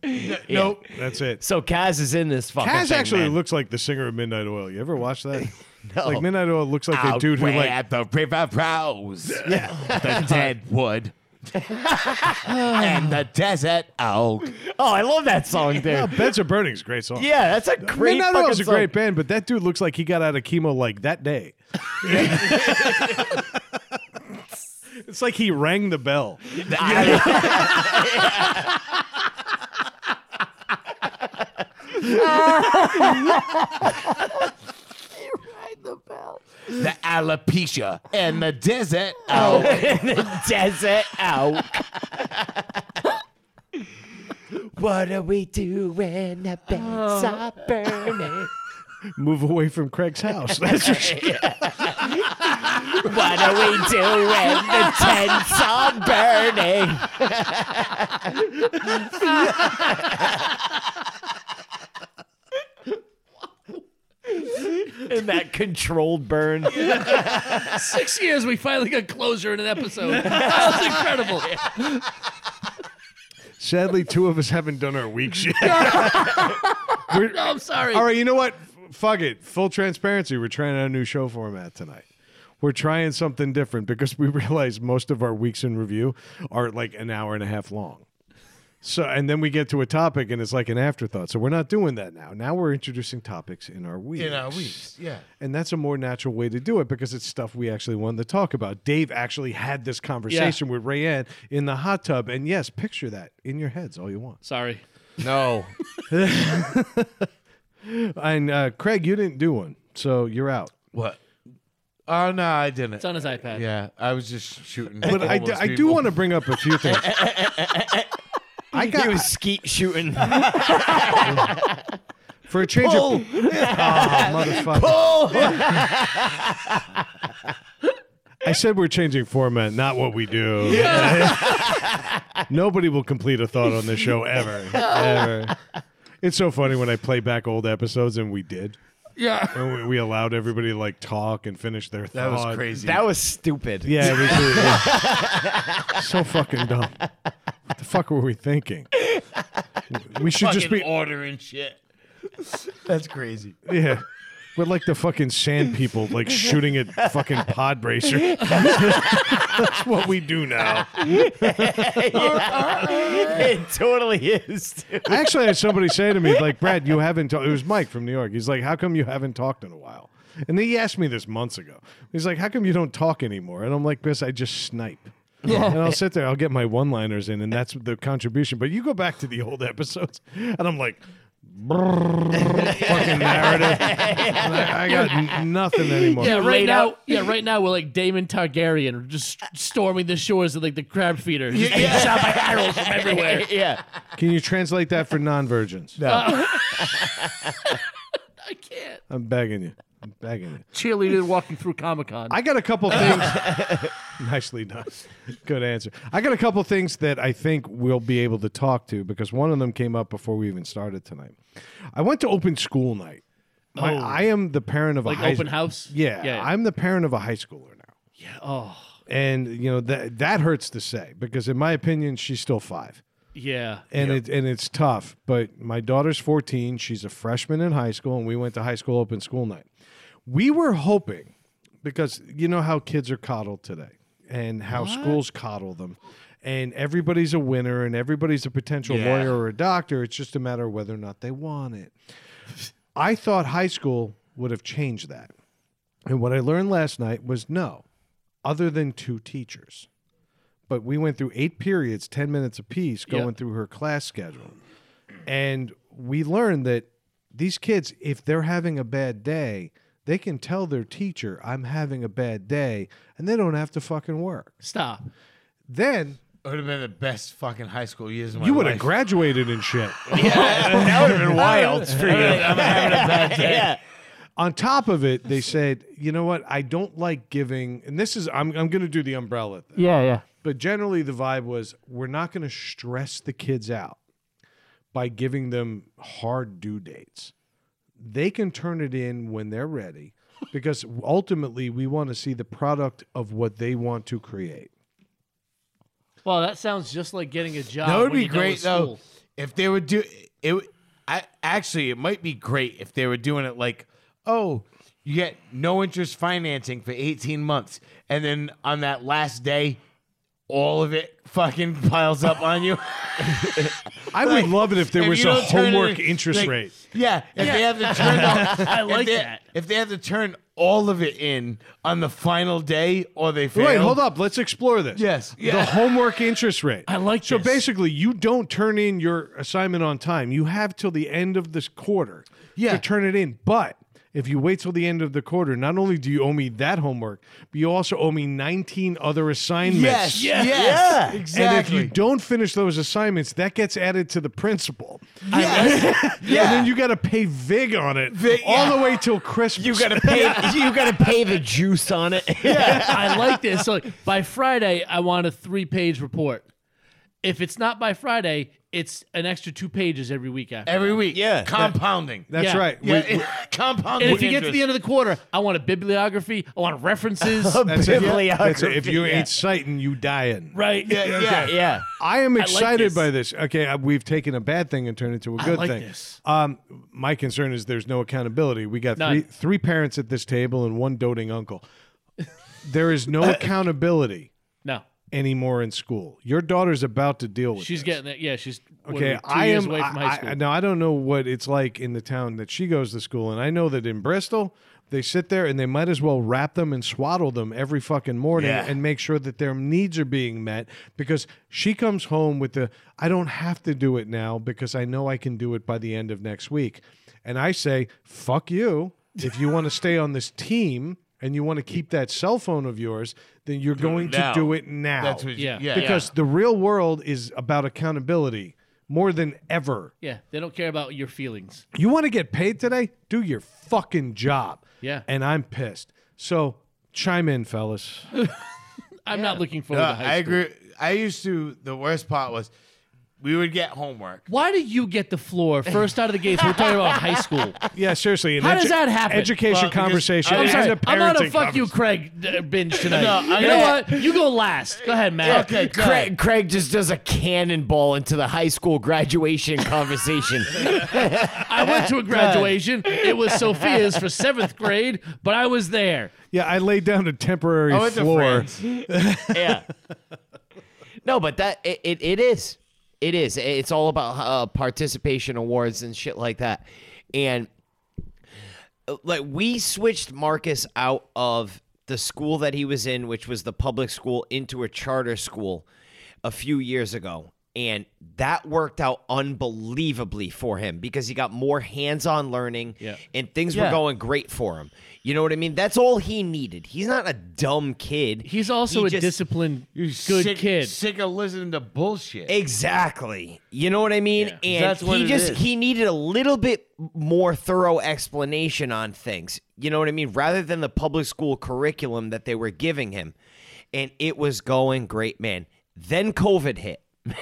S2: Nope.
S3: That's it.
S2: So Kaz is in this fucking
S3: Kaz
S2: thing,
S3: actually
S2: man.
S3: looks like the singer of Midnight Oil. You ever watch that?
S2: No.
S3: Like Midnight Oil looks like the
S6: Out
S3: dude who
S6: where
S3: like Oh,
S6: the river flows. the dead wood. and the desert owl.
S2: Oh, I love that song there.
S3: Beds Are Burning is a great song.
S2: Yeah, that's a great
S3: Midnight
S2: fucking
S3: Oil's a
S2: song.
S3: great band, but that dude looks like he got out of chemo like that day. it's like he rang the bell.
S6: The alopecia. And the desert
S4: Oh.
S6: owl.
S2: Desert out. what are we doing? The beds are burning.
S3: Move away from Craig's house. That's for sure.
S2: What are we doing? The tents are burning. and that controlled burn.
S1: Six years, we finally got closure in an episode. that was incredible.
S3: Sadly, two of us haven't done our weeks yet.
S1: No, Oh, I'm sorry.
S3: All right, you know what? F- Fuck it. Full transparency. We're trying out a new show format tonight. We're trying something different because we realize most of our weeks in review are like an hour and a half long. So, and then we get to a topic and it's like an afterthought. So, we're not doing that now. Now we're introducing topics in our weeks.
S4: In our weeks, yeah.
S3: And that's a more natural way to do it because it's stuff we actually wanted to talk about. Dave actually had this conversation with Rayanne in the hot tub. And yes, picture that in your heads all you want.
S1: Sorry.
S4: No.
S3: And uh, Craig, you didn't do one. So, you're out.
S4: What? Oh no, I didn't.
S1: It's on his iPad.
S4: yeah, I was just shooting.
S3: But I do,
S4: homeless
S3: I do
S4: people.
S3: want to bring up a few things. I got
S2: skeet shooting.
S3: for a change of oh, motherfucker. I said we're changing format, not what we do. Nobody will complete a thought on this show ever. Ever. It's so funny when I play back old episodes and we did.
S4: Yeah,
S3: And we, we allowed everybody to like talk and finish their
S4: that
S3: thought.
S4: was crazy.
S2: That was stupid.
S3: Yeah, it was really- yeah. so fucking dumb. What the fuck were we thinking? We should just
S6: Fucking
S3: be
S6: ordering shit.
S4: That's crazy.
S3: Yeah. We're like the fucking sand people, like shooting at fucking pod bracer. That's what we do now.
S2: It totally is. dude.
S3: I actually had somebody say to me, like, Brad, you haven't talked. It was Mike from New York. He's like, how come you haven't talked in a while? And he asked me this months ago. He's like, how come you don't talk anymore? And I'm like, because I just snipe. and I'll sit there, I'll get my one liners in, and that's the contribution. But you go back to the old episodes, and I'm like, brrrr, fucking narrative. I got n- nothing anymore.
S1: Yeah, right
S2: laid
S1: now.
S2: out.
S1: Yeah, right now we're like Damon Targaryen, just storming the shores of like the crab feeder, just being shot by arrows from everywhere.
S2: yeah.
S3: Can you translate that for non-virgins?
S1: I can't.
S3: I'm begging you. I'm begging you.
S1: Cheerleader walking through Comic Con.
S3: I got a couple things. Nicely done. Good answer. I got a couple things that I think we'll be able to talk to because one of them came up before we even started tonight. I went to open school night. My, I am the parent of
S1: Oh. Like
S3: a high
S1: open house?
S3: Yeah,
S1: Yeah.
S3: I'm the parent of a high schooler now.
S1: oh,
S3: And you know that that hurts to say because in my opinion she's still 5.
S1: yeah.
S3: and it and it's tough. But my daughter's 14; she's a freshman in high school, and we went to high school open school night. We were hoping because you know how kids are coddled today, and how schools coddle them, and everybody's a winner, and everybody's a potential lawyer or a doctor. It's just a matter of whether or not they want it. I thought high school would have changed that, and what I learned last night was no, other than two teachers but we went through eight periods, 10 minutes apiece, going through her class schedule. And we learned that these kids, if they're having a bad day, they can tell their teacher, I'm having a bad day, and they don't have to fucking work.
S1: Stop.
S3: Then
S4: It would have been the best fucking high school years of my
S3: you would
S4: life.
S3: have graduated and shit.
S2: that would have been wild.
S5: yeah.
S3: On top of it, they said, you know what? I don't like giving, and this is, I'm, I'm going to do the umbrella thing.
S5: Yeah, yeah.
S3: But generally, the vibe was we're not going to stress the kids out by giving them hard due dates. They can turn it in when they're ready because ultimately we want to see the product of what they want to create.
S1: Well, that sounds just like getting a job.
S4: That would
S1: when
S4: be
S1: you know
S4: great
S1: it's
S4: though
S1: school.
S4: if they would do it. would- I actually, it might be great if they were doing it like, oh, you get no interest financing for eighteen months, and then on that last day, all of it fucking piles up on you.
S3: I would love it if there
S4: If
S3: was
S4: you
S3: a
S4: don't turn it
S3: homework
S4: in-
S3: interest
S4: like,
S3: rate.
S4: Yeah, if they have to turn, all,
S1: I like
S4: if they,
S1: that.
S4: If they have to turn all of it in on the final day, or they fail.
S3: Wait, hold up. Let's explore this.
S4: Yes.
S3: The
S4: Yeah.
S3: homework interest rate.
S1: I like
S3: So
S1: this.
S3: basically, you don't turn in your assignment on time. You have till the end of this quarter
S4: Yeah.
S3: to turn it in. But if you wait till the end of the quarter, not only do you owe me that homework, but you also owe me 19 other assignments.
S4: Yes, yes,
S2: Yeah.
S4: exactly.
S3: And if you don't finish those assignments, that gets added to the principal.
S4: yeah.
S3: And then you got to pay VIG on it
S4: Vig,
S3: all
S4: yeah.
S3: the way till Christmas.
S2: You gotta pay. You gotta pay the juice on it.
S1: I like this. So like, by Friday, I want a three-page report. If it's not by Friday, it's an extra two pages every week after.
S4: every week.
S2: Yeah.
S4: compounding.
S3: That's
S1: Yeah.
S3: right.
S4: yeah,
S3: We- we-
S4: compounding.
S1: and if you get to the end of the quarter, I want a bibliography. I want references.
S3: that's it. That's it.
S2: Bibliography,
S3: If you
S2: yeah.
S3: ain't citing, you dying.
S1: right.
S4: yeah, yeah.
S2: yeah.
S3: I am excited
S1: this.
S3: by this. Okay, I, we've taken a bad thing and turned it into a good
S1: like
S3: thing.
S1: this.
S3: Um, my concern is there's no accountability. We got
S1: None.
S3: three, three parents at this table and one doting uncle. there is no accountability
S1: No.
S3: anymore in school. Your daughter's about to deal with.
S1: She's
S3: this.
S1: getting that. Yeah, she's what are we,
S3: Okay,
S1: two
S3: I
S1: years
S3: am.
S1: away from high
S3: I,
S1: school.
S3: I, now I don't know what it's like in the town that she goes to school, and I know that in Bristol they sit there and they might as well wrap them and swaddle them every fucking morning and make sure that their needs are being met because she comes home with the I don't have to do it now because I know I can do it by the end of next week, and I say fuck you if you want to stay on this team. And you want to keep that cell phone of yours, then you're going to
S4: now.
S3: do it now
S4: that's what,
S1: Yeah.
S4: yeah, yeah,
S3: because the real world is about accountability more than ever.
S1: yeah, they don't care about your feelings.
S3: You want to get paid today? Do your fucking job.
S1: Yeah.
S3: And I'm pissed. So chime in, fellas.
S1: I'm not looking forward to
S4: Uh,
S1: high school.
S4: I agree. I used to. The worst part was we would get homework.
S1: Why do you get the floor first out of the gates? We're talking about high school.
S3: Yeah, seriously. an
S1: How does that happen?
S3: Education
S4: Well, because-
S3: conversation.
S4: I'm
S1: I'm, sorry,
S3: and a
S1: I'm on a
S3: parenting
S1: fuck you,
S3: conversation.
S1: Craig uh, binge tonight.
S4: No, I
S1: you know
S4: got-
S1: what? You go last. Go ahead, Matt.
S4: Okay, go
S2: Craig, Craig just does a cannonball into the high school graduation conversation.
S1: I went to a graduation. It was Sophia's for seventh grade, but I was there.
S3: Yeah, I laid down a temporary
S4: I went to
S3: floor.
S4: France.
S2: yeah. No, but that it, it, it is. It is. It's all about uh, participation awards and shit like that. And uh, like we switched Marcus out of the school that he was in, which was the public school, into a charter school a few years ago. And that worked out unbelievably for him because he got more hands on learning
S1: Yeah.
S2: and things were going great for him. You know what I mean? That's all he needed. He's not a dumb kid.
S1: He's also
S2: He
S1: a
S2: just-
S1: disciplined, good
S4: sick,
S1: kid.
S4: Sick of listening to bullshit.
S2: Exactly. You know what I mean? And
S4: That's what
S2: he
S4: it
S2: just
S4: is.
S2: he needed a little bit more thorough explanation on things. You know what I mean? Rather than the public school curriculum that they were giving him. And it was going great, man. Then COVID hit.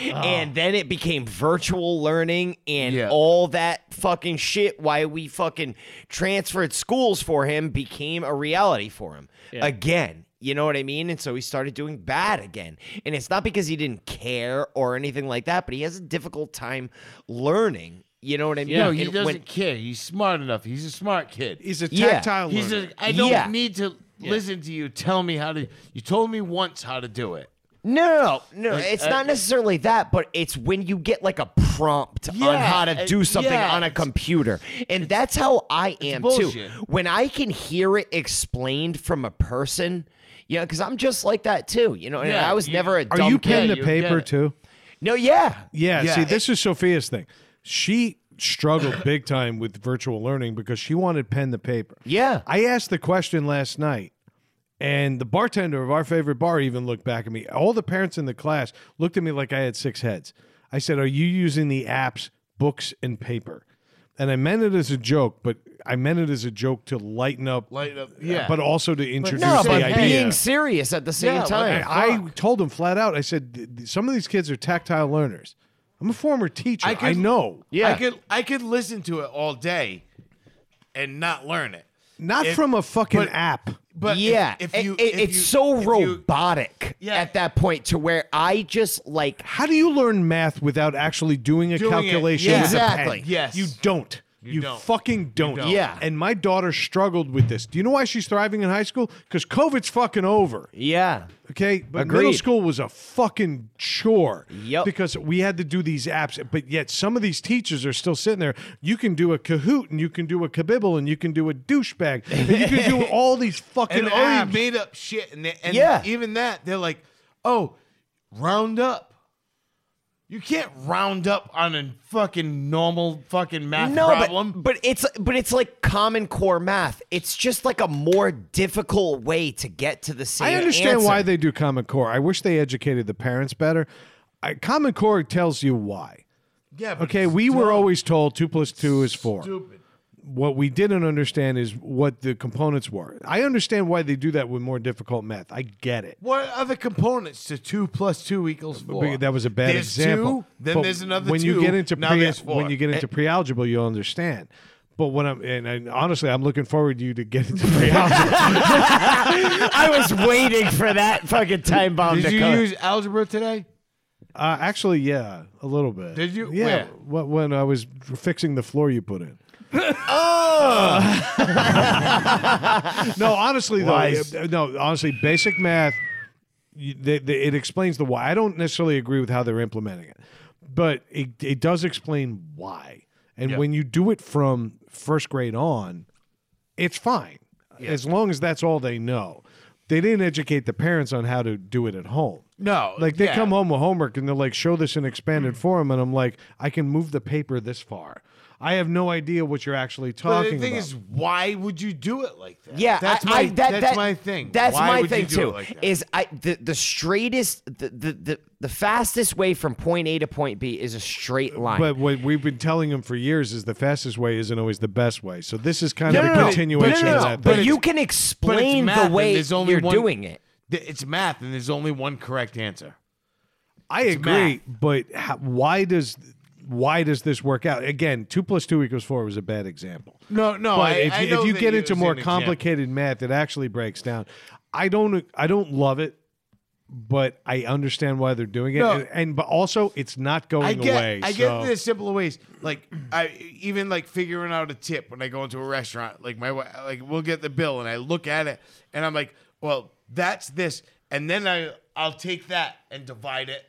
S2: And then it became virtual learning and
S4: Yeah.
S2: all that fucking shit why we fucking transferred schools for him became a reality for him. Again, You know what I mean? And so he started doing bad again. And it's not because he didn't care or anything like that, but he has a difficult time learning. You know what I mean?
S4: No, he
S2: And
S4: doesn't
S2: when-
S4: care. He's smart enough. He's a smart kid.
S3: He's a
S2: Yeah.
S3: tactile.
S4: He's
S3: learner.
S4: a, I don't
S2: Yeah.
S4: need to listen to you tell me how to. You told me once how to do it.
S2: No, no, no. It's
S4: uh,
S2: not necessarily that, but it's when you get like a prompt on
S4: Yeah,
S2: how to
S4: uh,
S2: do something
S4: yeah,
S2: on a
S4: it's-
S2: computer. And that's how I am too.
S4: bullshit.
S2: When I can hear it explained from a person, you know, because I'm just like that too. You know, and
S4: Yeah,
S2: I was
S4: you-
S2: never a
S3: Are
S2: dumb
S3: you
S2: kid.
S3: pen
S4: Yeah,
S3: to
S4: you get
S3: paper
S4: it.
S3: too?
S2: No, yeah.
S3: Yeah,
S2: Yeah,
S3: see, this is Sophia's thing. She struggled big time with virtual learning because she wanted pen to paper.
S2: Yeah.
S3: I asked the question last night, and the bartender of our favorite bar even looked back at me. All the parents in the class looked at me like I had six heads. I said, Are you using the apps, books, and paper? And I meant it as a joke, but I meant it as a joke to lighten up, uh,
S4: Lighten up, uh, yeah.
S3: but also to introduce
S2: No,
S3: the
S2: but
S3: idea.
S2: being serious at the same
S4: Yeah,
S2: time.
S4: like-
S3: I, I told him flat out. I said, "Th- th- "Some of these kids are tactile learners." I'm a former teacher. I,
S4: I could-
S3: know.
S4: I could I could listen to it all day, and not learn it.
S3: not
S4: if-
S3: from a fucking
S4: but-
S3: app.
S4: But if-
S2: yeah,
S4: if,
S2: it-
S4: you,
S2: it-
S4: if
S2: it's
S4: you-
S2: so
S4: if you-
S2: robotic
S4: Yeah.
S2: at that point to where I just like
S3: How do you learn math without actually doing a
S4: Doing it,
S3: calculation?
S4: yeah.
S3: with a pen?
S2: Exactly.
S4: Yes.
S3: you don't. You,
S4: don't.
S3: fucking don't.
S4: don't.
S2: Yeah.
S3: And my daughter struggled with this. Do you know why she's thriving in high school? Because COVID's fucking over.
S2: yeah.
S3: Okay, but middle
S2: Agreed.
S3: school was a fucking chore.
S2: Yep.
S3: Because we had to do these apps, but yet some of these teachers are still sitting there. You can do a Kahoot, and you can do a Kabibble, and you can do a douchebag, and you can do all these fucking
S4: and all
S3: apps.
S4: these made up shit, and, they, and
S2: Yeah.
S4: even that they're like, oh, round up. You can't round up on a fucking normal fucking math
S2: no,
S4: problem.
S2: but, but it's but it's like common core math. It's just like a more difficult way to get to the same.
S3: I understand
S2: answer.
S3: why they do Common Core. I wish they educated the parents better. I, Common Core tells you why.
S4: yeah, but
S3: Okay,
S4: it's
S3: we were
S4: dumb.
S3: always told two plus two is four.
S4: stupid.
S3: What we didn't understand is what the components were. I understand why they do that with more difficult math. I get it.
S4: What are the components to two plus two equals four?
S3: But that was a bad
S4: there's
S3: example.
S4: Two, then
S3: But
S4: there's another
S3: when
S4: two.
S3: you get into
S4: now
S3: pre-
S4: there's four. Eh.
S3: when you get into pre-algebra, you'll understand. But when I'm and, and honestly, I'm looking forward to you to get into pre-algebra.
S2: I was waiting for that fucking time bomb
S4: Did
S2: to
S4: you
S2: come.
S4: use algebra today?
S3: uh, actually, yeah, a little bit.
S4: Did you?
S3: Yeah,
S4: Where?
S3: wh- when I was fixing the floor you put in. oh. no, honestly though,
S2: Wise.
S3: uh, no, honestly, basic math. you- They, they, it explains the why. I don't necessarily agree with how they're implementing it, but it, it does explain why. And when you do it from first grade on, it's fine as long as that's all they know. They didn't educate the parents on how to do it at home.
S4: No,
S3: Like they
S4: yeah.
S3: come home with homework and they're like, show this in expanded form. And I'm like, I can move the paper this far. I have no idea what you're actually
S4: But
S3: talking
S4: the thing
S3: about.
S4: is, why would you do it like that?
S2: Yeah,
S4: that's
S2: I-
S4: my
S2: I- that-
S4: that's
S2: that-
S4: my thing.
S2: That's
S4: Why
S2: my
S4: would
S2: thing
S4: you do
S2: too.
S4: It like that?
S2: Is I the the straightest the, the the the fastest way from point A to point B is a straight line.
S3: but what we've been telling them for years is the fastest way isn't always the best way. So this is kind
S2: no,
S3: of
S2: no,
S3: a
S2: no, but,
S3: continuation of
S2: no, no,
S3: that.
S2: but
S3: thing.
S2: you can explain
S4: math
S2: the
S4: and
S2: way
S4: there's only
S2: you're
S4: one-
S2: doing it.
S4: Th- it's math, and there's only one correct answer.
S3: I agree, but how, why does why does this work out? Again, two plus two equals four was a bad example.
S4: No, no.
S3: but
S4: I,
S3: if,
S4: I
S3: you-
S4: know
S3: if you
S4: that
S3: get
S4: it
S3: into
S4: was
S3: more
S4: an example.
S3: complicated math, it actually breaks down. I don't I don't love it, but I understand why they're doing it,
S4: No.
S3: and, and- but also it's not going
S4: I get,
S3: away.
S4: I get
S3: so-
S4: the simpler ways. Like I even like figuring out a tip when I go into a restaurant. Like my wi- like we'll get the bill and I look at it and I'm like, well, that's this, and then I I'll take that and divide it.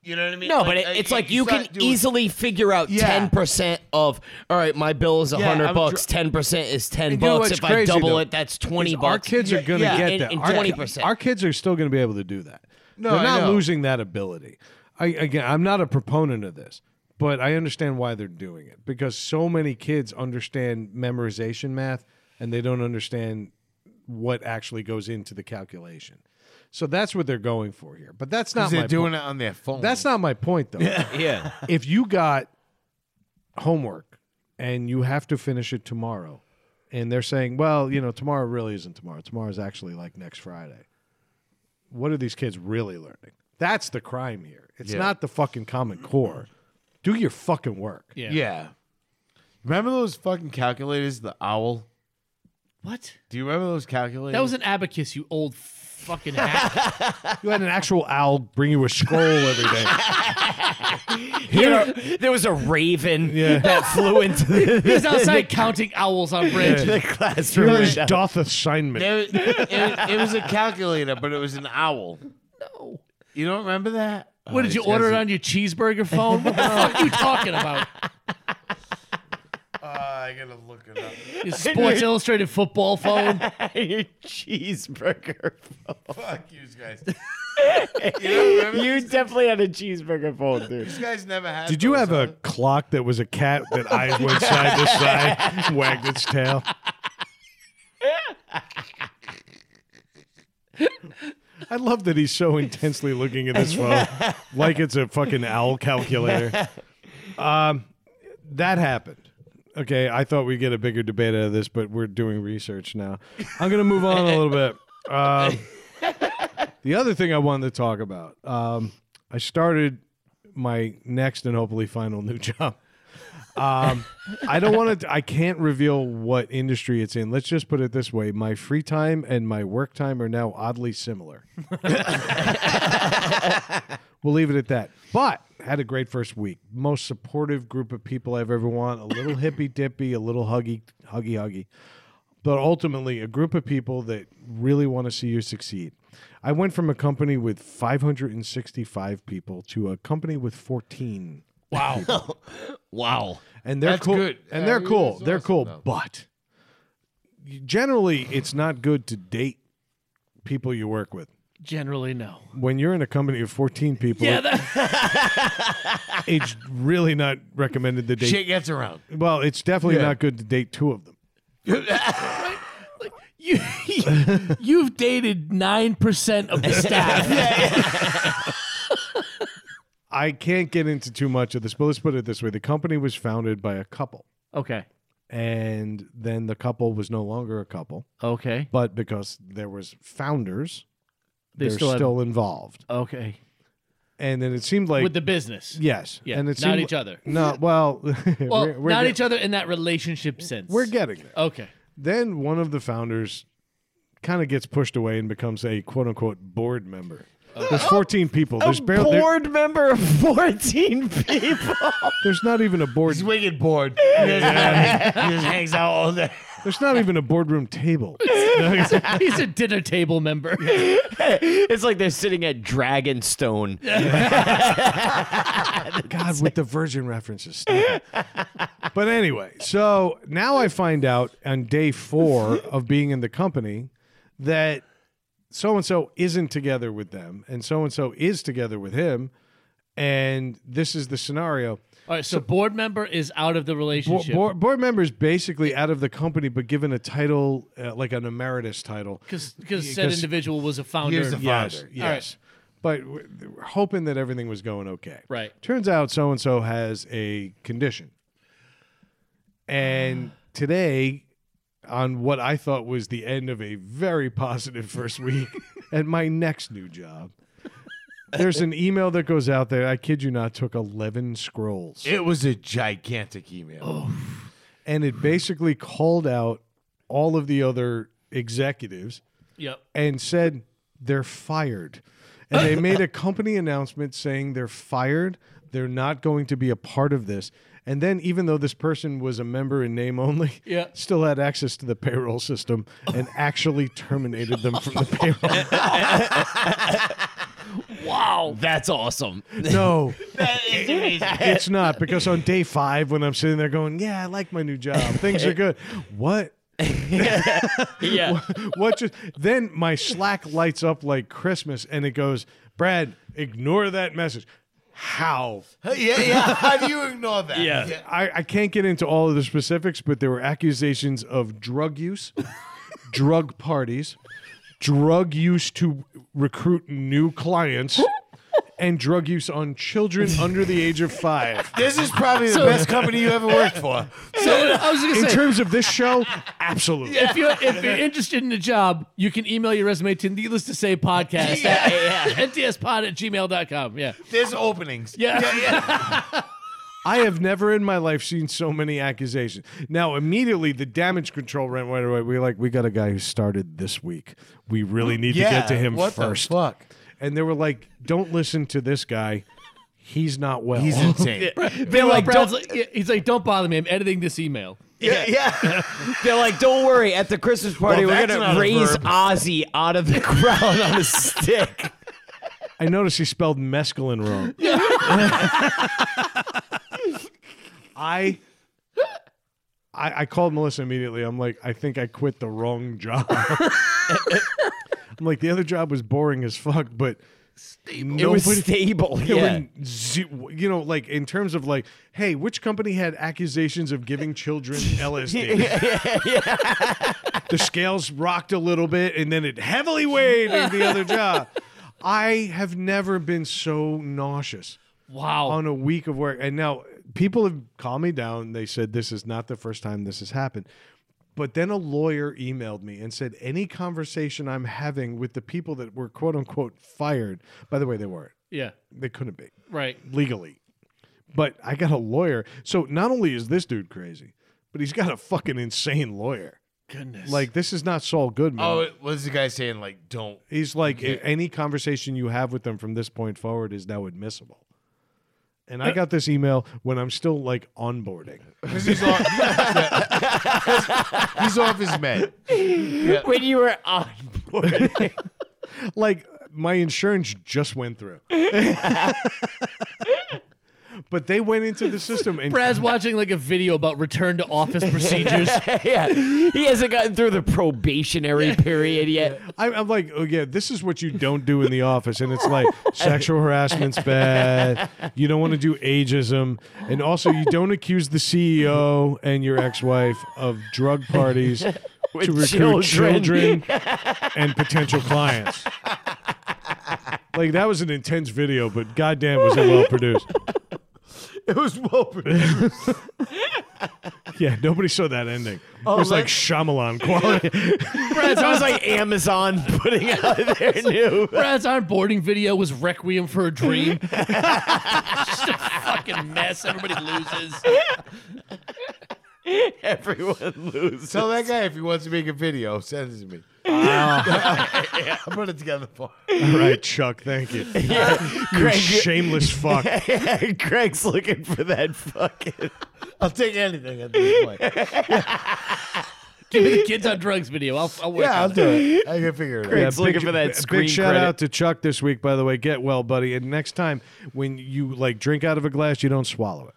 S4: You know what I mean?
S5: No, but it,
S4: I-
S5: it's like you
S4: start
S5: can
S4: doing-
S5: easily figure out
S4: Yeah.
S5: ten percent of. All right, my bill is a
S4: Yeah,
S5: hundred
S4: I'm
S5: bucks.
S4: dr-
S5: Ten percent is ten
S3: And you know
S5: bucks.
S3: what's
S5: If I
S3: crazy,
S5: double
S3: though,
S5: it, that's twenty bucks.
S3: our kids are going to
S5: yeah,
S3: get
S5: in-
S3: that.
S5: in
S3: Our-
S5: 20%.
S3: Our kids are still going to be able to do that.
S4: No,
S3: they're
S4: I
S3: not
S4: know.
S3: losing that ability. I, again, I'm not a proponent of this, but I understand why they're doing it because so many kids understand memorization math and they don't understand what actually goes into the calculation. So that's what they're going for here. But that's not my
S4: They're doing
S3: point.
S4: it on their phone.
S3: That's not my point though.
S5: Yeah.
S3: if you got homework and you have to finish it tomorrow and they're saying well you know tomorrow really isn't tomorrow tomorrow's actually like next friday what are these kids really learning that's the crime here it's not the fucking common core do your fucking work
S4: yeah. Remember those fucking calculators, the owl?
S1: What?
S4: Do you remember those calculators?
S1: That was an abacus, you old fucking hack.
S3: You had an actual owl bring you a scroll every day.
S5: there was a raven
S3: Yeah.
S5: that flew into the,
S1: He's outside counting owls on branches.
S5: the classroom.
S3: Here's doth assignment.
S4: There- it, it was a calculator, but it was an owl. No. You don't remember that?
S1: What did you order it on your cheeseburger phone? What the fuck are you talking about?
S4: I gotta look it up.
S1: Your Sports Illustrated football phone?
S5: Your cheeseburger.
S4: Fuck you guys. you don't remember?
S5: You definitely had a cheeseburger phone, dude.
S4: These guys never had.
S3: Did you
S4: those,
S3: have a
S4: huh?
S3: clock that was a cat that eyes went side to side, and wagged its tail? I love that he's so intensely looking at this phone, like it's a fucking owl calculator. Um, that happened. Okay, I thought we'd get a bigger debate out of this, but we're doing research now. I'm gonna move on a little bit. Um, the other thing I wanted to talk about, um, I started my next and hopefully final new job. Um, I don't want to. I can't reveal what industry it's in. Let's just put it this way: my free time and my work time are now oddly similar. we'll leave it at that. But had a great first week. Most supportive group of people I've ever want. A little hippy dippy, a little huggy, huggy, huggy but ultimately a group of people that really want to see you succeed. I went from a company with 565 people to a company with 14.
S5: Wow.
S3: And they're
S4: That's
S3: cool.
S4: good.
S3: And
S4: Yeah,
S3: they're
S4: it
S3: cool.
S4: is
S3: they're
S4: awesome,
S3: cool,
S4: though.
S3: but generally it's not good to date people you work with.
S1: Generally, no.
S3: When you're in a company of 14 people,
S1: Yeah, that,
S3: it's really not recommended to date.
S4: shit gets around?
S3: Well, it's definitely not good to date two of them.
S1: you, you've dated 9% of the staff.
S3: I can't get into too much of this, but let's put it this way. The company was founded by a couple.
S1: Okay.
S3: and then the couple was no longer a couple
S1: Okay.
S3: but because there was founders
S1: They
S3: they are
S1: still
S3: still,
S1: have-
S3: involved
S1: Okay.
S3: and then it seemed like
S1: With the business.
S3: yes
S1: Yeah,
S3: and it
S1: not
S3: seemed
S1: each
S3: li-
S1: other.
S3: no well
S1: Well,
S3: we're, we're
S1: not
S3: get-
S1: each other in that relationship sense.
S3: we're getting there
S1: Okay.
S3: then one of the founders kind of gets pushed away and becomes a quote-unquote board member
S1: Oh.
S3: there's 14 people there's barely there-
S5: Board member of 14 people.
S3: there's not even a board
S4: He's wicked bored. He doesn't have any- he just hangs out all day.
S3: there's not even a boardroom table
S1: He's a dinner table member.
S5: it's like they're sitting at Dragonstone.
S3: God, with the virgin references. stop it. but anyway, so now I find out on day four of being in the company that so and so isn't together with them and so and so is together with him. And this is the scenario.
S1: All right, so, board member is out of the
S3: Bo-
S1: relationship.
S3: board, board members basically out of the company, but given a title, uh, like an emeritus title.
S1: because said
S3: 'cause-
S1: individual was a founder.
S4: He was the
S3: Yes,
S4: founder.
S3: yes. But we're we're hoping that everything was going okay.
S1: Right.
S3: Turns out so and so has a condition. And today, on what I thought was the end of a very positive first week at my next new job, there's an email that goes out there. I kid you not, took 11 scrolls.
S4: It was a gigantic email.
S3: and it basically called out all of the other executives
S1: Yep.
S3: and said they're fired. And they made a company announcement saying they're fired. They're not going to be a part of this. And then, even though this person was a member in name only,
S1: Yeah.
S3: still had access to the payroll system and actually terminated them from the payroll.
S5: Wow. That's awesome.
S3: No, it's not because on day five, when I'm sitting there going, "Yeah, I like my new job. Things are good." What?
S5: Yeah.
S3: what just then my slack lights up like christmas and it goes brad ignore that message how
S4: Yeah, yeah. How do you ignore that?
S5: Yeah.
S3: I, I can't get into all of the specifics but there were accusations of drug use drug parties drug use to recruit new clients and drug use on children under the age of five
S4: This is probably the best company you ever worked for.
S1: So I was going
S3: in
S1: to say,
S3: terms of this show absolutely
S1: if you're if you're interested in a job, you can email your resume to needless to say podcast at ntspod at gmail.com. Yeah.
S4: There's openings.
S1: Yeah.
S3: I have never in my life seen so many accusations. Now, immediately the damage control ran right away. We're like, we got a guy who started this week. We really need to get to him
S4: what
S3: first.
S4: The fuck.
S3: And they were like, don't listen to this guy. He's not well.
S4: He's insane.
S1: They're like, Brad's like, yeah, he's like, don't bother me. I'm editing this email.
S5: Yeah, yeah. They're like, don't worry. At the Christmas party,
S4: Well,
S5: we're
S4: that's
S5: gonna
S4: not a
S5: raise
S4: verb.
S5: Ozzy out of the crowd on a stick.
S3: I noticed he spelled mescaline wrong. I, I I called Melissa immediately. I'm like, I think I quit the wrong job. I'm like, the other job was boring as fuck, but
S5: It was
S3: nobody-
S5: stable.
S3: there
S5: Yeah.
S3: were ze- you know, like in terms of like, hey, which company had accusations of giving children LSD? the scales rocked a little bit, and then it heavily weighed in the other job. I have never been so nauseous
S1: Wow.
S3: on a week of work, and now people have calmed me down. They said this is not the first time this has happened. But then a lawyer emailed me and said any conversation I'm having with the people that were quote unquote fired. By the way, they weren't.
S1: yeah.
S3: They couldn't be
S1: Right.
S3: legally. But I got a lawyer. So not only is this dude crazy, but he's got a fucking insane lawyer.
S1: Goodness.
S3: Like this is not Saul Goodman.
S4: oh, what's the guy saying? Like, don't.
S3: he's like "A- any conversation you have with them from this point forward is now admissible. And I got this email when I'm still like onboarding.
S4: 'Cause He's off, he's off his med.
S5: When you were on
S3: Like my insurance just went through. but they went into the system and
S1: Brad's watching like a video about return to office procedures.
S5: yeah. He hasn't gotten through the probationary period yet.
S3: I'm, I'm like, oh yeah, this is what you don't do in the office, and it's like sexual harassment's bad. You don't want to do ageism, and also you don't accuse the CEO and your ex-wife of drug parties to recruit
S5: children.
S3: children and potential clients. Like that was an intense video, but goddamn, was it well produced.
S4: It was well produced.
S3: Yeah, nobody saw that ending.
S4: Oh,
S3: it was like Shyamalan quality.
S5: Brad, it was like Amazon putting out their new.
S1: Brad's onboarding video was Requiem for a Dream. Just a fucking mess. Everybody loses.
S5: Everyone lose.
S4: Tell that guy if he wants to make a video, send it to me. I'll put it together for him.
S3: All right, Chuck, thank you. you shameless fuck.
S5: Greg's looking for that fucking.
S4: I'll take anything at this point.
S1: Give me the kids on drugs video. I'll, I'll work on
S4: Yeah, I'll
S1: it.
S4: do it. I can figure it out.
S5: Greg's looking for that
S3: big
S5: screen
S3: shout
S5: credit.
S3: out to Chuck this week, by the way. Get well, buddy. And next time when you like drink out of a glass, you don't swallow it.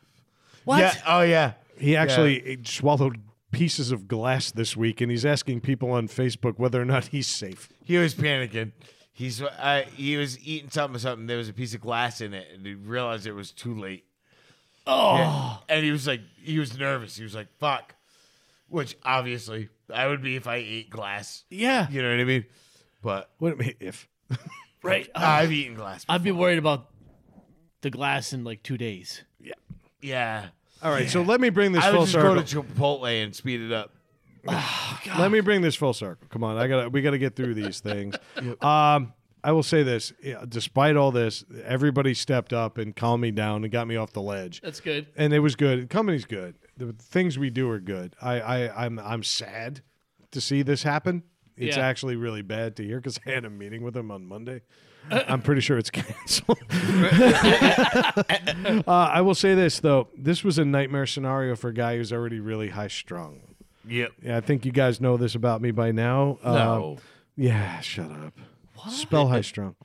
S1: What?
S4: Yeah. Oh yeah.
S3: He actually eh, swallowed pieces of glass this week, and he's asking people on Facebook whether or not he's safe.
S4: He was panicking. He's uh, he was eating something or something. There was a piece of glass in it, and he realized it was too late. Oh. And he was like, he was nervous. He was like, "Fuck," which obviously I would be if I ate glass.
S1: Yeah.
S4: You know what I mean? But
S3: What do you mean, if?
S1: Right.
S4: I've eaten glass.
S1: I'd be worried about the glass in like two days.
S4: yeah.
S3: All right, so let me bring this
S4: I
S3: full
S4: would just go
S3: circle.
S4: to Chipotle and speed it up.
S3: Let me bring this full circle. Come on, I got to we got to get through these things. Um, I will say this: yeah, despite all this, everybody stepped up and calmed me down and got me off the ledge.
S1: That's good.
S3: and it was good. The company's good. The things we do are good. I, I I'm I'm sad to see this happen. It's
S1: Yeah.
S3: actually really bad to hear because I had a meeting with him on Monday. I'm pretty sure it's canceled. uh, I will say this though: this was a nightmare scenario for a guy who's already really high strung.
S4: Yep.
S3: Yeah, I think you guys know this about me by now. Uh,
S4: No.
S3: yeah, shut up. Spell high strung.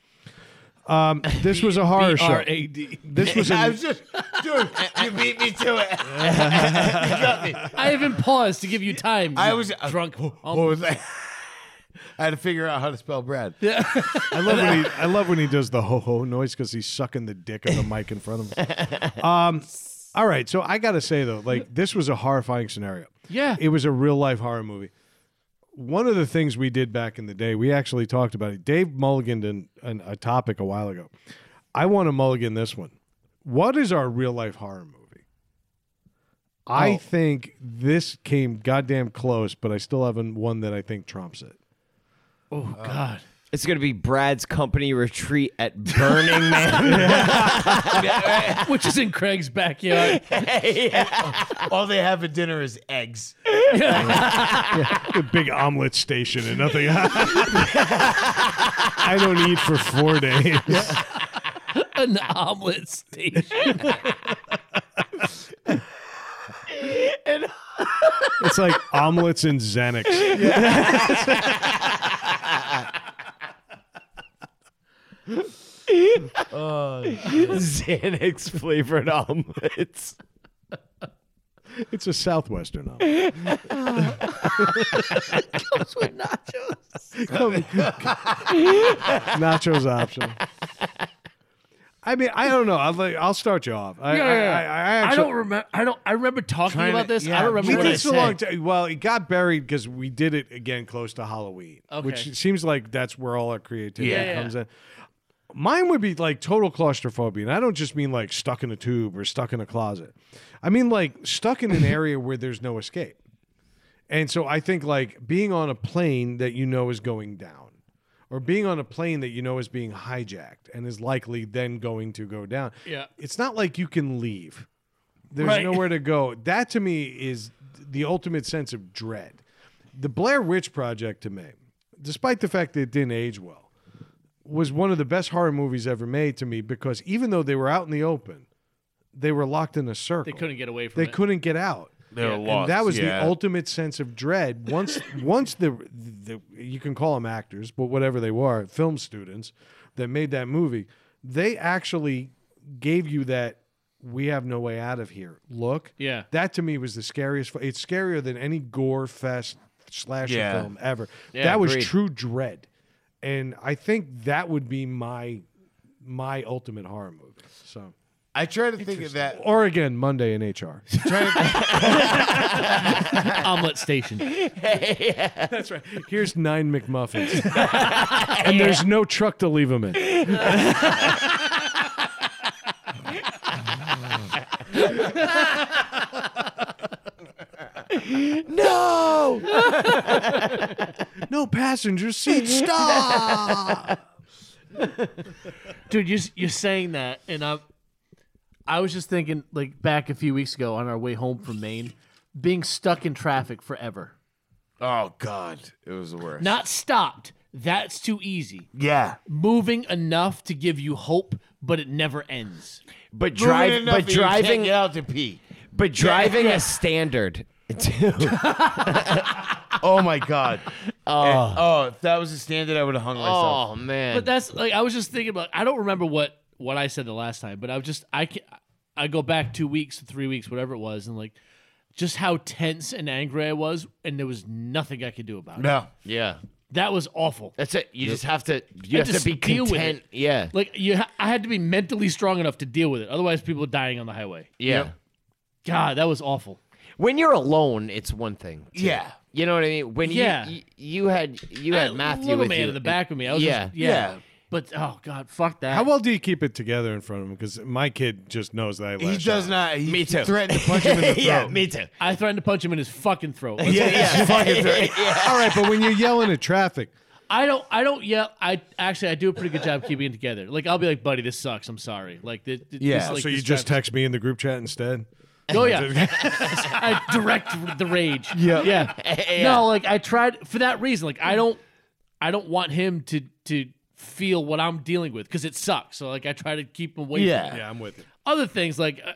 S3: Um, this was a horror show.
S1: B-R-A-D.
S3: This was
S4: I
S3: a,
S4: was just, dude, you beat me to it. you got me.
S1: I even paused to give you time.
S4: I
S1: you
S4: was uh,
S1: drunk.
S4: What
S1: Um,
S4: was that? I had to figure out how to spell Brad.
S3: I love when he I love when he does the ho ho noise because he's sucking the dick of the mic in front of him. Um, all right, so I gotta say though, like this was a horrifying scenario.
S1: Yeah.
S3: it was a real life horror movie. One of the things we did back in the day, we actually talked about it. Dave mulliganed an, an, a topic a while ago. I want to mulligan this one. What is our real life horror movie? I think this came goddamn close, but I still haven't one that I think trumps it.
S1: oh God.
S5: It's gonna be Brad's company retreat at Burning Man.
S1: which is in Craig's backyard.
S4: All they have at dinner is eggs.
S3: a big omelet station and nothing. I don't eat for four days.
S1: An omelet station.
S3: It's like omelets and Xanax.
S5: Xanax flavored omelets.
S3: It's a southwestern omelet. Comes with nachos. nachos option. I mean, I don't know. I'll, like, I'll start you off. I, I- I, I
S1: I
S3: actually,
S1: don't remember. I don't. I remember talking
S4: Trying to-
S1: about this. I
S4: yeah,
S1: don't remember
S3: we
S1: what
S3: did
S1: I
S3: so
S1: said.
S3: long. ti- well, it got buried because we did it again close to Halloween,
S1: Okay.
S3: which seems like that's where all our creativity
S1: Yeah.
S3: comes in. Mine would be like total claustrophobia, and I don't just mean like stuck in a tube or stuck in a closet. I mean like stuck in an area where there's no escape. And so I think like being on a plane that you know is going down, or being on a plane that you know is being hijacked and is likely then going to go down.
S1: Yeah.
S3: It's not like you can leave. There's
S1: Right.
S3: nowhere to go. That to me is the ultimate sense of dread. The Blair Witch Project to me, despite the fact that it didn't age well, was one of the best horror movies ever made to me because even though they were out in the open, they were locked in a circle.
S1: They couldn't get away from
S3: They
S1: it.
S3: couldn't get out.
S6: They're
S1: and
S6: lost.
S3: And that was
S6: yeah.
S3: the ultimate sense of dread. Once, once the, the you can call them actors, but whatever they were, film students that made that movie, they actually gave you that we have no way out of here. Look,
S1: Yeah.
S3: that to me was the scariest. fi- It's scarier than any gore fest slasher
S6: Yeah.
S3: film ever. that was true dread, and I think that would be my my ultimate horror movie. So,
S4: I try to think of that.
S3: or again, Monday in HR.
S1: omelet station.
S3: Here's nine McMuffins. and there's no truck to leave them in.
S5: No.
S3: No passenger seat. Stop.
S1: Dude, you're, you're saying that, and I, I was just thinking, like back a few weeks ago on our way home from Maine, being stuck in traffic forever,
S6: Oh God, it was the worst.
S1: not stopped. That's too easy.
S6: Yeah.
S1: Moving enough to give you hope, but it never ends.
S5: But
S4: Drive,
S5: drive.
S4: enough
S5: But
S4: that you can't
S5: driving.
S4: get out to pee.
S5: But driving a standard. Dude.
S6: Oh my God.
S4: Oh. if that was a standard, I would have hung myself.
S5: Oh man.
S1: But that's like I was just thinking about. I don't remember what what I said the last time, but I was just I can I go back two weeks, three weeks, whatever it was, and like just how tense and angry I was, and there was nothing I could do about it.
S4: No.
S5: yeah.
S1: That was awful.
S5: That's it. You just have to.
S1: I
S5: You have to
S1: just
S5: be
S1: deal with it.
S5: content. Yeah.
S1: Like you, ha- I had to be mentally strong enough to deal with it. Otherwise, people are dying on the highway.
S5: Yeah.
S1: God, that was awful.
S5: When you're alone, it's one thing. too.
S4: Yeah.
S5: You know what I mean? When
S1: Yeah.
S5: you, you you had you had Matthew
S1: little
S5: with
S1: man
S5: you.
S1: in the back of me. I was
S5: Yeah.
S1: just- yeah, But oh god, fuck that.
S3: How well do you keep it together in front of him? Because my kid just knows that I
S4: He
S3: lash
S4: does
S3: out.
S4: not. He
S5: Me too.
S4: threatened to punch him in the throat.
S5: yeah, me too.
S1: I threatened to punch him in his fucking throat.
S5: Yeah,
S3: All right, but when you're yelling at traffic,
S1: I don't. I don't yell. I actually I do a pretty good job keeping it together. Like I'll be like, buddy, this sucks. I'm sorry. Like th- th-
S4: Yeah.
S1: This, like,
S3: so you
S1: this
S3: just
S1: drive-
S3: text me in the group chat instead.
S1: oh yeah. I direct the rage. Yeah. yeah. No, like I tried for that reason. Like I don't. I don't want him to to feel what I'm dealing with because it sucks. So like I try to keep him away. from
S6: Yeah.
S1: it.
S3: Yeah, I'm with you.
S1: Other things like. Uh,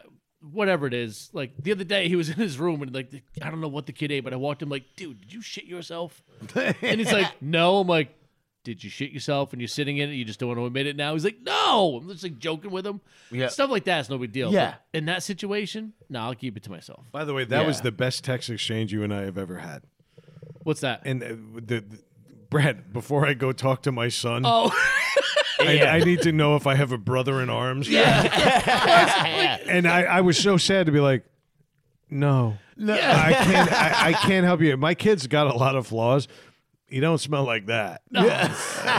S1: Whatever it is, like the other day he was in his room and like I don't know what the kid ate, but I walked in like, dude, did you shit yourself? And he's like, no. I'm like, did you shit yourself and you're sitting in it? You just don't want to admit it now? He's like, no. I'm just like joking with him.
S6: Yeah.
S1: Stuff like that's no big deal.
S6: Yeah.
S1: But in that situation, no, I'll keep it to myself.
S3: By the way, that was
S6: Yeah.
S3: the best text exchange you and I have ever had.
S1: What's that?
S3: And uh, the, the Brad, before I go talk to my son,
S1: oh,
S3: I, I need to know if I have a brother in arms. and I, I was so sad to be like, no, no, I can't. I, I can't help you. My kid's got a lot of flaws. you don't smell like that.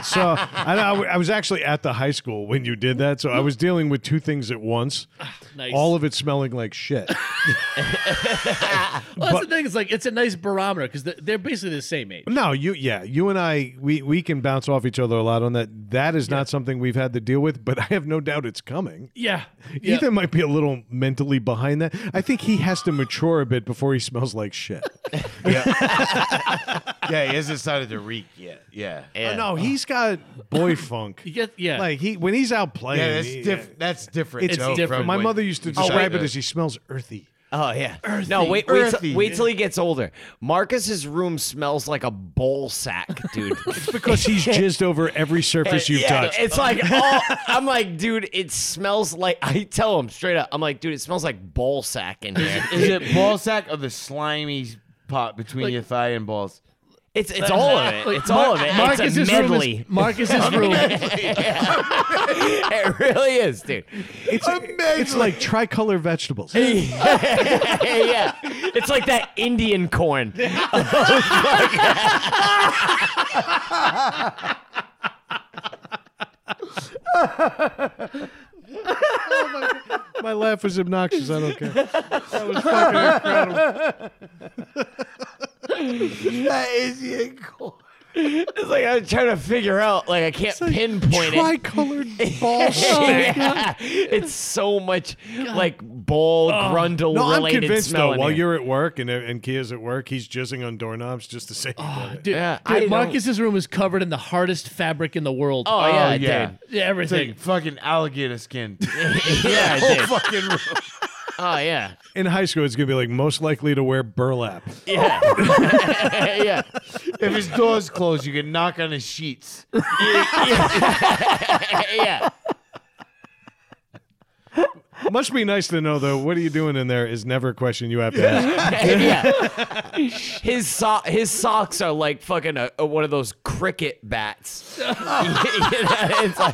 S3: so I, I w- I was actually at the high school when you did that. So I was dealing with two things at once.
S1: Nice.
S3: All of it smelling like shit.
S1: Well, that's the thing. It's like it's a nice barometer because they're basically the same age.
S3: No, you yeah, you and I we we can bounce off each other a lot on that. That is not something we've had to deal with, but I have no doubt it's coming.
S1: Yeah.
S3: Ethan might be a little mentally behind that. I think he has to mature a bit before he smells like shit.
S4: Yeah, he hasn't started to reek yet. Yeah.
S3: Oh, no, he's got boy funk.
S1: You get yeah.
S3: Like he when he's out playing,
S4: Yeah, that's
S3: he-
S4: diff- that's different.
S3: It's
S4: though,
S1: different.
S4: from
S3: My
S4: when-
S3: mother used to
S4: Oh, wait,
S3: describe it
S4: uh,
S3: as he smells earthy.
S2: Oh yeah. no, wait, wait, till-
S4: earthy.
S2: wait till he gets older. Marcus's room smells like a bowl sack, dude.
S3: Because he's jizzed over every surface you've
S2: Yeah,
S3: touched.
S2: It's like all, I'm like, dude, it smells like I tell him straight up, I'm like, dude, it smells like ball sack in here.
S4: Is it ball sack or the slimy part between your thigh and balls?
S2: It's it's all of it.
S1: Like,
S2: It's
S1: Mar-
S2: all of it.
S1: Marcus's
S2: it's a medley.
S1: Room is, Marcus's room.
S2: it really is, dude.
S3: It's, it's like tricolor vegetables.
S2: yeah. It's like that Indian corn.
S3: My laugh was obnoxious. I don't care.
S4: That is incredible.
S2: It's like I'm trying to figure out. Like I can't pinpoint it.
S3: Tricolored ball sack.
S2: Yeah. It's so much like ball grundle
S3: No, I'm
S2: related
S3: convinced
S2: smell.
S3: though.
S2: in
S3: While
S2: here.
S3: you're at work and and Kia's at work, he's jizzing on doorknobs just to say.
S1: Dude,
S2: Yeah, I
S1: dude
S2: don't-
S1: Marcus's room is covered in the hardest fabric in the world.
S2: oh yeah,
S4: Oh, yeah.
S2: dude.
S1: Yeah,
S4: It's like
S1: everything.
S4: fucking alligator skin.
S2: Yeah,
S4: Whole
S2: dude.
S4: fucking room.
S2: Oh yeah,
S3: In high school, it's gonna be like most likely to wear burlap.
S2: yeah, yeah.
S4: If his door's closed, you can knock on his sheets.
S2: yeah.
S3: Must be nice to know though. What are you doing in there? Is never a question you have to ask.
S2: yeah. His so- his socks are like fucking a, a- one of those cricket bats. You know, it's like,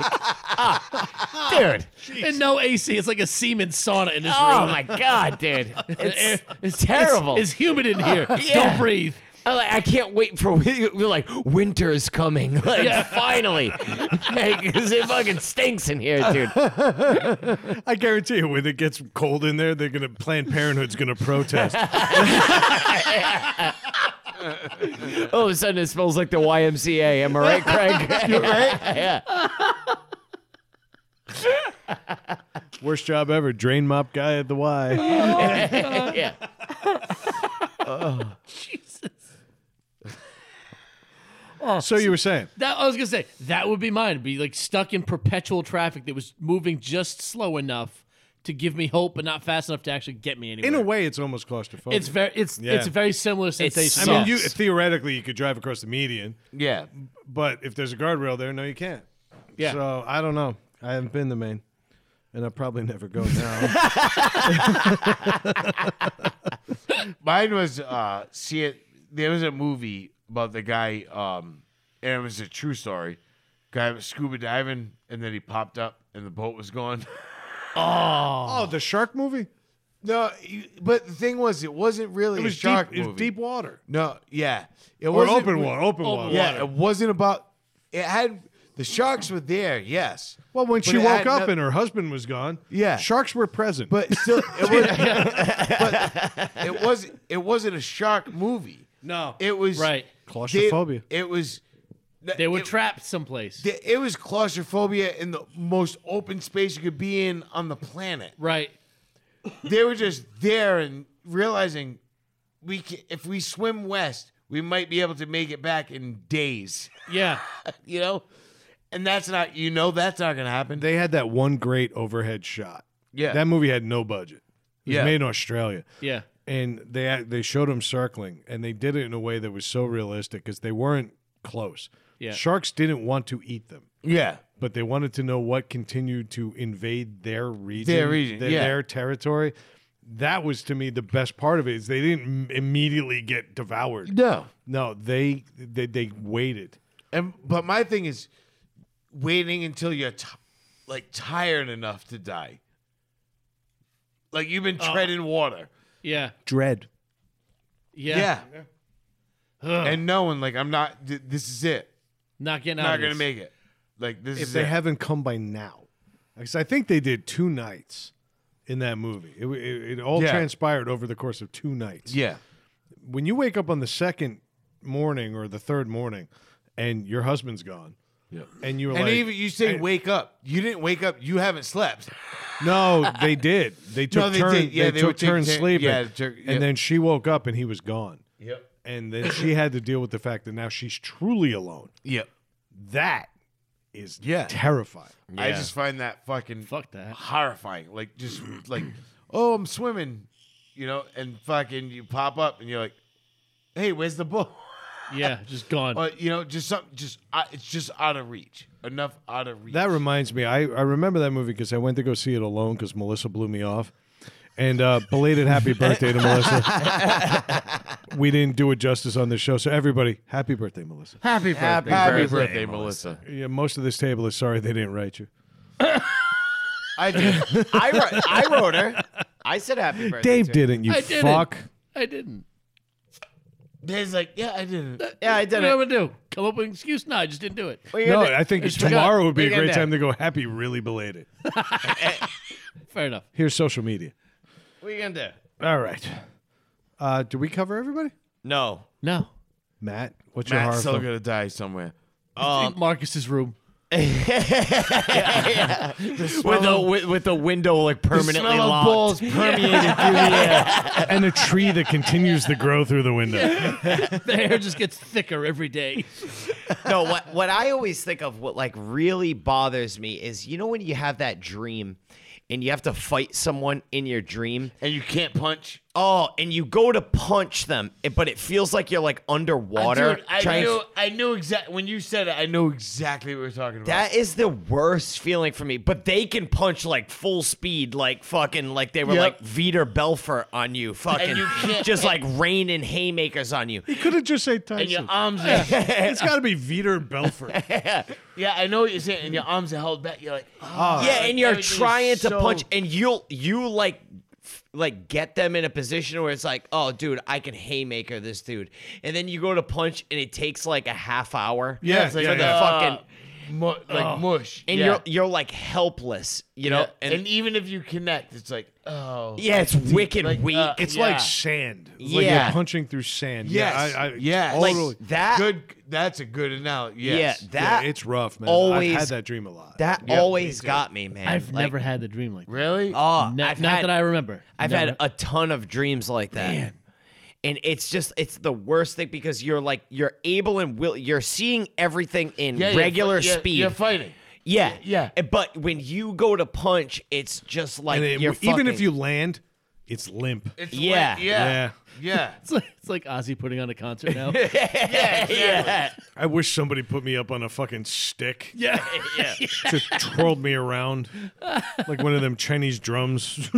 S2: ah, dude.
S1: and no AC. It's like a semen sauna in his
S2: Oh
S1: room.
S2: my god, dude. It's, it's
S1: It's-
S2: terrible.
S1: It's, humid in here. Don't breathe.
S2: I'm like, I can't wait for we're like winter is coming. Like finally, because it fucking stinks in here, dude.
S3: I guarantee you, when it gets cold in there, they're gonna Planned Parenthood's gonna protest.
S2: All of a sudden, it smells like the YMCA. Am I right, Craig? You're right. yeah.
S3: Worst job ever. Drain mop guy at the Y.
S2: yeah.
S1: Jesus.
S3: So you were saying.
S1: That I was gonna say that would be mine. Be like stuck in perpetual traffic that was moving just slow enough to give me hope, but not fast enough to actually get me anywhere.
S3: In a way, it's almost claustrophobic.
S1: it's very it's
S3: Yeah.
S1: it's a very similar sensation.
S3: I mean, you theoretically you could drive across the median,
S4: Yeah.
S3: but if there's a guardrail there, no, you can't.
S1: Yeah.
S3: So I don't know. I haven't been to Maine, and I'll probably never go now.
S4: Mine was uh see it there was a movie about the guy um and it was a true story. Guy was scuba diving and then he popped up and the boat was gone.
S3: oh, the shark movie.
S4: No, you- but the thing was it wasn't really
S3: It was
S4: a shark
S3: deep. It was
S4: movie.
S3: deep water
S4: No, yeah. It
S3: or
S4: wasn't
S3: open
S4: re-
S3: water. Open water.
S4: Yeah, it wasn't about it had the sharks were there, yes.
S3: Well, when
S4: But
S3: she
S4: it
S3: woke
S4: had
S3: up
S4: no-
S3: and her husband was gone,
S4: Yeah.
S3: sharks were present.
S4: But still, it was. but it was. It wasn't a shark movie.
S1: No.
S4: it was
S1: Right.
S3: Claustrophobia.
S4: They- it was.
S1: they were
S4: it,
S1: trapped someplace.
S4: they- It was claustrophobia in the most open space you could be in on the planet.
S1: right.
S4: They were just there and realizing we can, if we swim west, we might be able to make it back in days.
S1: Yeah.
S4: You know, and that's not. You know, that's not gonna happen.
S3: they had that one great overhead shot.
S4: Yeah.
S3: that movie had no budget. It was
S4: Yeah.
S3: made in Australia.
S1: Yeah.
S3: and they act- they showed them circling, and they did it in a way that was so realistic because they weren't close.
S1: Yeah.
S3: Sharks didn't want to eat them,
S4: yeah.
S3: but they wanted to know what continued to invade their region,
S4: Their region,
S3: their,
S4: yeah.
S3: their territory. That was to me the best part of it is they didn't m- immediately get devoured.
S4: No.
S3: No, they they, they waited.
S4: And but my thing is waiting until you're t- like tired enough to die. Like you've been treading water.
S1: Yeah.
S3: Dread.
S1: Yeah.
S4: Yeah. and knowing like I'm not. th- This is it.
S1: Not getting
S4: I'm
S1: out.
S4: not
S1: of
S4: gonna
S1: this.
S4: make it. Like this
S3: if
S4: is
S3: they
S4: it.
S3: haven't come by now. Because I think they did two nights in that movie. It, it, it all
S4: Yeah.
S3: transpired over the course of two nights.
S4: yeah.
S3: When you wake up on the second morning or the third morning and your husband's gone,
S4: Yeah.
S3: and you were
S4: And
S3: like,
S4: even you say
S3: and-
S4: wake up. You didn't wake up. You haven't slept.
S3: no, they did. They took
S4: they
S3: turns.
S4: did. Yeah,
S3: they,
S4: they
S3: took
S4: would take
S3: turns
S4: turn-
S3: sleeping.
S4: yeah, they took- yep.
S3: And then she woke up and he was gone.
S4: Yep.
S3: And then she had to deal with the fact that now she's truly alone.
S4: Yep.
S3: That is
S4: Yeah.
S3: terrifying.
S4: I just find that fucking
S1: Fuck that.
S4: horrifying. Like just like, oh, I'm swimming, you know, and fucking you pop up and you're like, hey, where's the boat?
S1: Yeah, just gone.
S4: Or you know, just something, just uh, it's just out of reach. Enough out of reach.
S3: That reminds me, I, I remember that movie because I went to go see it alone because Melissa blew me off. And uh, belated happy birthday to Melissa. we didn't do it justice on this show. So, everybody, happy birthday, Melissa.
S4: happy birthday, happy, birthday, Melissa.
S3: Yeah, most of this table is sorry they didn't write you.
S2: I did. I wrote, I wrote her. I said happy birthday.
S3: Dave
S2: to her.
S3: didn't, you
S1: I didn't.
S3: fuck.
S1: I didn't.
S4: Dave's like, yeah, I didn't.
S2: Yeah, I
S1: What
S2: did
S1: am I
S2: it.
S1: gonna do? Come up with an excuse? No, I just didn't do it.
S2: Well, you're
S3: No,
S2: the-
S3: I think
S1: it's
S3: tomorrow would be a
S2: forgot-
S3: great
S2: forgot
S3: time to go happy, really belated.
S1: Fair enough.
S3: Here's social media.
S2: What are you gonna do?
S3: All right. Uh, do we cover everybody?
S2: No.
S1: No.
S3: Matt, what's your horror
S4: Matt's still
S3: film?
S4: gonna die somewhere.
S1: Marcus's room.
S5: with the with, with the window like permanently
S4: smell of
S5: locked.
S4: balls permeated through the air.
S3: and a tree that continues to grow through the window.
S1: The hair just gets thicker every day.
S2: no, what what I always think of what like really bothers me is you know when you have that dream and you have to fight someone in your dream.
S4: and you can't punch.
S2: Oh, and you go to punch them, it- but it feels like you're like underwater.
S4: Dude, I
S2: trying-
S4: knew, I knew exactly when you said it. I knew exactly what we were talking about.
S2: that is the worst feeling for me. But they can punch like full speed, like fucking, like they were
S4: Yep.
S2: like Vitor Belfort on you, fucking,
S4: you can't-
S2: just like raining haymakers on you.
S3: He could have just said Tyson.
S4: and your arms, are,
S3: It's got to be Vitor Belfort.
S4: yeah, I know what you're saying. And your arms are held back. You're like, oh,
S2: yeah, and you're
S4: everything is
S2: trying to
S4: so-
S2: punch, and you'll you like f- like get them in a position where it's like, oh, dude, I can haymaker this dude, and then you go to punch, and it takes like a half hour.
S3: Yeah,
S4: it's like
S3: yeah,
S4: the
S3: yeah.
S2: fucking-
S4: mu- like mush.
S2: Oh. and
S4: yeah.
S2: you're you're like helpless, you know.
S4: Yeah,
S2: And,
S4: and, even if you connect, it's like, oh,
S2: yeah, it's wicked
S4: like,
S2: weak.
S4: uh,
S3: It's
S4: Yeah.
S3: like sand. It's Like
S2: Yeah.
S3: you're punching through sand.
S4: Yes.
S3: Yeah. I, I,
S4: Yes.
S3: all
S2: like
S3: really-
S2: that.
S4: good. That's a good analogy.
S2: Yeah,
S4: Yes.
S2: that
S3: yeah, it's rough, man.
S2: always-
S3: I've had that dream a lot.
S2: that
S4: Yeah, me
S2: always
S4: too.
S2: got me, man.
S1: I've
S2: Like,
S1: never had the dream like that.
S4: really.
S2: Oh,
S1: No,
S2: I've
S1: not
S2: had,
S1: that I remember.
S2: I've
S1: Never.
S2: had a ton of dreams like that. And it's just it's the worst thing because you're like you're able and will you're seeing everything in
S4: Yeah, you're fi-
S2: regular
S4: you're-
S2: speed.
S4: You're fighting.
S2: yeah.
S4: yeah.
S2: And- But when you go to punch, it's just like
S3: And it-
S2: you're
S3: even if
S2: fucking-
S3: you land, it's limp.
S4: It's
S2: Yeah.
S4: like- yeah, yeah,
S1: It's like, it's like Ozzy putting on a concert now.
S2: yeah.
S3: I wish somebody put me up on a fucking stick.
S1: yeah.
S3: Just twirled me around like one of them Chinese drums.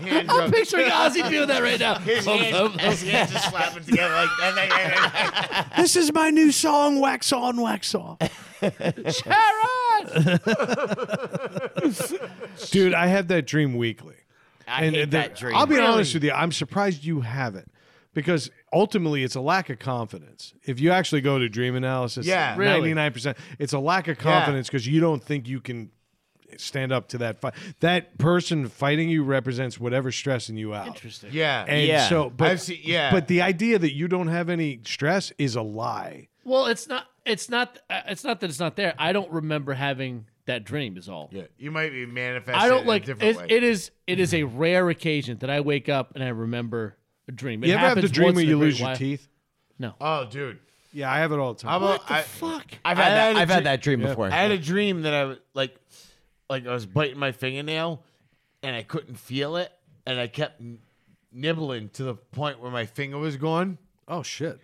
S4: Hand rub-
S1: Picturing Ozzy doing that right now.
S4: his hands, his hands just slapping together like that.
S3: this is my new song, Wax On, Wax Off. Dude, I have that dream weekly.
S2: I hate
S3: the-
S2: that dream.
S3: I'll be honest with you. I'm surprised you haven't, because ultimately it's a lack of confidence. If you actually go to dream analysis,
S4: Yeah.
S1: Really?
S3: 99, percent it's a lack of confidence because you don't think you can stand up to that fight. That person fighting you represents whatever's stressing you out.
S1: Interesting.
S4: Yeah,
S3: And
S2: Yeah.
S3: so, but
S4: I've seen- yeah.
S3: but the idea that you don't have any stress is a lie.
S1: Well, it's not. It's not. uh, It's not that it's not there. I don't remember having that dream. Is all.
S4: yeah. You might be manifesting.
S1: I
S4: it
S1: don't
S4: in
S1: like.
S4: a different
S1: It,
S4: way.
S1: it is. It is a rare occasion that I wake up and I remember a dream. It
S3: You ever have the
S1: happens
S3: dream
S1: once
S3: where
S1: in a
S3: you
S1: great
S3: lose your
S1: while.
S3: teeth?
S4: oh, dude.
S3: Yeah, I have it all the time.
S4: How about I,
S1: Fuck.
S2: I've
S4: I
S2: had
S4: had
S2: that
S4: a
S2: I've
S4: dream-
S2: had that dream before.
S4: I had a dream that I was like, like I was biting my fingernail, and I couldn't feel it, and I kept n- nibbling to the point where my finger was gone,
S3: oh shit!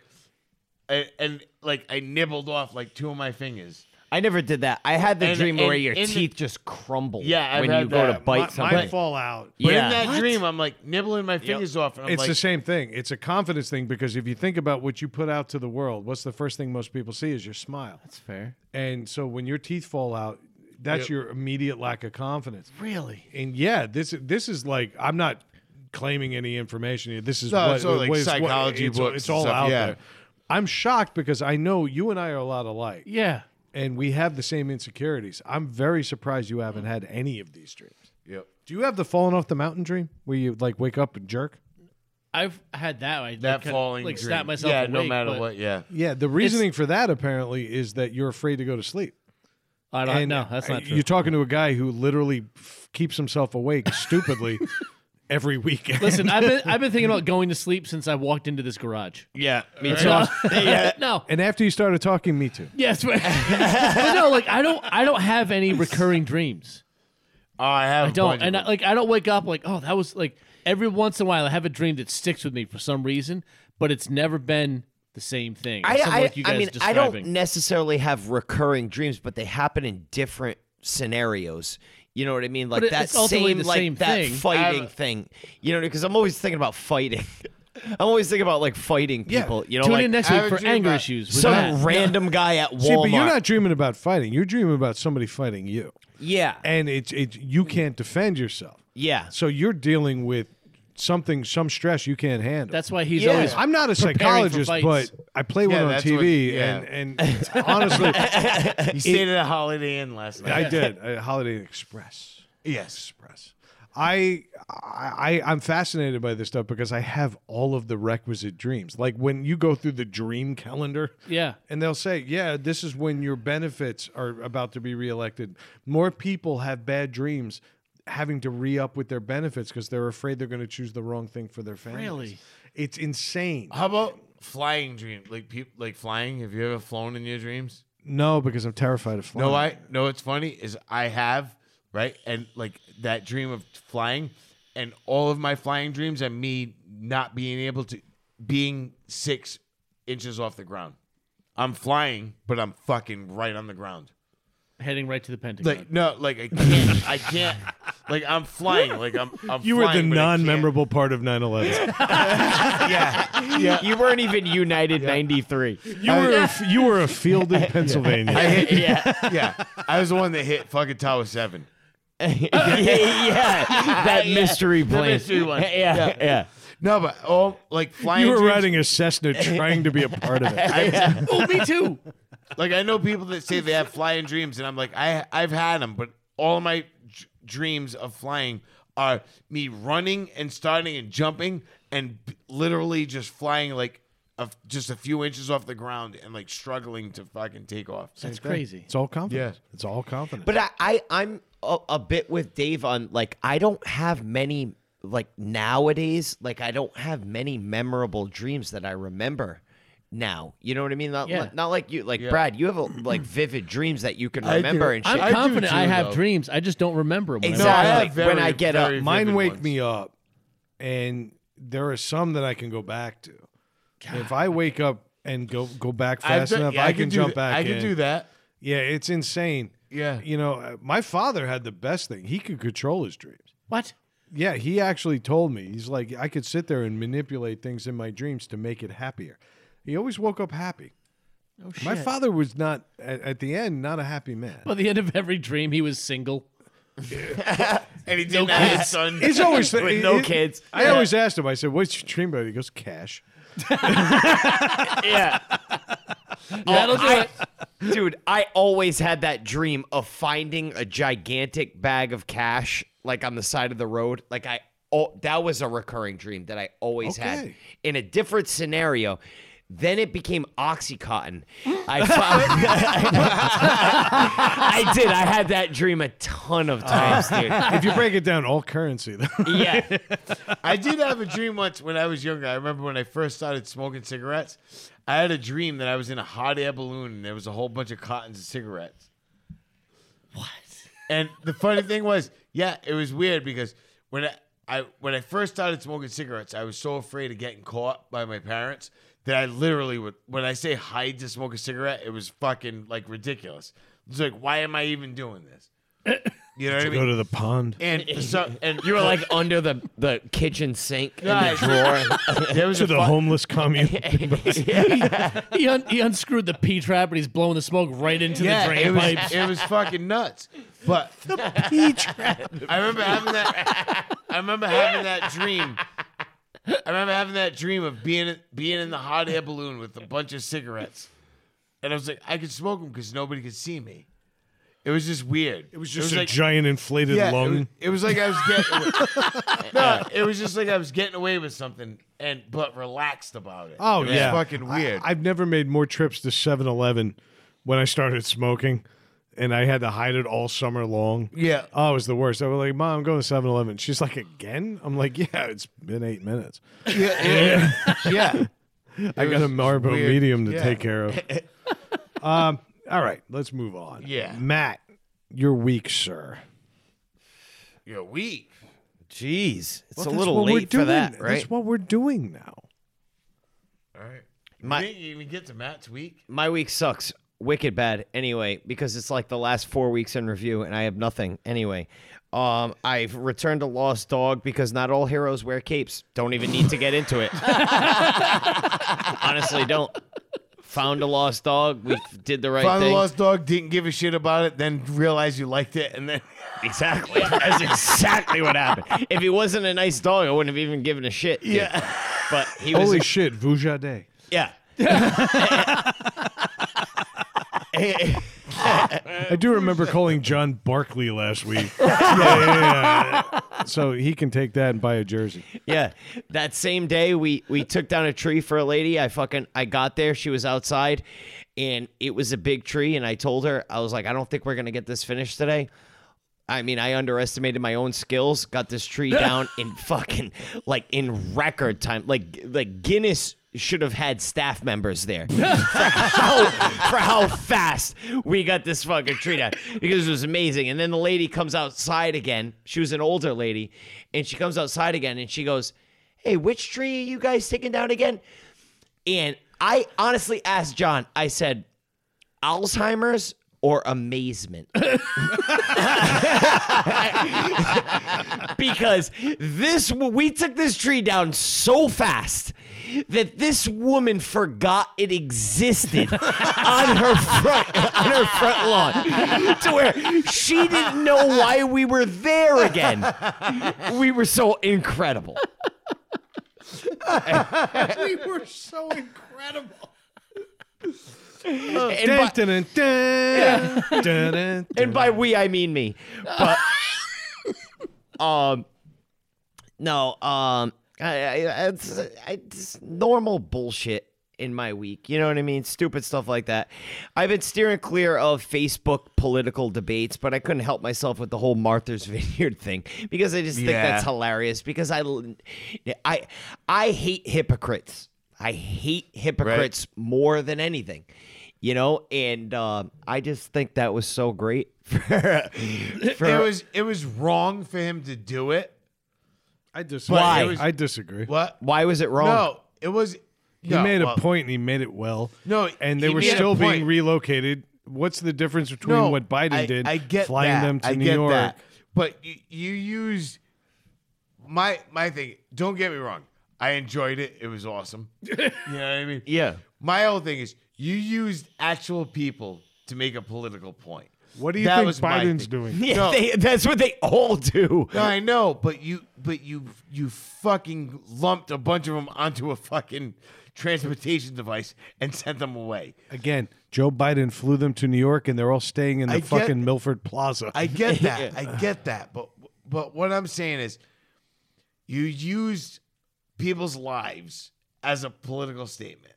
S4: and, and like I nibbled off like two of my fingers.
S2: I never did that. I had the
S4: And-
S2: dream
S4: and
S2: where your
S4: in the-
S2: teeth just crumble
S4: Yeah, I've
S2: when
S4: had
S2: you go to
S4: that.
S2: bite
S3: My,
S2: something.
S3: mine fall out.
S4: But
S2: Yeah.
S4: in that dream, I'm like nibbling my fingers off, and I'm
S3: it's
S4: like,
S3: the same thing. It's a confidence thing because if you think about what you put out to the world, what's the first thing most people see is your smile.
S1: That's fair.
S3: And so when your teeth fall out, that's your immediate lack of confidence. Really? And yeah, this this is like I'm not claiming any information. This is
S4: No,
S3: what,
S4: it's all like
S3: what- what-
S4: psychology
S3: it's,
S4: books
S3: It's
S4: and
S3: all
S4: stuff,
S3: out
S4: yeah.
S3: there. I'm shocked because I know you and I are a lot alike,
S1: Yeah.
S3: and we have the same insecurities. I'm very surprised you
S1: Mm.
S3: haven't had any of these dreams.
S4: Yep.
S3: Do you have the falling off the mountain dream where you like wake up and jerk?
S1: I've had that. I
S4: That
S1: like, kinda,
S4: falling
S1: like
S4: dream.
S1: snap myself.
S4: Yeah, no
S1: awake,
S4: matter
S1: but
S4: what. Yeah.
S3: Yeah, the reasoning for that apparently is that you're afraid to go to sleep.
S1: I don't
S3: And,
S1: know. That's
S3: uh,
S1: not true.
S3: You're talking to a guy who literally f- keeps himself awake stupidly every weekend.
S1: Listen, I've been I've been thinking about going to sleep since I walked into this garage.
S2: Yeah, me
S1: So I- no,
S3: and after you started talking, me too.
S1: yes, but, but no, like I don't I don't have any recurring dreams.
S4: Oh, I have.
S1: I don't, and I, like I don't wake up like oh that was like every once in a while I have a dream that sticks with me for some reason, but it's never been the same thing.
S2: I,
S1: Something
S2: I,
S1: like you guys
S2: I mean, I
S1: describing.
S2: don't necessarily have recurring dreams, but they happen in different scenarios. You know what I mean? Like
S1: it-
S2: that
S1: it's ultimately
S2: same,
S1: the
S2: like
S1: same
S2: that
S1: thing.
S2: fighting thing. You know, because I'm always thinking about fighting. I'm always thinking about like fighting people. You know,
S1: Tune
S2: like
S1: in next
S4: I
S1: week
S4: would
S1: for
S4: dream
S1: anger
S4: about-
S1: issues. with
S2: some
S1: that.
S2: random guy at Walmart.
S3: See, but you're not dreaming about fighting. You're dreaming about somebody fighting you,
S2: yeah,
S3: and it's it you can't defend yourself.
S2: yeah.
S3: So you're dealing with something, some stress you can't handle.
S1: That's why he's
S2: Yeah.
S1: always.
S3: I'm not a
S1: preparing for
S3: psychologist,
S1: fights.
S3: but I play
S4: Yeah,
S3: one on
S4: that's
S3: TV,
S4: what- yeah.
S3: and and honestly,
S4: You stayed at a Holiday Inn last night.
S3: I did uh, Holiday Express.
S4: yes.
S3: Express. I, I I'm fascinated by this stuff because I have all of the requisite dreams. Like when you go through the dream calendar,
S1: Yeah.
S3: and they'll say, "Yeah, this is when your benefits are about to be reelected." More people have bad dreams, having to re up with their benefits because they're afraid they're going to choose the wrong thing for their families.
S1: Really?
S3: it's insane.
S4: How about flying dream? Like people, like flying. Have you ever flown in your dreams?
S3: No, because I'm terrified of flying.
S4: No, I no. It's funny is I have right and like that dream of flying, and all of my flying dreams and me not being able to being six inches off the ground. I'm flying, but I'm fucking right on the ground.
S1: heading right to the Pentagon.
S4: Like no, like I can't. I can't. Like I'm flying. Like I'm. I'm
S3: You were the
S4: flying, but I can't.
S3: non-memorable part of 9/11.
S2: You weren't even United '93.
S3: You were a f you were a field in Pennsylvania.
S4: Uh, I hit, yeah, yeah. I was the one that hit fucking Tower Seven.
S2: yeah, that mystery plane.
S4: mystery one.
S2: Yeah, yeah.
S4: No, but all like flying.
S3: You were
S4: dreams-
S3: riding a Cessna trying to be a part of it.
S4: I-
S1: oh, me too.
S4: Like I know people that say they have flying dreams, and I'm like, I I've had them, but all my d- dreams of flying are me running and starting and jumping and b- literally just flying like a, just a few inches off the ground and like struggling to fucking take off.
S1: That's crazy.
S3: It's all confidence.
S4: Yeah.
S3: It's all confidence.
S2: But I, I I'm a, a bit with Dave on like I don't have many like nowadays like I don't have many memorable dreams that I remember now. You know what I mean? Not,
S1: Yeah.
S2: not like you like Brad, you have like vivid dreams that you can
S4: do.
S2: remember and shit.
S1: I'm
S4: I do
S1: confident I
S4: too,
S1: have
S4: though.
S1: dreams. I just don't remember 'em when I
S2: Exactly.
S1: wake up.
S2: like, when I get up,
S3: Mine
S4: vivid
S3: wake
S4: ones.
S3: me up, and there are some that I can go back to. If I wake up and go go back
S4: I've
S3: fast
S4: done-
S3: enough,
S4: yeah,
S3: I, can
S4: do
S3: jump
S4: th-
S3: back.
S4: I can
S3: in.
S4: do that.
S3: Yeah, it's insane.
S4: Yeah.
S3: you know, uh, my father had the best thing. He could control his dreams.
S1: What?
S3: Yeah, he actually told me. He's like, I could sit there and manipulate things in my dreams to make it happier. He always woke up happy.
S1: Oh shit.
S3: My father was not at, at the end not a happy man.
S1: By the end of every dream, he was single.
S4: And he didn't have his son.
S3: He's always with
S2: no kids.
S3: I always asked him. I said, "What's your dream about?" He goes, "Cash."
S1: That'll do it.
S2: Dude, I always had that dream of finding a gigantic bag of cash like on the side of the road. Like I oh that was a recurring dream that I always had
S3: Okay.
S2: in a different scenario. Then it became Oxycontin. I found I did. I had that dream a ton of times, dude.
S3: If you break it down, all currency. Though.
S2: Yeah.
S4: I did have a dream once when I was younger. I remember when I first started smoking cigarettes. I had a dream that I was in a hot air balloon and there was a whole bunch of cottons of cigarettes. What? And the funny thing was, yeah, it was weird because when I, I when I first started smoking cigarettes, I was so afraid of getting caught by my parents that I literally would when I say hide to smoke a cigarette, it was fucking like ridiculous. It's like, why am I even doing this? You know what I
S3: Go
S4: mean?
S3: to the pond.
S4: And for some- and
S2: You were like under the, the kitchen sink in
S4: Guys.
S2: the
S4: there was
S3: To
S4: a
S3: the
S4: fu-
S3: homeless commune.
S1: He, un- he unscrewed the P trap and he's blowing the smoke right into the
S4: it
S1: drain
S4: was,
S1: pipes.
S4: It was fucking nuts. But I remember having that. I remember having that dream. I remember having that dream of being being in the hot air balloon with a bunch of cigarettes, and I was like, I could smoke them because nobody could see me. It was just weird. It was
S3: Just a
S4: like,
S3: giant inflated
S4: yeah, it
S3: lung.
S4: was- It was, like I was getting. no, it was just like I was getting away with something, and but relaxed about it.
S3: Oh
S4: It was
S3: yeah,
S4: fucking weird.
S3: I, have never made more trips to 7-Eleven when I started smoking, and I had to hide it all summer long.
S4: yeah.
S3: Oh, it was the worst. I was like, "Mom, I'm going to 7-Eleven." She's like, "Again?" I'm like, "Yeah, it's been eight minutes.
S4: Yeah. yeah.
S3: I got a Marlboro
S4: weird.
S3: Medium to
S4: Yeah.
S3: take care of." um, all right, let's move on.
S4: Yeah.
S3: Matt, you're weak, sir.
S4: You're weak.
S2: Jeez, it's
S3: Well,
S2: a
S3: that's
S2: little
S3: what we're
S2: late for that,
S3: doing.
S2: right?
S3: That's what we're doing now.
S4: All right.
S2: My-
S4: you didn't even get to Matt's week.
S2: My week sucks wicked bad anyway because it's like the last four weeks in review and I have nothing anyway. Um, I've returned a lost dog because not all heroes wear capes. Don't even need to get into it. Honestly, don't. Found a lost dog. We did the right
S4: Found the
S2: thing.
S4: lost dog, didn't give a shit about it, then realized you liked it, and then
S2: Exactly. That's exactly what happened. If he wasn't a nice dog, I wouldn't have even given a shit. dude.
S4: yeah,
S2: But he was
S3: Holy shit, Vujade.
S2: yeah.
S3: I do remember calling John Barkley last week. yeah, yeah, yeah. So he can take that and buy a jersey.
S2: yeah. That same day, we we took down a tree for a lady. I fucking I got there. She was outside, and it was a big tree. And I told her I was like, I don't think we're gonna get this finished today. I mean, I underestimated my own skills. Got this tree down in fucking like in record time. Like like Guinness should have had staff members there for, how, for how fast we got this fucking tree down because it was amazing. And then the lady comes outside again. She was an older lady, and she comes outside again and she goes, "Hey, which tree are you guys taking down again?" And I honestly asked John. I said, "Alzheimer's." Or amazement. because this we took this tree down so fast that this woman forgot it existed on her front on her front lawn to where she didn't know why we were there again. We were so incredible.
S1: we were so incredible.
S2: And
S3: Dun,
S2: by,
S3: dun, dun, dun, dun, dun.
S2: and by we I mean me. But um no, um I, I it's, I it's normal bullshit in my week. You know what I mean? Stupid stuff like that. I've been steering clear of Facebook political debates, but I couldn't help myself with the whole Martha's Vineyard thing because I just think that's hilarious because I I I hate hypocrites. I hate hypocrites more than anything you know and um, i just think that was so great for, for
S4: it was it was wrong for him to do it.
S3: I disagree.
S2: Why?
S4: It was-
S3: I disagree.
S4: What?
S2: why was it wrong
S4: No, it was.
S3: He made a point and he made it well.
S4: No,
S3: and they
S4: he
S3: were
S4: made a
S3: still being
S4: point.
S3: relocated. What's the difference between
S4: No,
S3: what Biden
S4: I,
S3: did,
S4: I get
S3: flying
S4: that.
S3: them to
S4: I
S3: New
S4: get
S3: York?
S4: that. But you, you used my my thing. Don't get me wrong. I enjoyed it. It was awesome. you know what I mean?
S2: yeah
S4: My whole thing is you used actual people to make a political point.
S3: What do you
S4: That
S3: think
S4: was my
S3: Biden's
S4: thing.
S3: doing?
S2: yeah
S4: No.
S2: they, that's what they all do
S4: No, I know, but you, but you, you fucking lumped a bunch of them onto a fucking transportation device and sent them away.
S3: Again, Joe Biden flew them to New York, and they're all staying in the
S4: I get-
S3: fucking Milford Plaza.
S4: I get that, I get that, but but what I'm saying is, you used people's lives as a political statement.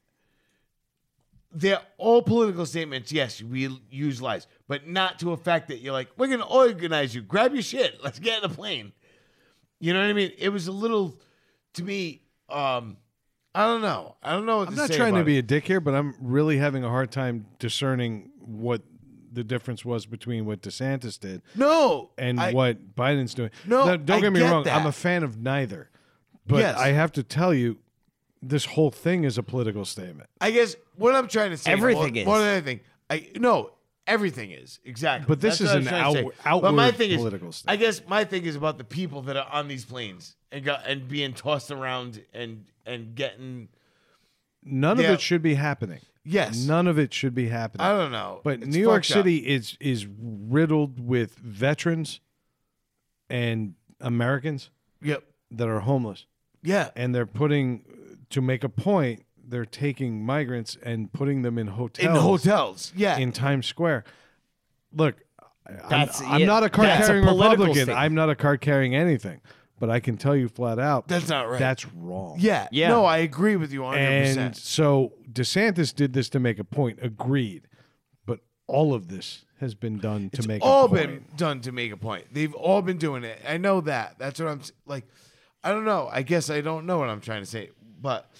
S4: They're all political statements. Yes, we use lies, but not to a fact that you're like, we're gonna organize you. Grab your shit. Let's get in a plane. You know what I mean? It was a little, to me, um, I don't know. I don't know what
S3: I'm
S4: to
S3: not
S4: say
S3: trying to
S4: about
S3: be
S4: it.
S3: a dick here, but I'm really having a hard time discerning what the difference was between what DeSantis did
S4: no.
S3: and
S4: I-
S3: what Biden's doing.
S4: No,
S3: Now, don't
S4: I
S3: get me
S4: get
S3: wrong.
S4: that.
S3: I'm a fan of neither, but
S4: Yes.
S3: I have to tell you, this whole thing is a political statement.
S4: I guess what I'm trying to say.
S2: Everything
S4: more,
S2: is.
S4: more than anything. I no, everything is exactly.
S3: But this
S4: That's
S3: is
S4: what I was
S3: an
S4: trying to say.
S3: outward-
S4: But my
S3: outward
S4: thing
S3: political
S4: is,
S3: statement.
S4: I guess my thing is about the people that are on these planes and got and being tossed around and and getting.
S3: None
S4: Yeah.
S3: of it should be happening.
S4: Yes.
S3: None of it should be happening.
S4: I don't know.
S3: But
S4: It's
S3: New York
S4: fucked up.
S3: City is is riddled with veterans and Americans
S4: Yep.
S3: that are homeless,
S4: Yeah.
S3: and they're putting to make a point. They're taking migrants and putting them in
S4: In
S3: hotels
S4: hotels. Yeah.
S3: in Times Square. Look, I- I'm-
S2: That's-
S3: I'm,
S2: yeah,
S3: not a card carrying
S2: that's a political
S3: Republican.
S2: statement.
S3: I'm not a card carrying anything, but I can tell you flat out
S4: That's not right.
S3: That's wrong.
S4: yeah.
S2: Yeah.
S4: No, I agree with you 100%.
S3: And so DeSantis did this to make a point, agreed. But all of this has been done to make
S4: all
S3: a point.
S4: been done to make a point. They've all been doing it. I know that. That's what I'm s- like. I don't know. I guess I don't know what I'm trying to say, but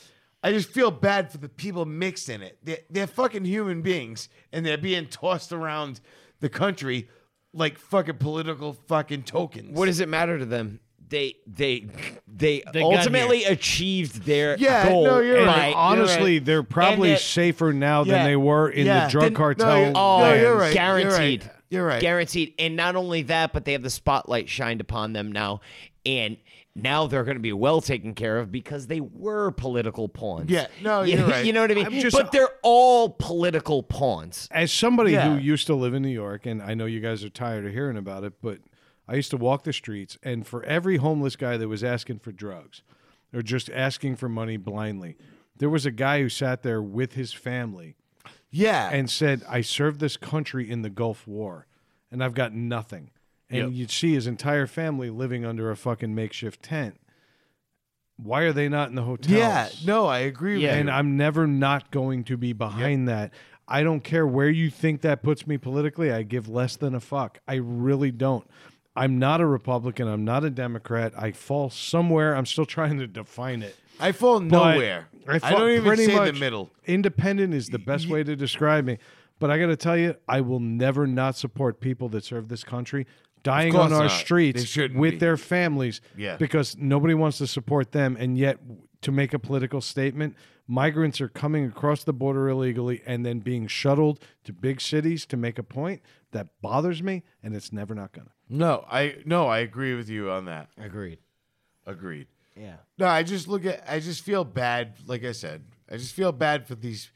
S4: I just feel bad for the people mixed in it. They're, they're fucking human beings, and they're being tossed around the country like fucking political fucking tokens.
S2: What does it matter to them? They they they,
S1: They got
S2: ultimately achieved their
S4: Yeah,
S2: goal.
S4: no, you're
S2: by-
S4: right.
S3: Honestly,
S4: You're right.
S3: they're probably
S2: And it-
S3: safer now
S4: Yeah.
S3: than they were in
S4: Yeah.
S3: the drug
S4: Then- no,
S3: cartel.
S4: you're- oh, No, you're
S3: lands.
S4: right.
S2: Guaranteed.
S4: You're right.
S2: Guaranteed. And not only that, but they have the spotlight shined upon them now. And now they're going to be well taken care of because they were political pawns.
S4: Yeah, no,
S2: You-
S4: you're right.
S2: You know what I mean?
S3: I'm just-
S2: but they're all political pawns.
S3: As somebody
S4: Yeah.
S3: who used to live in New York, and I know you guys are tired of hearing about it, but I used to walk the streets, and for every homeless guy that was asking for drugs or just asking for money blindly, there was a guy who sat there with his family
S4: yeah.
S3: and said, I served this country in the Gulf War and I've got nothing. And you'd see his entire family living under a fucking makeshift tent. Why are they not in the hotels?
S4: yeah. No, I agree with
S3: And
S4: you.
S3: I'm never not going to be behind that. I don't care where you think that puts me politically. I give less than a fuck. I really don't. I'm not a Republican. I'm not a Democrat. I fall somewhere. I'm still trying to define it.
S4: I fall
S3: But
S4: nowhere. I,
S3: fall
S4: don't even
S3: pretty
S4: say the
S3: much-
S4: middle.
S3: Independent is the best way to describe me. But I got to tell you, I will never not support people that serve this country dying
S4: course
S3: on our
S4: not. They
S3: streets
S4: shouldn't
S3: with
S4: be.
S3: their families
S4: Yeah.
S3: because nobody wants to support them. And yet, w- to make a political statement, migrants are coming across the border illegally and then being shuttled to big cities to make a point. That bothers me, and it's never not going to.
S4: No, I no, I agree with you on that.
S2: Agreed.
S4: Agreed.
S2: Yeah.
S4: No, I just look at. I just feel bad. Like I said, I just feel bad for these.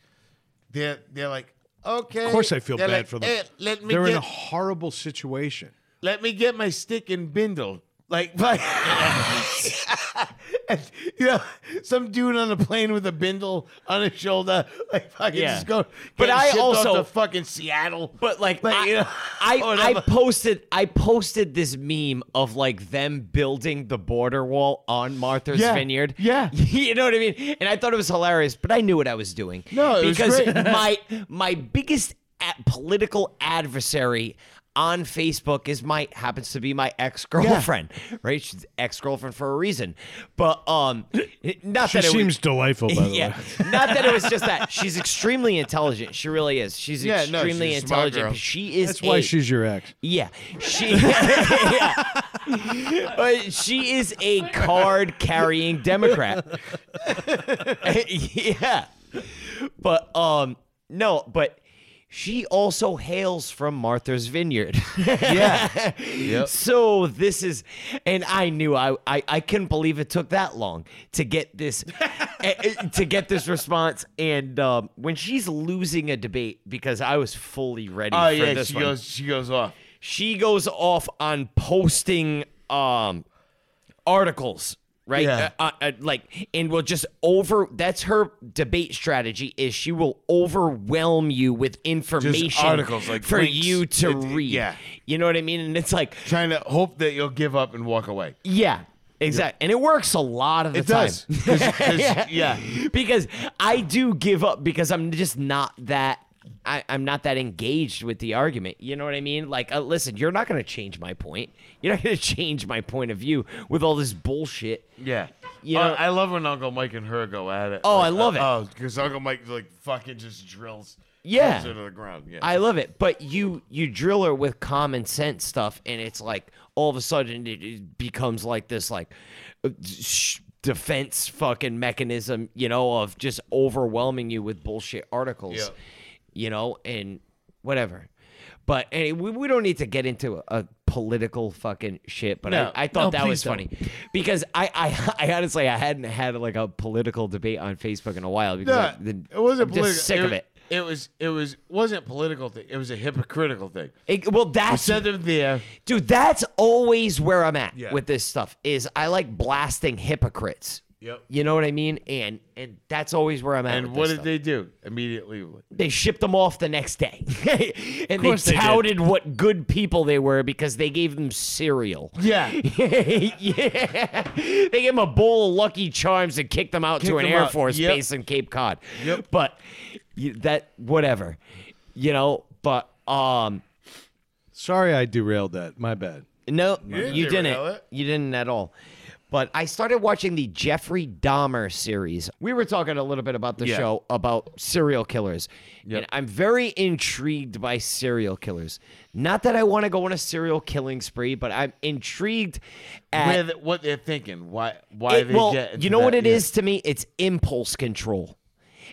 S4: They're they're like okay. Of
S3: course I feel bad for them.
S4: let me
S3: They're in
S4: get
S3: a horrible situation.
S4: let me get my stick and bindle. Like, but and, you know, some dude on a plane with a bindle on his shoulder, like fucking
S2: Yeah.
S4: just go.
S2: But
S4: getting
S2: I
S4: shipped off
S2: also-
S4: to fucking Seattle.
S2: But like,
S4: Like,
S2: I,
S4: you know, Oh, or
S2: I, I
S4: whatever.
S2: posted I posted this meme of like them building the border wall on Martha's
S4: Yeah,
S2: Vineyard.
S4: yeah.
S2: you know what I mean. And I thought it was hilarious, but I knew what I was doing.
S4: No, it was
S2: because
S4: great.
S2: my my biggest a- political adversary on Facebook is my happens to be my ex girlfriend, right? She's ex girlfriend for a reason, but um, not
S3: She
S2: that it was-
S3: seems delightful, by the way.
S2: yeah. Not that it was just that. She's extremely intelligent. She really is. She's
S4: Yeah, no,
S2: extremely
S4: she's a smart
S2: intelligent.
S4: girl.
S2: but She is
S3: That's why
S2: a-
S3: she's your ex.
S2: Yeah. She yeah. But she is a card carrying Democrat. yeah. But um no, but she also hails from Martha's Vineyard. yeah. So this is and I knew I, I I couldn't believe it took that long to get this eh, eh, to get this response and um, when she's losing a debate because I was fully ready
S4: Oh
S2: for
S4: yeah,
S2: this
S4: she
S2: one
S4: goes. She goes off.
S2: she goes off on posting um articles right
S4: Yeah.
S2: uh, uh, uh, like and will just over that's her debate strategy is she will overwhelm you with information
S4: articles, like
S2: for
S4: links.
S2: you to
S4: It- it-
S2: read
S4: yeah.
S2: you know what i mean and it's like
S4: trying to hope that you'll give up and walk away.
S2: yeah exactly and it works a lot of the
S4: It
S2: time
S4: does. 'Cause- 'cause- yeah.
S2: because I do give up because I'm just not that. I, I'm not that engaged with the argument. You know what I mean? Like, uh, listen, you're not going to change my point. You're not going to change my point of view with all this bullshit.
S4: Yeah.
S2: You
S4: Oh,
S2: know-
S4: I love when Uncle Mike and her go at it.
S2: Oh,
S4: Like,
S2: I love
S4: uh,
S2: it.
S4: Oh, because Uncle Mike like fucking just drills.
S2: Yeah.
S4: drills her to the ground. Yeah.
S2: I love it, but you you drill her with common sense stuff, and it's like all of a sudden it, it becomes like this like uh, sh- defense fucking mechanism, you know, of just overwhelming you with bullshit articles,
S4: Yeah.
S2: you know, and whatever. But any we, we don't need to get into a, a political fucking shit. But
S4: No.
S2: I, I thought
S1: No,
S2: that was
S1: please don't.
S2: funny because I, I I honestly I hadn't had like a political debate on Facebook in a while because
S4: No,
S2: I, the,
S4: it wasn't
S2: I'm
S4: political.
S2: just sick of
S4: was-
S2: it.
S4: It was it was wasn't a political thing. It was a hypocritical thing.
S2: It- well, that's
S4: Send them there.
S2: dude. That's always where I'm at
S4: Yeah.
S2: with this stuff. Is I like blasting hypocrites.
S4: Yep.
S2: You know what I mean? And and that's always where I'm at.
S4: And
S2: with
S4: what
S2: this
S4: did
S2: stuff.
S4: they do? Immediately.
S2: they shipped them off the next day. and they
S1: course they did.
S2: touted what good people they were because they gave them cereal.
S4: Yeah.
S2: yeah. They gave them a bowl of Lucky Charms and kicked them out to an
S4: them
S2: Air
S4: out.
S2: Force
S4: Yep.
S2: base in Cape Cod.
S4: Yep.
S2: But you- that, whatever. You know, but um,
S3: Sorry, I derailed that. My bad.
S2: no,
S4: didn't
S2: you didn't.
S4: derail it.
S2: You didn't at all. But I started watching the Jeffrey Dahmer series. We were talking a little bit about the show about serial killers. And I'm very intrigued by serial killers. Not that I want to go on a serial killing spree, but I'm intrigued at
S4: With what they're thinking. Why why
S2: it-
S4: they
S2: well,
S4: get into
S2: you know what
S4: that,
S2: it is
S4: yeah.
S2: to me? It's impulse control.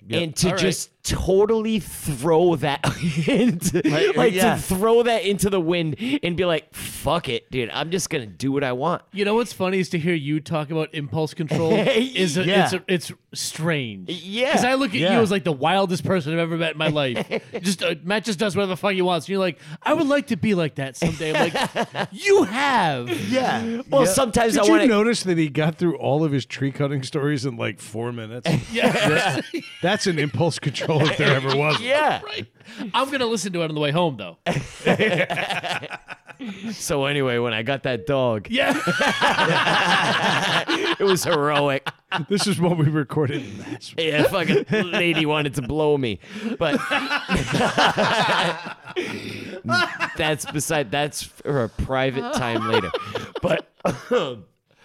S2: And to
S1: All right.
S2: just totally throw that into, like,
S4: yeah.
S2: to throw that into the wind and be like, fuck it, dude. I'm just gonna do what I want.
S1: You know what's funny is to hear you talk about impulse control. is a,
S2: Yeah.
S1: it's, a, it's strange.
S2: Yeah.
S1: Because I look at you as like the wildest person I've ever met in my life. just uh, Matt just does whatever the fuck he wants. And you're like, I would like to be like that someday. I'm like, you have.
S4: Yeah.
S2: Well, sometimes
S3: Did
S2: I
S3: you
S2: want to.
S3: notice that he got through all of his tree cutting stories in like four minutes?
S1: Yeah.
S3: That's an impulse control if there ever was.
S2: Yeah.
S1: right. I'm gonna listen to it on the way home though.
S2: So anyway, when I got that dog,
S1: Yeah.
S2: it was heroic.
S3: This is what we recorded. in Matt's-
S2: Yeah, fucking lady wanted to blow me, but that's beside that's for a private time later. But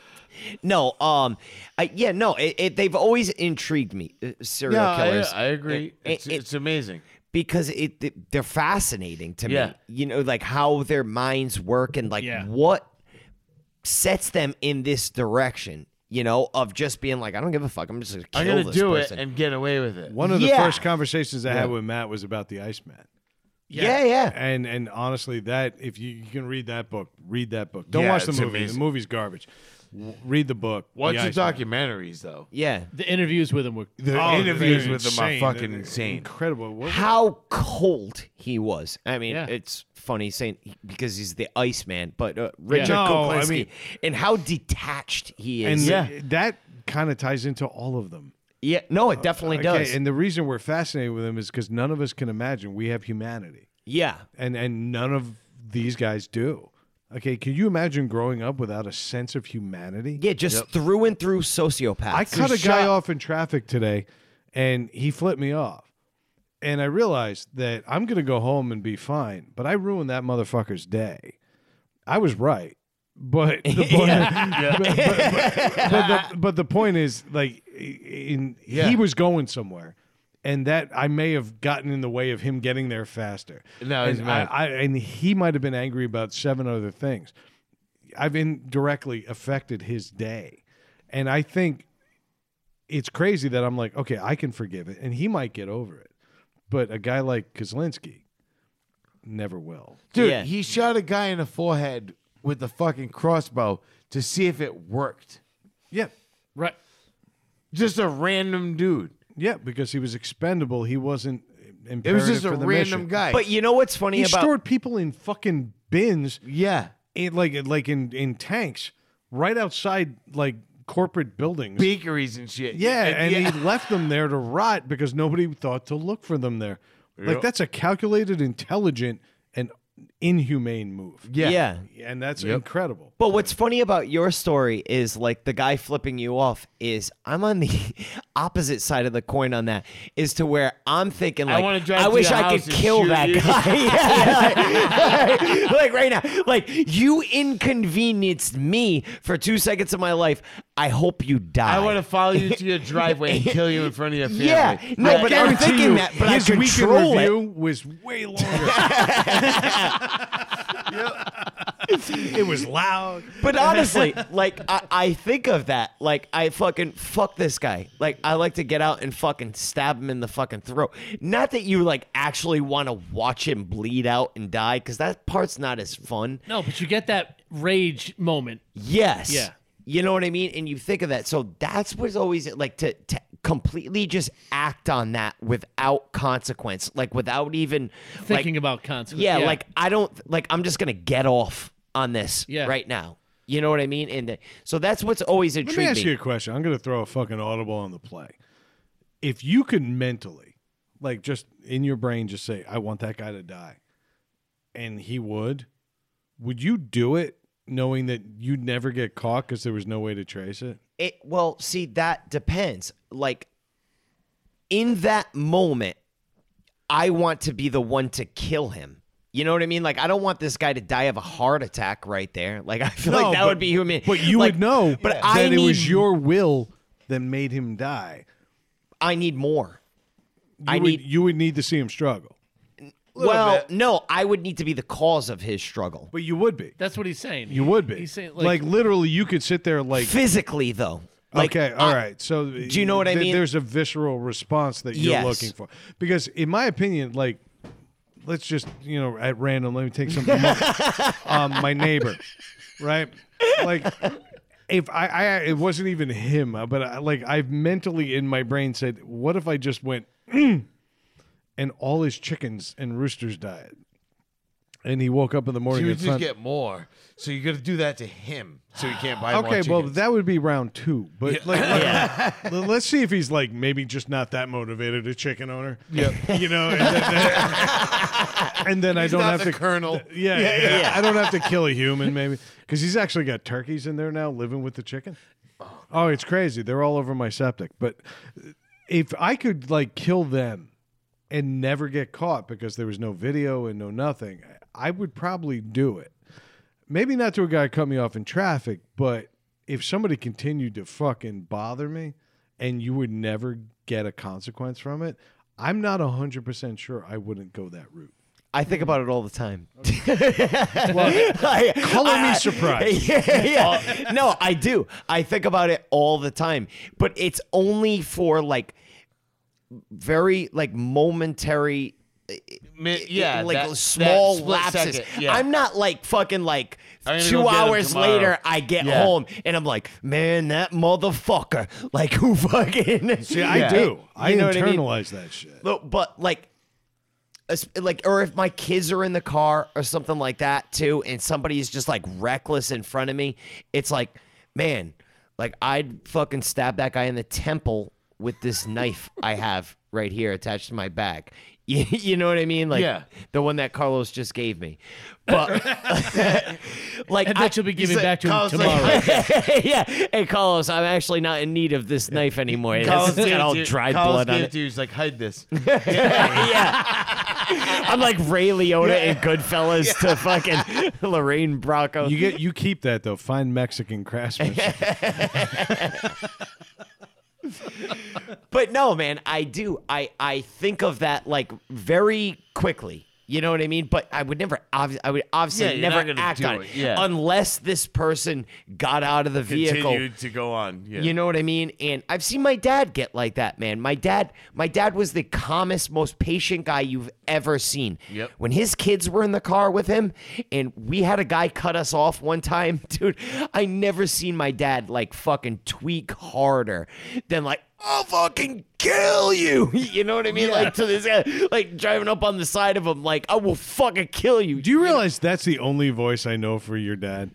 S2: no, um, I, yeah, no, it, it, they've always intrigued me, uh, serial
S4: Yeah, I,
S2: killers,
S4: I agree.
S2: It-
S4: It's,
S2: it-
S4: it's amazing.
S2: because it, it- they're fascinating to
S4: Yeah.
S2: me. You know, like how their minds work and like
S1: Yeah.
S2: what sets them in this direction. You know, of just being like, I don't give a fuck. I'm just gonna kill
S4: I'm gonna
S2: this
S4: do
S2: person.
S4: it and get away with it.
S3: One of the
S2: Yeah.
S3: first conversations I had with Matt was about the Iceman.
S2: yeah, yeah.
S3: And and honestly, that if you, you can read that book, read that book. Don't
S4: Yeah,
S3: watch the
S4: it's
S3: movie.
S4: amazing.
S3: The movie's garbage. W- Read the book.
S4: Watch
S3: The
S4: the
S3: Iceman.
S4: documentaries though.
S2: Yeah.
S1: The interviews with him were
S4: The
S3: Oh,
S4: interviews
S3: they're
S4: with them are
S3: insane.
S4: fucking
S3: They're
S4: insane.
S3: Incredible. What-
S2: How cold he was. I mean,
S1: Yeah.
S2: it's funny saying because he's the Iceman, but uh, Richard
S3: No, I
S2: Kuklinski
S3: mean-
S2: and how detached he
S3: and
S2: is.
S3: th- that kind of ties into all of them.
S2: yeah, no, it definitely does.
S3: Uh, And the reason we're fascinated with them is because none of us can imagine we have humanity,
S2: yeah,
S3: and and none of these guys do. Okay, can you imagine growing up without a sense of humanity?
S2: yeah, just through and through sociopath.
S3: I cut a guy off in traffic today, and he flipped me off. And I realized that I'm gonna go home and be fine, but I ruined that motherfucker's day. I was right, but the point, but, but- but- but the, but the point is, like, in he was going somewhere, and that I may have gotten in the way of him getting there faster.
S4: No, he's
S3: and I,
S4: mad.
S3: I, and he might have been angry about seven other things. I've indirectly affected his day. And I think it's crazy that I'm like, okay, I can forgive it, and he might get over it. But a guy like Kozlinski never will.
S4: Dude,
S2: Yeah.
S4: he shot a guy in the forehead with the fucking crossbow to see if it worked.
S3: Yeah.
S1: right.
S4: Just a random dude.
S3: Yeah, because he was expendable. He wasn't imperative
S4: It was just a
S3: for the
S4: random
S3: mission.
S4: guy.
S2: But you know what's funny
S3: He
S2: about
S3: stored people in fucking bins,
S4: yeah,
S3: in, like like in, in tanks, right outside like corporate buildings.
S4: bakeries and shit.
S3: Yeah, and
S4: yeah.
S3: he left them there to rot because nobody thought to look for them there. Like that's a calculated, intelligent, and inhumane move.
S2: yeah.
S3: and that's incredible.
S2: But what's funny about your story is like the guy flipping you off is I'm on the opposite side of the coin on that is to where I'm thinking like
S4: wanna drive
S2: I
S4: to
S2: wish
S4: your
S2: I could
S4: house and
S2: kill
S4: shoot
S2: that
S4: you.
S2: guy. Yeah, like, like right now, like you inconvenienced me for two seconds of my life. I hope you die.
S4: I want to follow you to your driveway and kill you in front of your family.
S2: Yeah, no,
S3: I
S2: but I'm
S3: guarantee
S2: thinking
S3: you,
S2: that, but I
S3: his weekend
S2: control it.
S3: review was way longer. It was loud.
S2: But honestly, like I, I think of that, like I fucking fuck this guy. Like I like to get out and fucking stab him in the fucking throat. Not that you like actually want to watch him bleed out and die, because that part's not as fun.
S1: No, but you get that rage moment.
S2: Yes.
S1: Yeah.
S2: You know what I mean? And you think of that. So that's what's always like to, to completely just act on that without consequence, like without even
S1: Thinking
S2: like,
S1: about consequences.
S2: yeah, like I don't like I'm just gonna get off on this
S1: Yeah.
S2: right now. You know what I mean? And the, so that's what's always
S3: Let me
S2: intriguing.
S3: ask you a question. I'm going to throw a fucking audible on the play. If you could mentally, like just in your brain, just say, I want that guy to die, and he would, would you do it knowing that you'd never get caught because there was no way to trace it?
S2: It well, see, that depends. Like in that moment, I want to be the one to kill him. You know what I mean? Like I don't want this guy to die of a heart attack right there. Like I feel
S3: No,
S2: like that
S3: but-
S2: would be human.
S3: But you
S2: like,
S3: would know
S2: But
S3: that
S2: I
S3: it
S2: need,
S3: was your will that made him die.
S2: I need more. I
S3: You would-
S2: need
S3: you would need to see him struggle.
S2: well, no, I would need to be the cause of his struggle.
S3: But you would be.
S1: that's what he's saying.
S3: You would be.
S1: He's saying
S3: like, literally, you could sit there like.
S2: Physically though. Like,
S3: okay, all right. So do
S2: you know what I mean?
S3: There's a visceral response that you're
S2: Yes.
S3: looking for because, in my opinion, like let's just you know at random. Let me take something. off. um, my neighbor, right? Like if I, I it wasn't even him, uh, but I, like I've mentally in my brain said, what if I just went "Mm," and all his chickens and roosters died, and he woke up in the morning.
S4: You would
S3: and
S4: just
S3: found-
S4: get more. So you got to do that to him, so he can't buy more
S3: Okay, well,
S4: chickens.
S3: that would be round two. But like, let, us see if he's like maybe just not that motivated a chicken owner. Yep. you know, and then, and then I don't
S4: not
S3: have
S4: the
S3: to.
S4: colonel.
S3: Yeah, yeah, I don't have to kill a human, maybe, because he's actually got turkeys in there now living with the chicken. Oh, it's crazy. They're all over my septic. But if I could like kill them and never get caught because there was no video and no nothing, I would probably do it. Maybe not to a guy who cut me off in traffic, but if somebody continued to fucking bother me and you would never get a consequence from it, I'm not 100% sure I wouldn't go that route.
S2: I think about it all the time.
S3: Color me surprised.
S2: yeah, yeah. No, I do. I think about it all the time, but it's only for like very like momentary,
S4: Mi- yeah,
S2: like
S4: that-
S2: small
S4: that split
S2: lapses.
S4: second, yeah.
S2: I'm not like fucking like
S4: I'm gonna
S2: two
S4: go get him
S2: hours
S4: tomorrow.
S2: later. I get
S4: Yeah.
S2: home and I'm like, man, that motherfucker. Like who fucking?
S3: See, I do. I
S2: You know what I mean?
S3: internalize that shit.
S2: No, but like, as- like, or if my kids are in the car or something like that too, and somebody's just like reckless in front of me, it's like, man, like I'd fucking stab that guy in the temple with this knife I have right here attached to my back. You, you know what I mean? Like
S4: Yeah.
S2: the one that Carlos just gave me. But like
S1: and that you'll be giving back to him tomorrow.
S2: yeah. Hey Carlos, I'm actually not in need of this knife anymore. It's
S4: Collins
S2: got
S4: gave
S2: all
S4: to-
S2: dried
S4: Collins
S2: blood on
S4: gave
S2: it.
S4: to you, he's like, hide this.
S2: I'm like Ray Liotta and Goodfellas to fucking Lorraine Bracco.
S3: You get you keep that though. Find Mexican craftsmanship.
S2: but no, man, I do. I I think of that like very quickly. You know what I mean? But I would never. Obvi- I would obviously
S4: Yeah, you're not
S2: never
S4: gonna
S2: act
S4: do
S2: on it,
S4: it, yeah.
S2: unless this person got out of the vehicle.
S7: Continued to go on. Yeah.
S2: You know what I mean? And I've seen my dad get like that, man. My dad, my dad was the calmest, most patient guy you've ever seen.
S4: Yep.
S2: When his kids were in the car with him, and we had a guy cut us off one time, dude. I never seen my dad like fucking tweak harder than like, I'll fucking kill you. You know what I mean? Like to this guy, like driving up on the side of him, like, I will fucking kill you.
S3: Do you realize that's the only voice I know for your dad?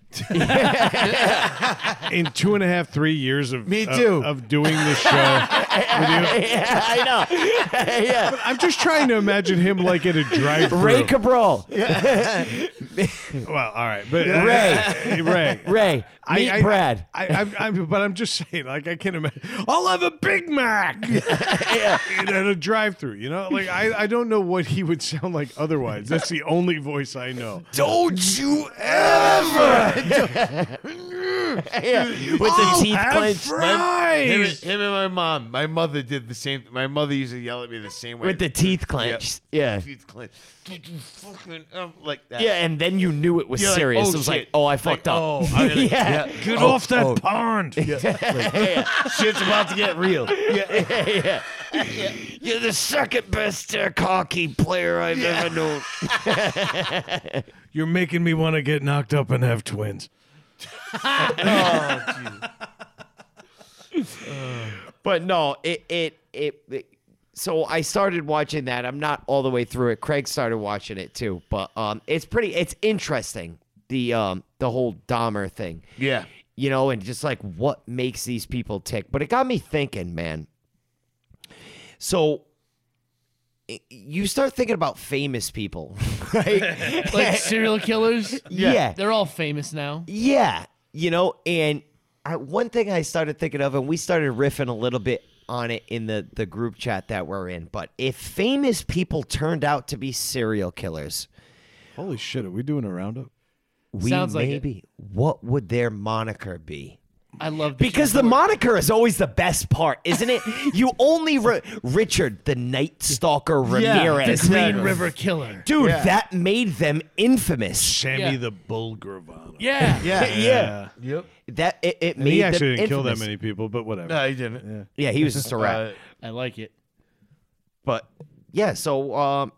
S3: In two and a half, three years of
S4: Me
S3: of-
S4: too.
S3: Of, doing this show,
S2: yeah, I know. yeah.
S3: I'm just trying to imagine him like at a drive-through.
S2: Ray Cabral.
S3: well, all right, but
S2: Ray.
S3: Ray,
S2: Ray. Meet Brad.
S3: I, I, I'm, but I'm just saying, like, I can't imagine. I'll have a Big Mac And at a drive-through. You know, like, I, I don't know what he would sound like otherwise. That's the only voice I know.
S7: Don't you ever
S2: Yeah, with the
S4: oh,
S2: teeth
S3: have
S2: clenched.
S4: Him,
S3: Fries.
S4: him and my mom. My mother did the same. My mother used to yell at me the same way.
S2: With the teeth clenched. Yeah.
S4: teeth clenched. Did you fucking um, like that?
S2: Yeah, and then you knew it was
S4: You're like,
S2: serious.
S4: oh,
S2: it was like,
S4: shit.
S2: oh, I
S4: Like,
S2: fucked up.
S4: oh, I gotta-
S2: yeah.
S3: Get off that pond.
S4: Shit's about to get real.
S2: You're the second best uh, hockey player I've ever known.
S3: You're making me want to get knocked up and have twins.
S2: But no, it, it it it. So I started watching that. I'm not all the way through it. Craig started watching it too, but um, it's pretty. It's interesting the um the whole Dahmer thing.
S4: Yeah.
S2: You know, and just like what makes these people tick. But it got me thinking, man. So i- you start thinking about famous people, right?
S1: like serial killers.
S2: yeah.
S1: They're all famous now.
S2: Yeah, you know, and I, one thing I started thinking of, and we started riffing a little bit on it in the the group chat that we're in. But if famous people turned out to be serial killers,
S3: Holy shit, are we doing a roundup?
S2: we
S1: Sounds like it.
S2: maybe what would their moniker be?
S1: I love that
S2: Because
S1: you-
S2: the moniker is always the best part, isn't it? you only re- Richard the Night Stalker Ramirez,
S1: Green River Killer.
S2: dude. That made them infamous.
S3: Sammy
S1: Yeah.
S3: the Bulgravana.
S1: Yeah.
S4: Yeah.
S2: Yeah.
S4: Yep.
S2: That it, it made
S3: He actually
S2: them
S3: didn't kill that
S2: infamous.
S3: many people, but whatever.
S4: No, he didn't.
S2: Yeah, he was just a rat.
S1: Oh,
S4: Uh,
S8: I like it.
S2: But yeah, so um,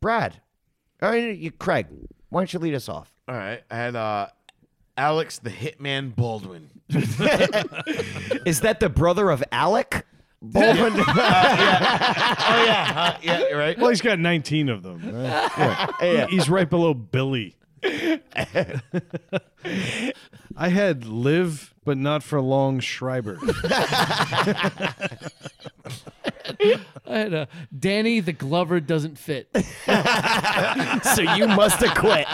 S2: Brad, or you, Craig, why don't you lead us off?
S4: all right. I had uh, Alex the Hitman Baldwin.
S2: Is that the brother of Alec? Baldwin?
S4: Oh yeah. Uh, yeah. Right.
S3: Well, he's got 19 of them. Right? Yeah. He's right below Billy. I had live, but not for long, Schreiber.
S1: I had, uh, Danny the Glover doesn't fit.
S2: so you must have quit.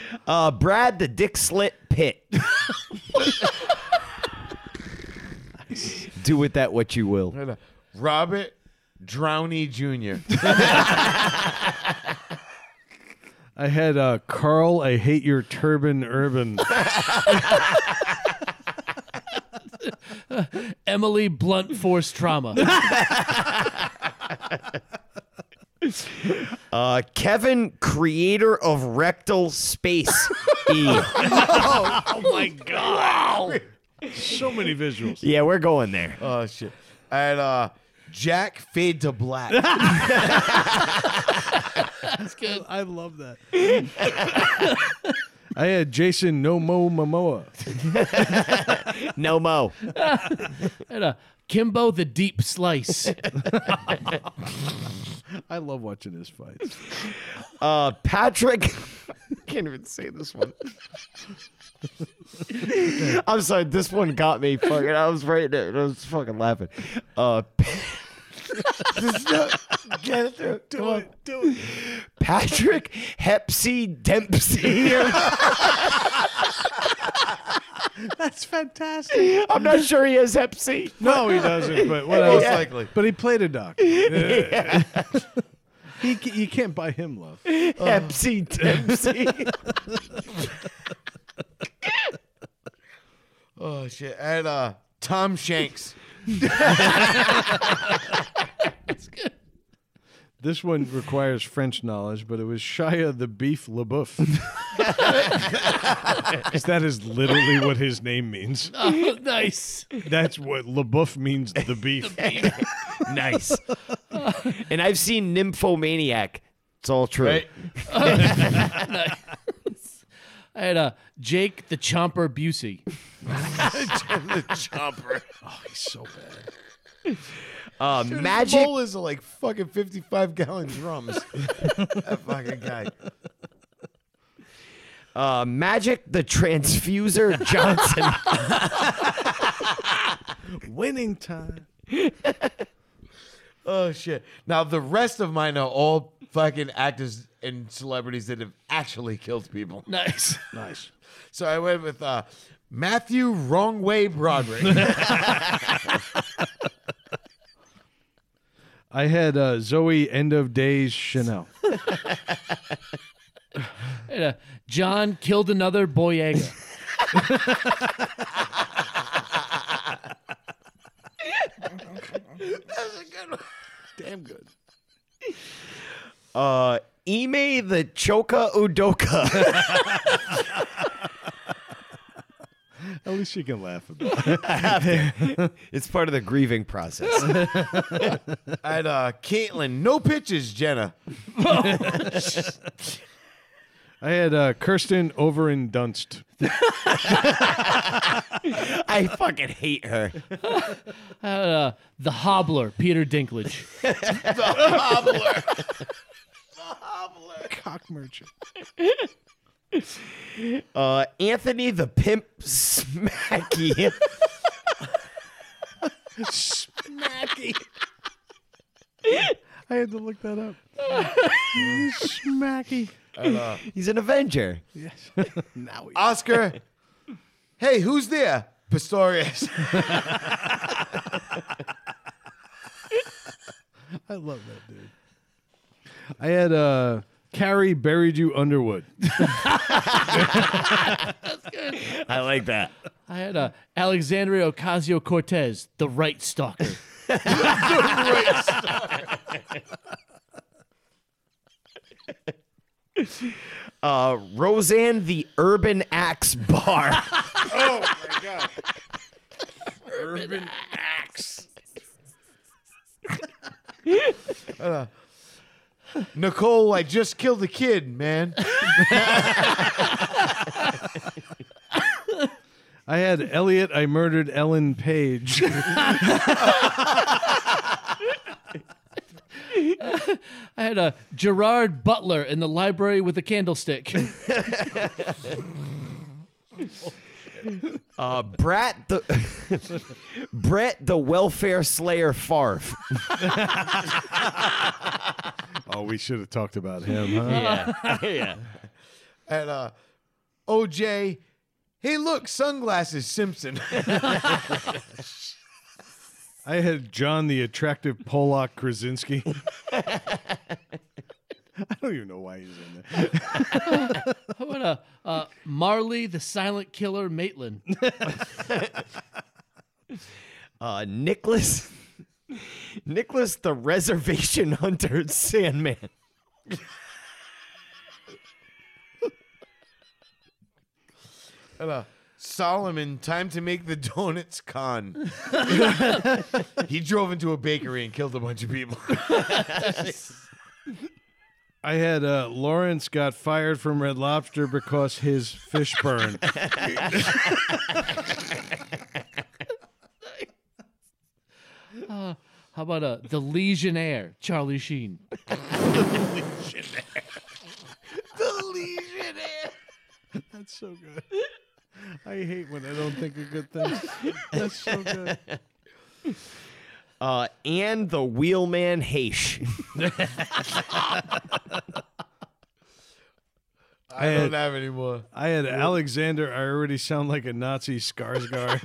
S2: uh, Brad the Dick Slit Pit. Do with that what you will.
S4: Right, uh, Robert Downey Jr.
S3: I had uh, Carl, I hate your turban urban.
S1: Emily blunt force trauma.
S2: Uh, Kevin, creator of Rectal Space. E.
S3: Oh so many visuals.
S2: Yeah, we're going there.
S4: Oh shit. I had uh, Jack Fade to Black.
S3: I love that. I had Jason Nomo Momoa.
S2: No mo.
S1: I had, uh, Kimbo the Deep Slice.
S3: I love watching his fights.
S2: Uh, Patrick. I can't even say this one. I'm sorry, this one got me fucking. I was right there. I was fucking laughing. Uh,
S4: Get it through.
S3: Do it. Do it.
S2: Patrick Hepsi Dempsey.
S3: That's fantastic.
S2: I'm not sure he has Hepsi.
S3: No, he doesn't, but what
S4: Most
S3: else?
S4: likely.
S3: But he played a doctor. Yeah. he, ca- you can't buy him love.
S2: Hepsi Dempsey.
S4: Oh shit. I had uh, Tom Shanks.
S3: This one requires French knowledge, but it was Shia the Beef LaBeouf. 'Cause that is literally what his name means.
S1: Oh, nice.
S3: That's what LaBeouf means, the beef.
S2: nice. And I've seen Nymphomaniac. It's all true.
S4: Right.
S1: I had uh, Jake the Chomper Busey.
S2: Uh,
S4: His
S2: Magic.
S4: bowl is like fucking 55 gallon drums. that fucking guy.
S2: Uh, Magic the Transfuser Johnson.
S3: Winning time.
S4: Oh shit. Now the rest of mine are all fucking actors and celebrities that have actually killed people.
S1: Nice.
S3: Nice.
S4: So I went with uh, Matthew Wrong Way Broderick.
S3: I had uh, Zoe End of Days Chanel.
S1: I had, uh, John killed another Boyega.
S2: uh Ime the Choka Udoka.
S3: At least you can laugh about it.
S2: it's part of the grieving process.
S4: I had uh, Caitlin, no pitches, Jenna.
S3: I had uh, Kirsten Over and Dunst.
S2: I fucking hate her.
S1: Uh, the hobbler, Peter Dinklage.
S3: Cock merchant.
S2: Uh, Anthony the Pimp Smacky.
S3: Smacky. I had to look that up. Smacky.
S2: He's an Avenger.
S4: Oscar. hey, who's there? Pistorius.
S3: I love that dude. I had uh Carrie buried you Underwood.
S2: I like that.
S1: I had uh, Alexandria Ocasio Cortez, the right stalker.
S2: Uh, Roseanne the Urban Axe Bar.
S4: Nicole, I just killed a kid, man.
S3: I had Elliot I murdered Ellen Page.
S1: I had uh, Gerard Butler in the library with a candlestick.
S2: Uh, Brat the Brett the Welfare Slayer Farf.
S3: oh, we should have talked about him, huh?
S4: And uh, OJ, hey, look, sunglasses, Simpson.
S3: I had John the attractive Polak Krasinski. I don't even know why he's in there.
S1: How about uh, uh, Marley the silent killer Maitland?
S2: Uh, Nicholas Nicholas the Reservation Hunter Sandman.
S4: And, uh, Solomon, time to make the donuts con. he drove into a bakery and killed a bunch of people.
S3: I had uh, Lawrence got fired from Red Lobster because his fish burned.
S1: How about uh, the Legionnaire Charlie Sheen?
S3: That's so good. I hate when I don't think of good things. That's so good.
S2: Uh, and the Wheelman Haish.
S4: I don't have any more.
S3: I had Alexander. I already sound like a Nazi Skarsgård.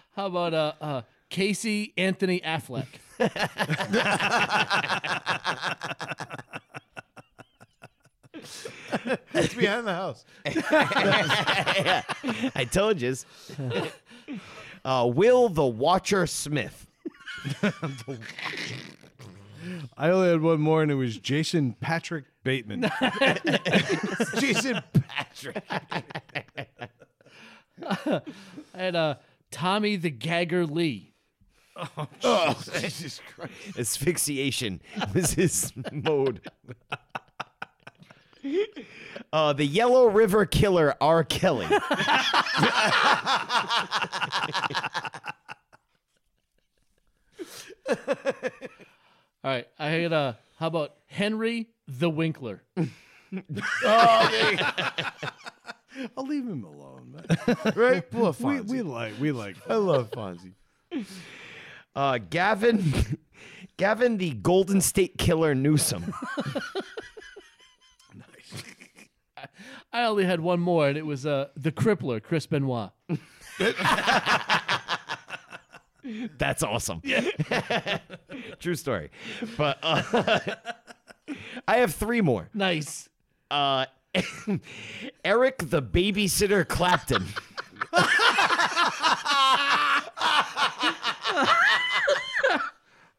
S1: How about uh, uh, Casey Anthony Affleck?
S4: It's behind the house.
S2: I told you. Uh, Will the Watcher Smith.
S3: I only had one more, and it was Jason Patrick Bateman.
S4: Jason Patrick.
S1: I had uh, Tommy the Gagger Lee.
S4: Oh, Jesus Christ.
S2: Asphyxiation was his mode. Uh, the Yellow River Killer R. Kelly.
S1: All right, I had uh, how about Henry the Winkler?
S3: I'll leave him alone. man.
S4: Right? Poor
S3: We,
S4: Fonzie.
S3: we like we like.
S4: I love Fonzie.
S2: Uh, Gavin, Gavin the Golden State Killer Newsom.
S1: I only had one more, and it was uh, the Crippler Chris Benoit.
S2: That's awesome. True story. But uh, I have three more.
S1: Nice.
S2: Uh, Eric the Babysitter Clapton.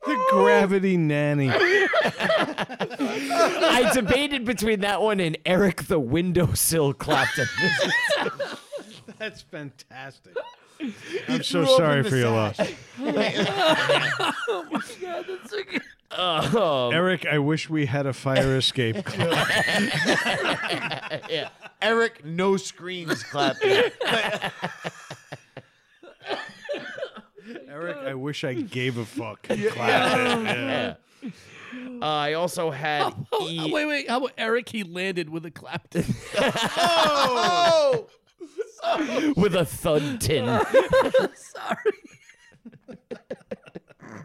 S3: The Gravity Nanny.
S2: I debated between that one and Eric the Windowsill Clapton.
S3: That's fantastic. I'm so
S4: threw up in
S3: sorry
S4: the
S3: for your loss. Eric, I wish we had a fire escape. Clip.
S4: Eric, no screens.
S3: Eric, I wish I gave a fuck. Clap. Yeah.
S2: Uh, I also had E.
S1: Oh, wait, wait. How about Eric? He landed with a clap.
S4: oh.
S3: Oh!
S2: with a thud tin.
S1: Sorry.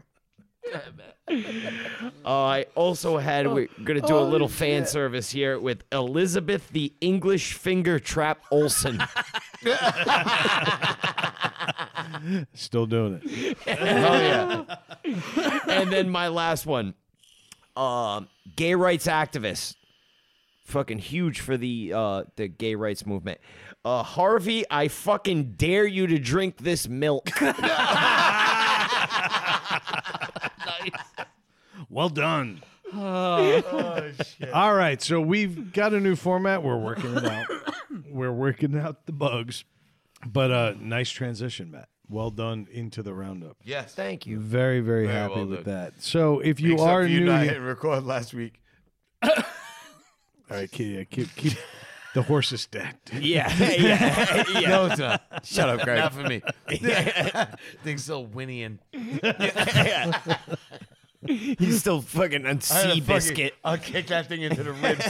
S2: Uh, I also had, we're going to do a little fan service here with Elizabeth the English Finger Trap Olson.
S3: Still doing it.
S2: oh, yeah. and then my last one um, gay rights activists. Fucking huge for the uh, the gay rights movement. Uh, Harvey, I fucking dare you to drink this milk.
S3: Well done.
S4: Oh,
S3: All right, so we've got a new format. We're working it out. We're working out the bugs. But uh nice transition, Matt. Well done into the roundup.
S4: yes.
S2: Thank you.
S3: Very, very happy
S4: well
S3: with
S4: done.
S3: that. So if you
S4: Except
S3: are
S4: for you
S3: new
S4: not
S3: here-
S4: hitting record last week.
S3: All right, keep, yeah, keep, keep the horse is stacked.
S2: Yeah, yeah.
S4: No, it's not. Shut up, Greg. Not for me. Things still whinnying.
S2: He's still fucking on sea biscuit.
S4: I'll kick that thing into the ribs.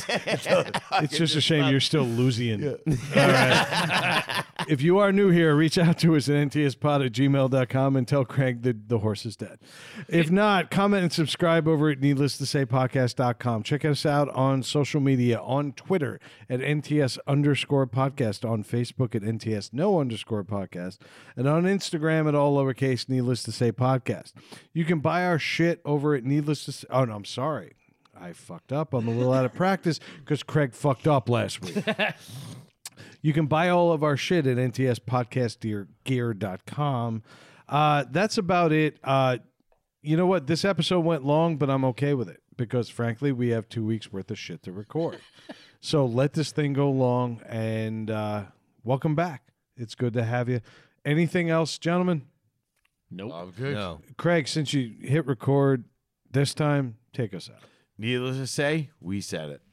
S3: It's just a shame you're still losing. All right. if you are new here, reach out to us at ntspod at gmail.com and tell Craig that the horse is dead. If not, comment and subscribe over at needless to say podcast.com. Check us out on social media on Twitter at NTS underscore podcast, on Facebook at NTS no underscore podcast, and on Instagram at all lowercase needless to say podcast. You can buy our shit over at needless to say. Oh, no, I'm sorry. I fucked up. I'm a little out of practice because Craig fucked up last week. You can buy all of our shit at ntspodcastgear.com. Uh, that's about it. Uh, you know what? This episode went long, but I'm okay with it because, frankly, we have two weeks worth of shit to record. so let this thing go long and uh, welcome back. It's good to have you. Anything else, gentlemen?
S4: I'm good.
S3: Craig, since you hit record this time, take us out.
S4: Needless to say, we said it.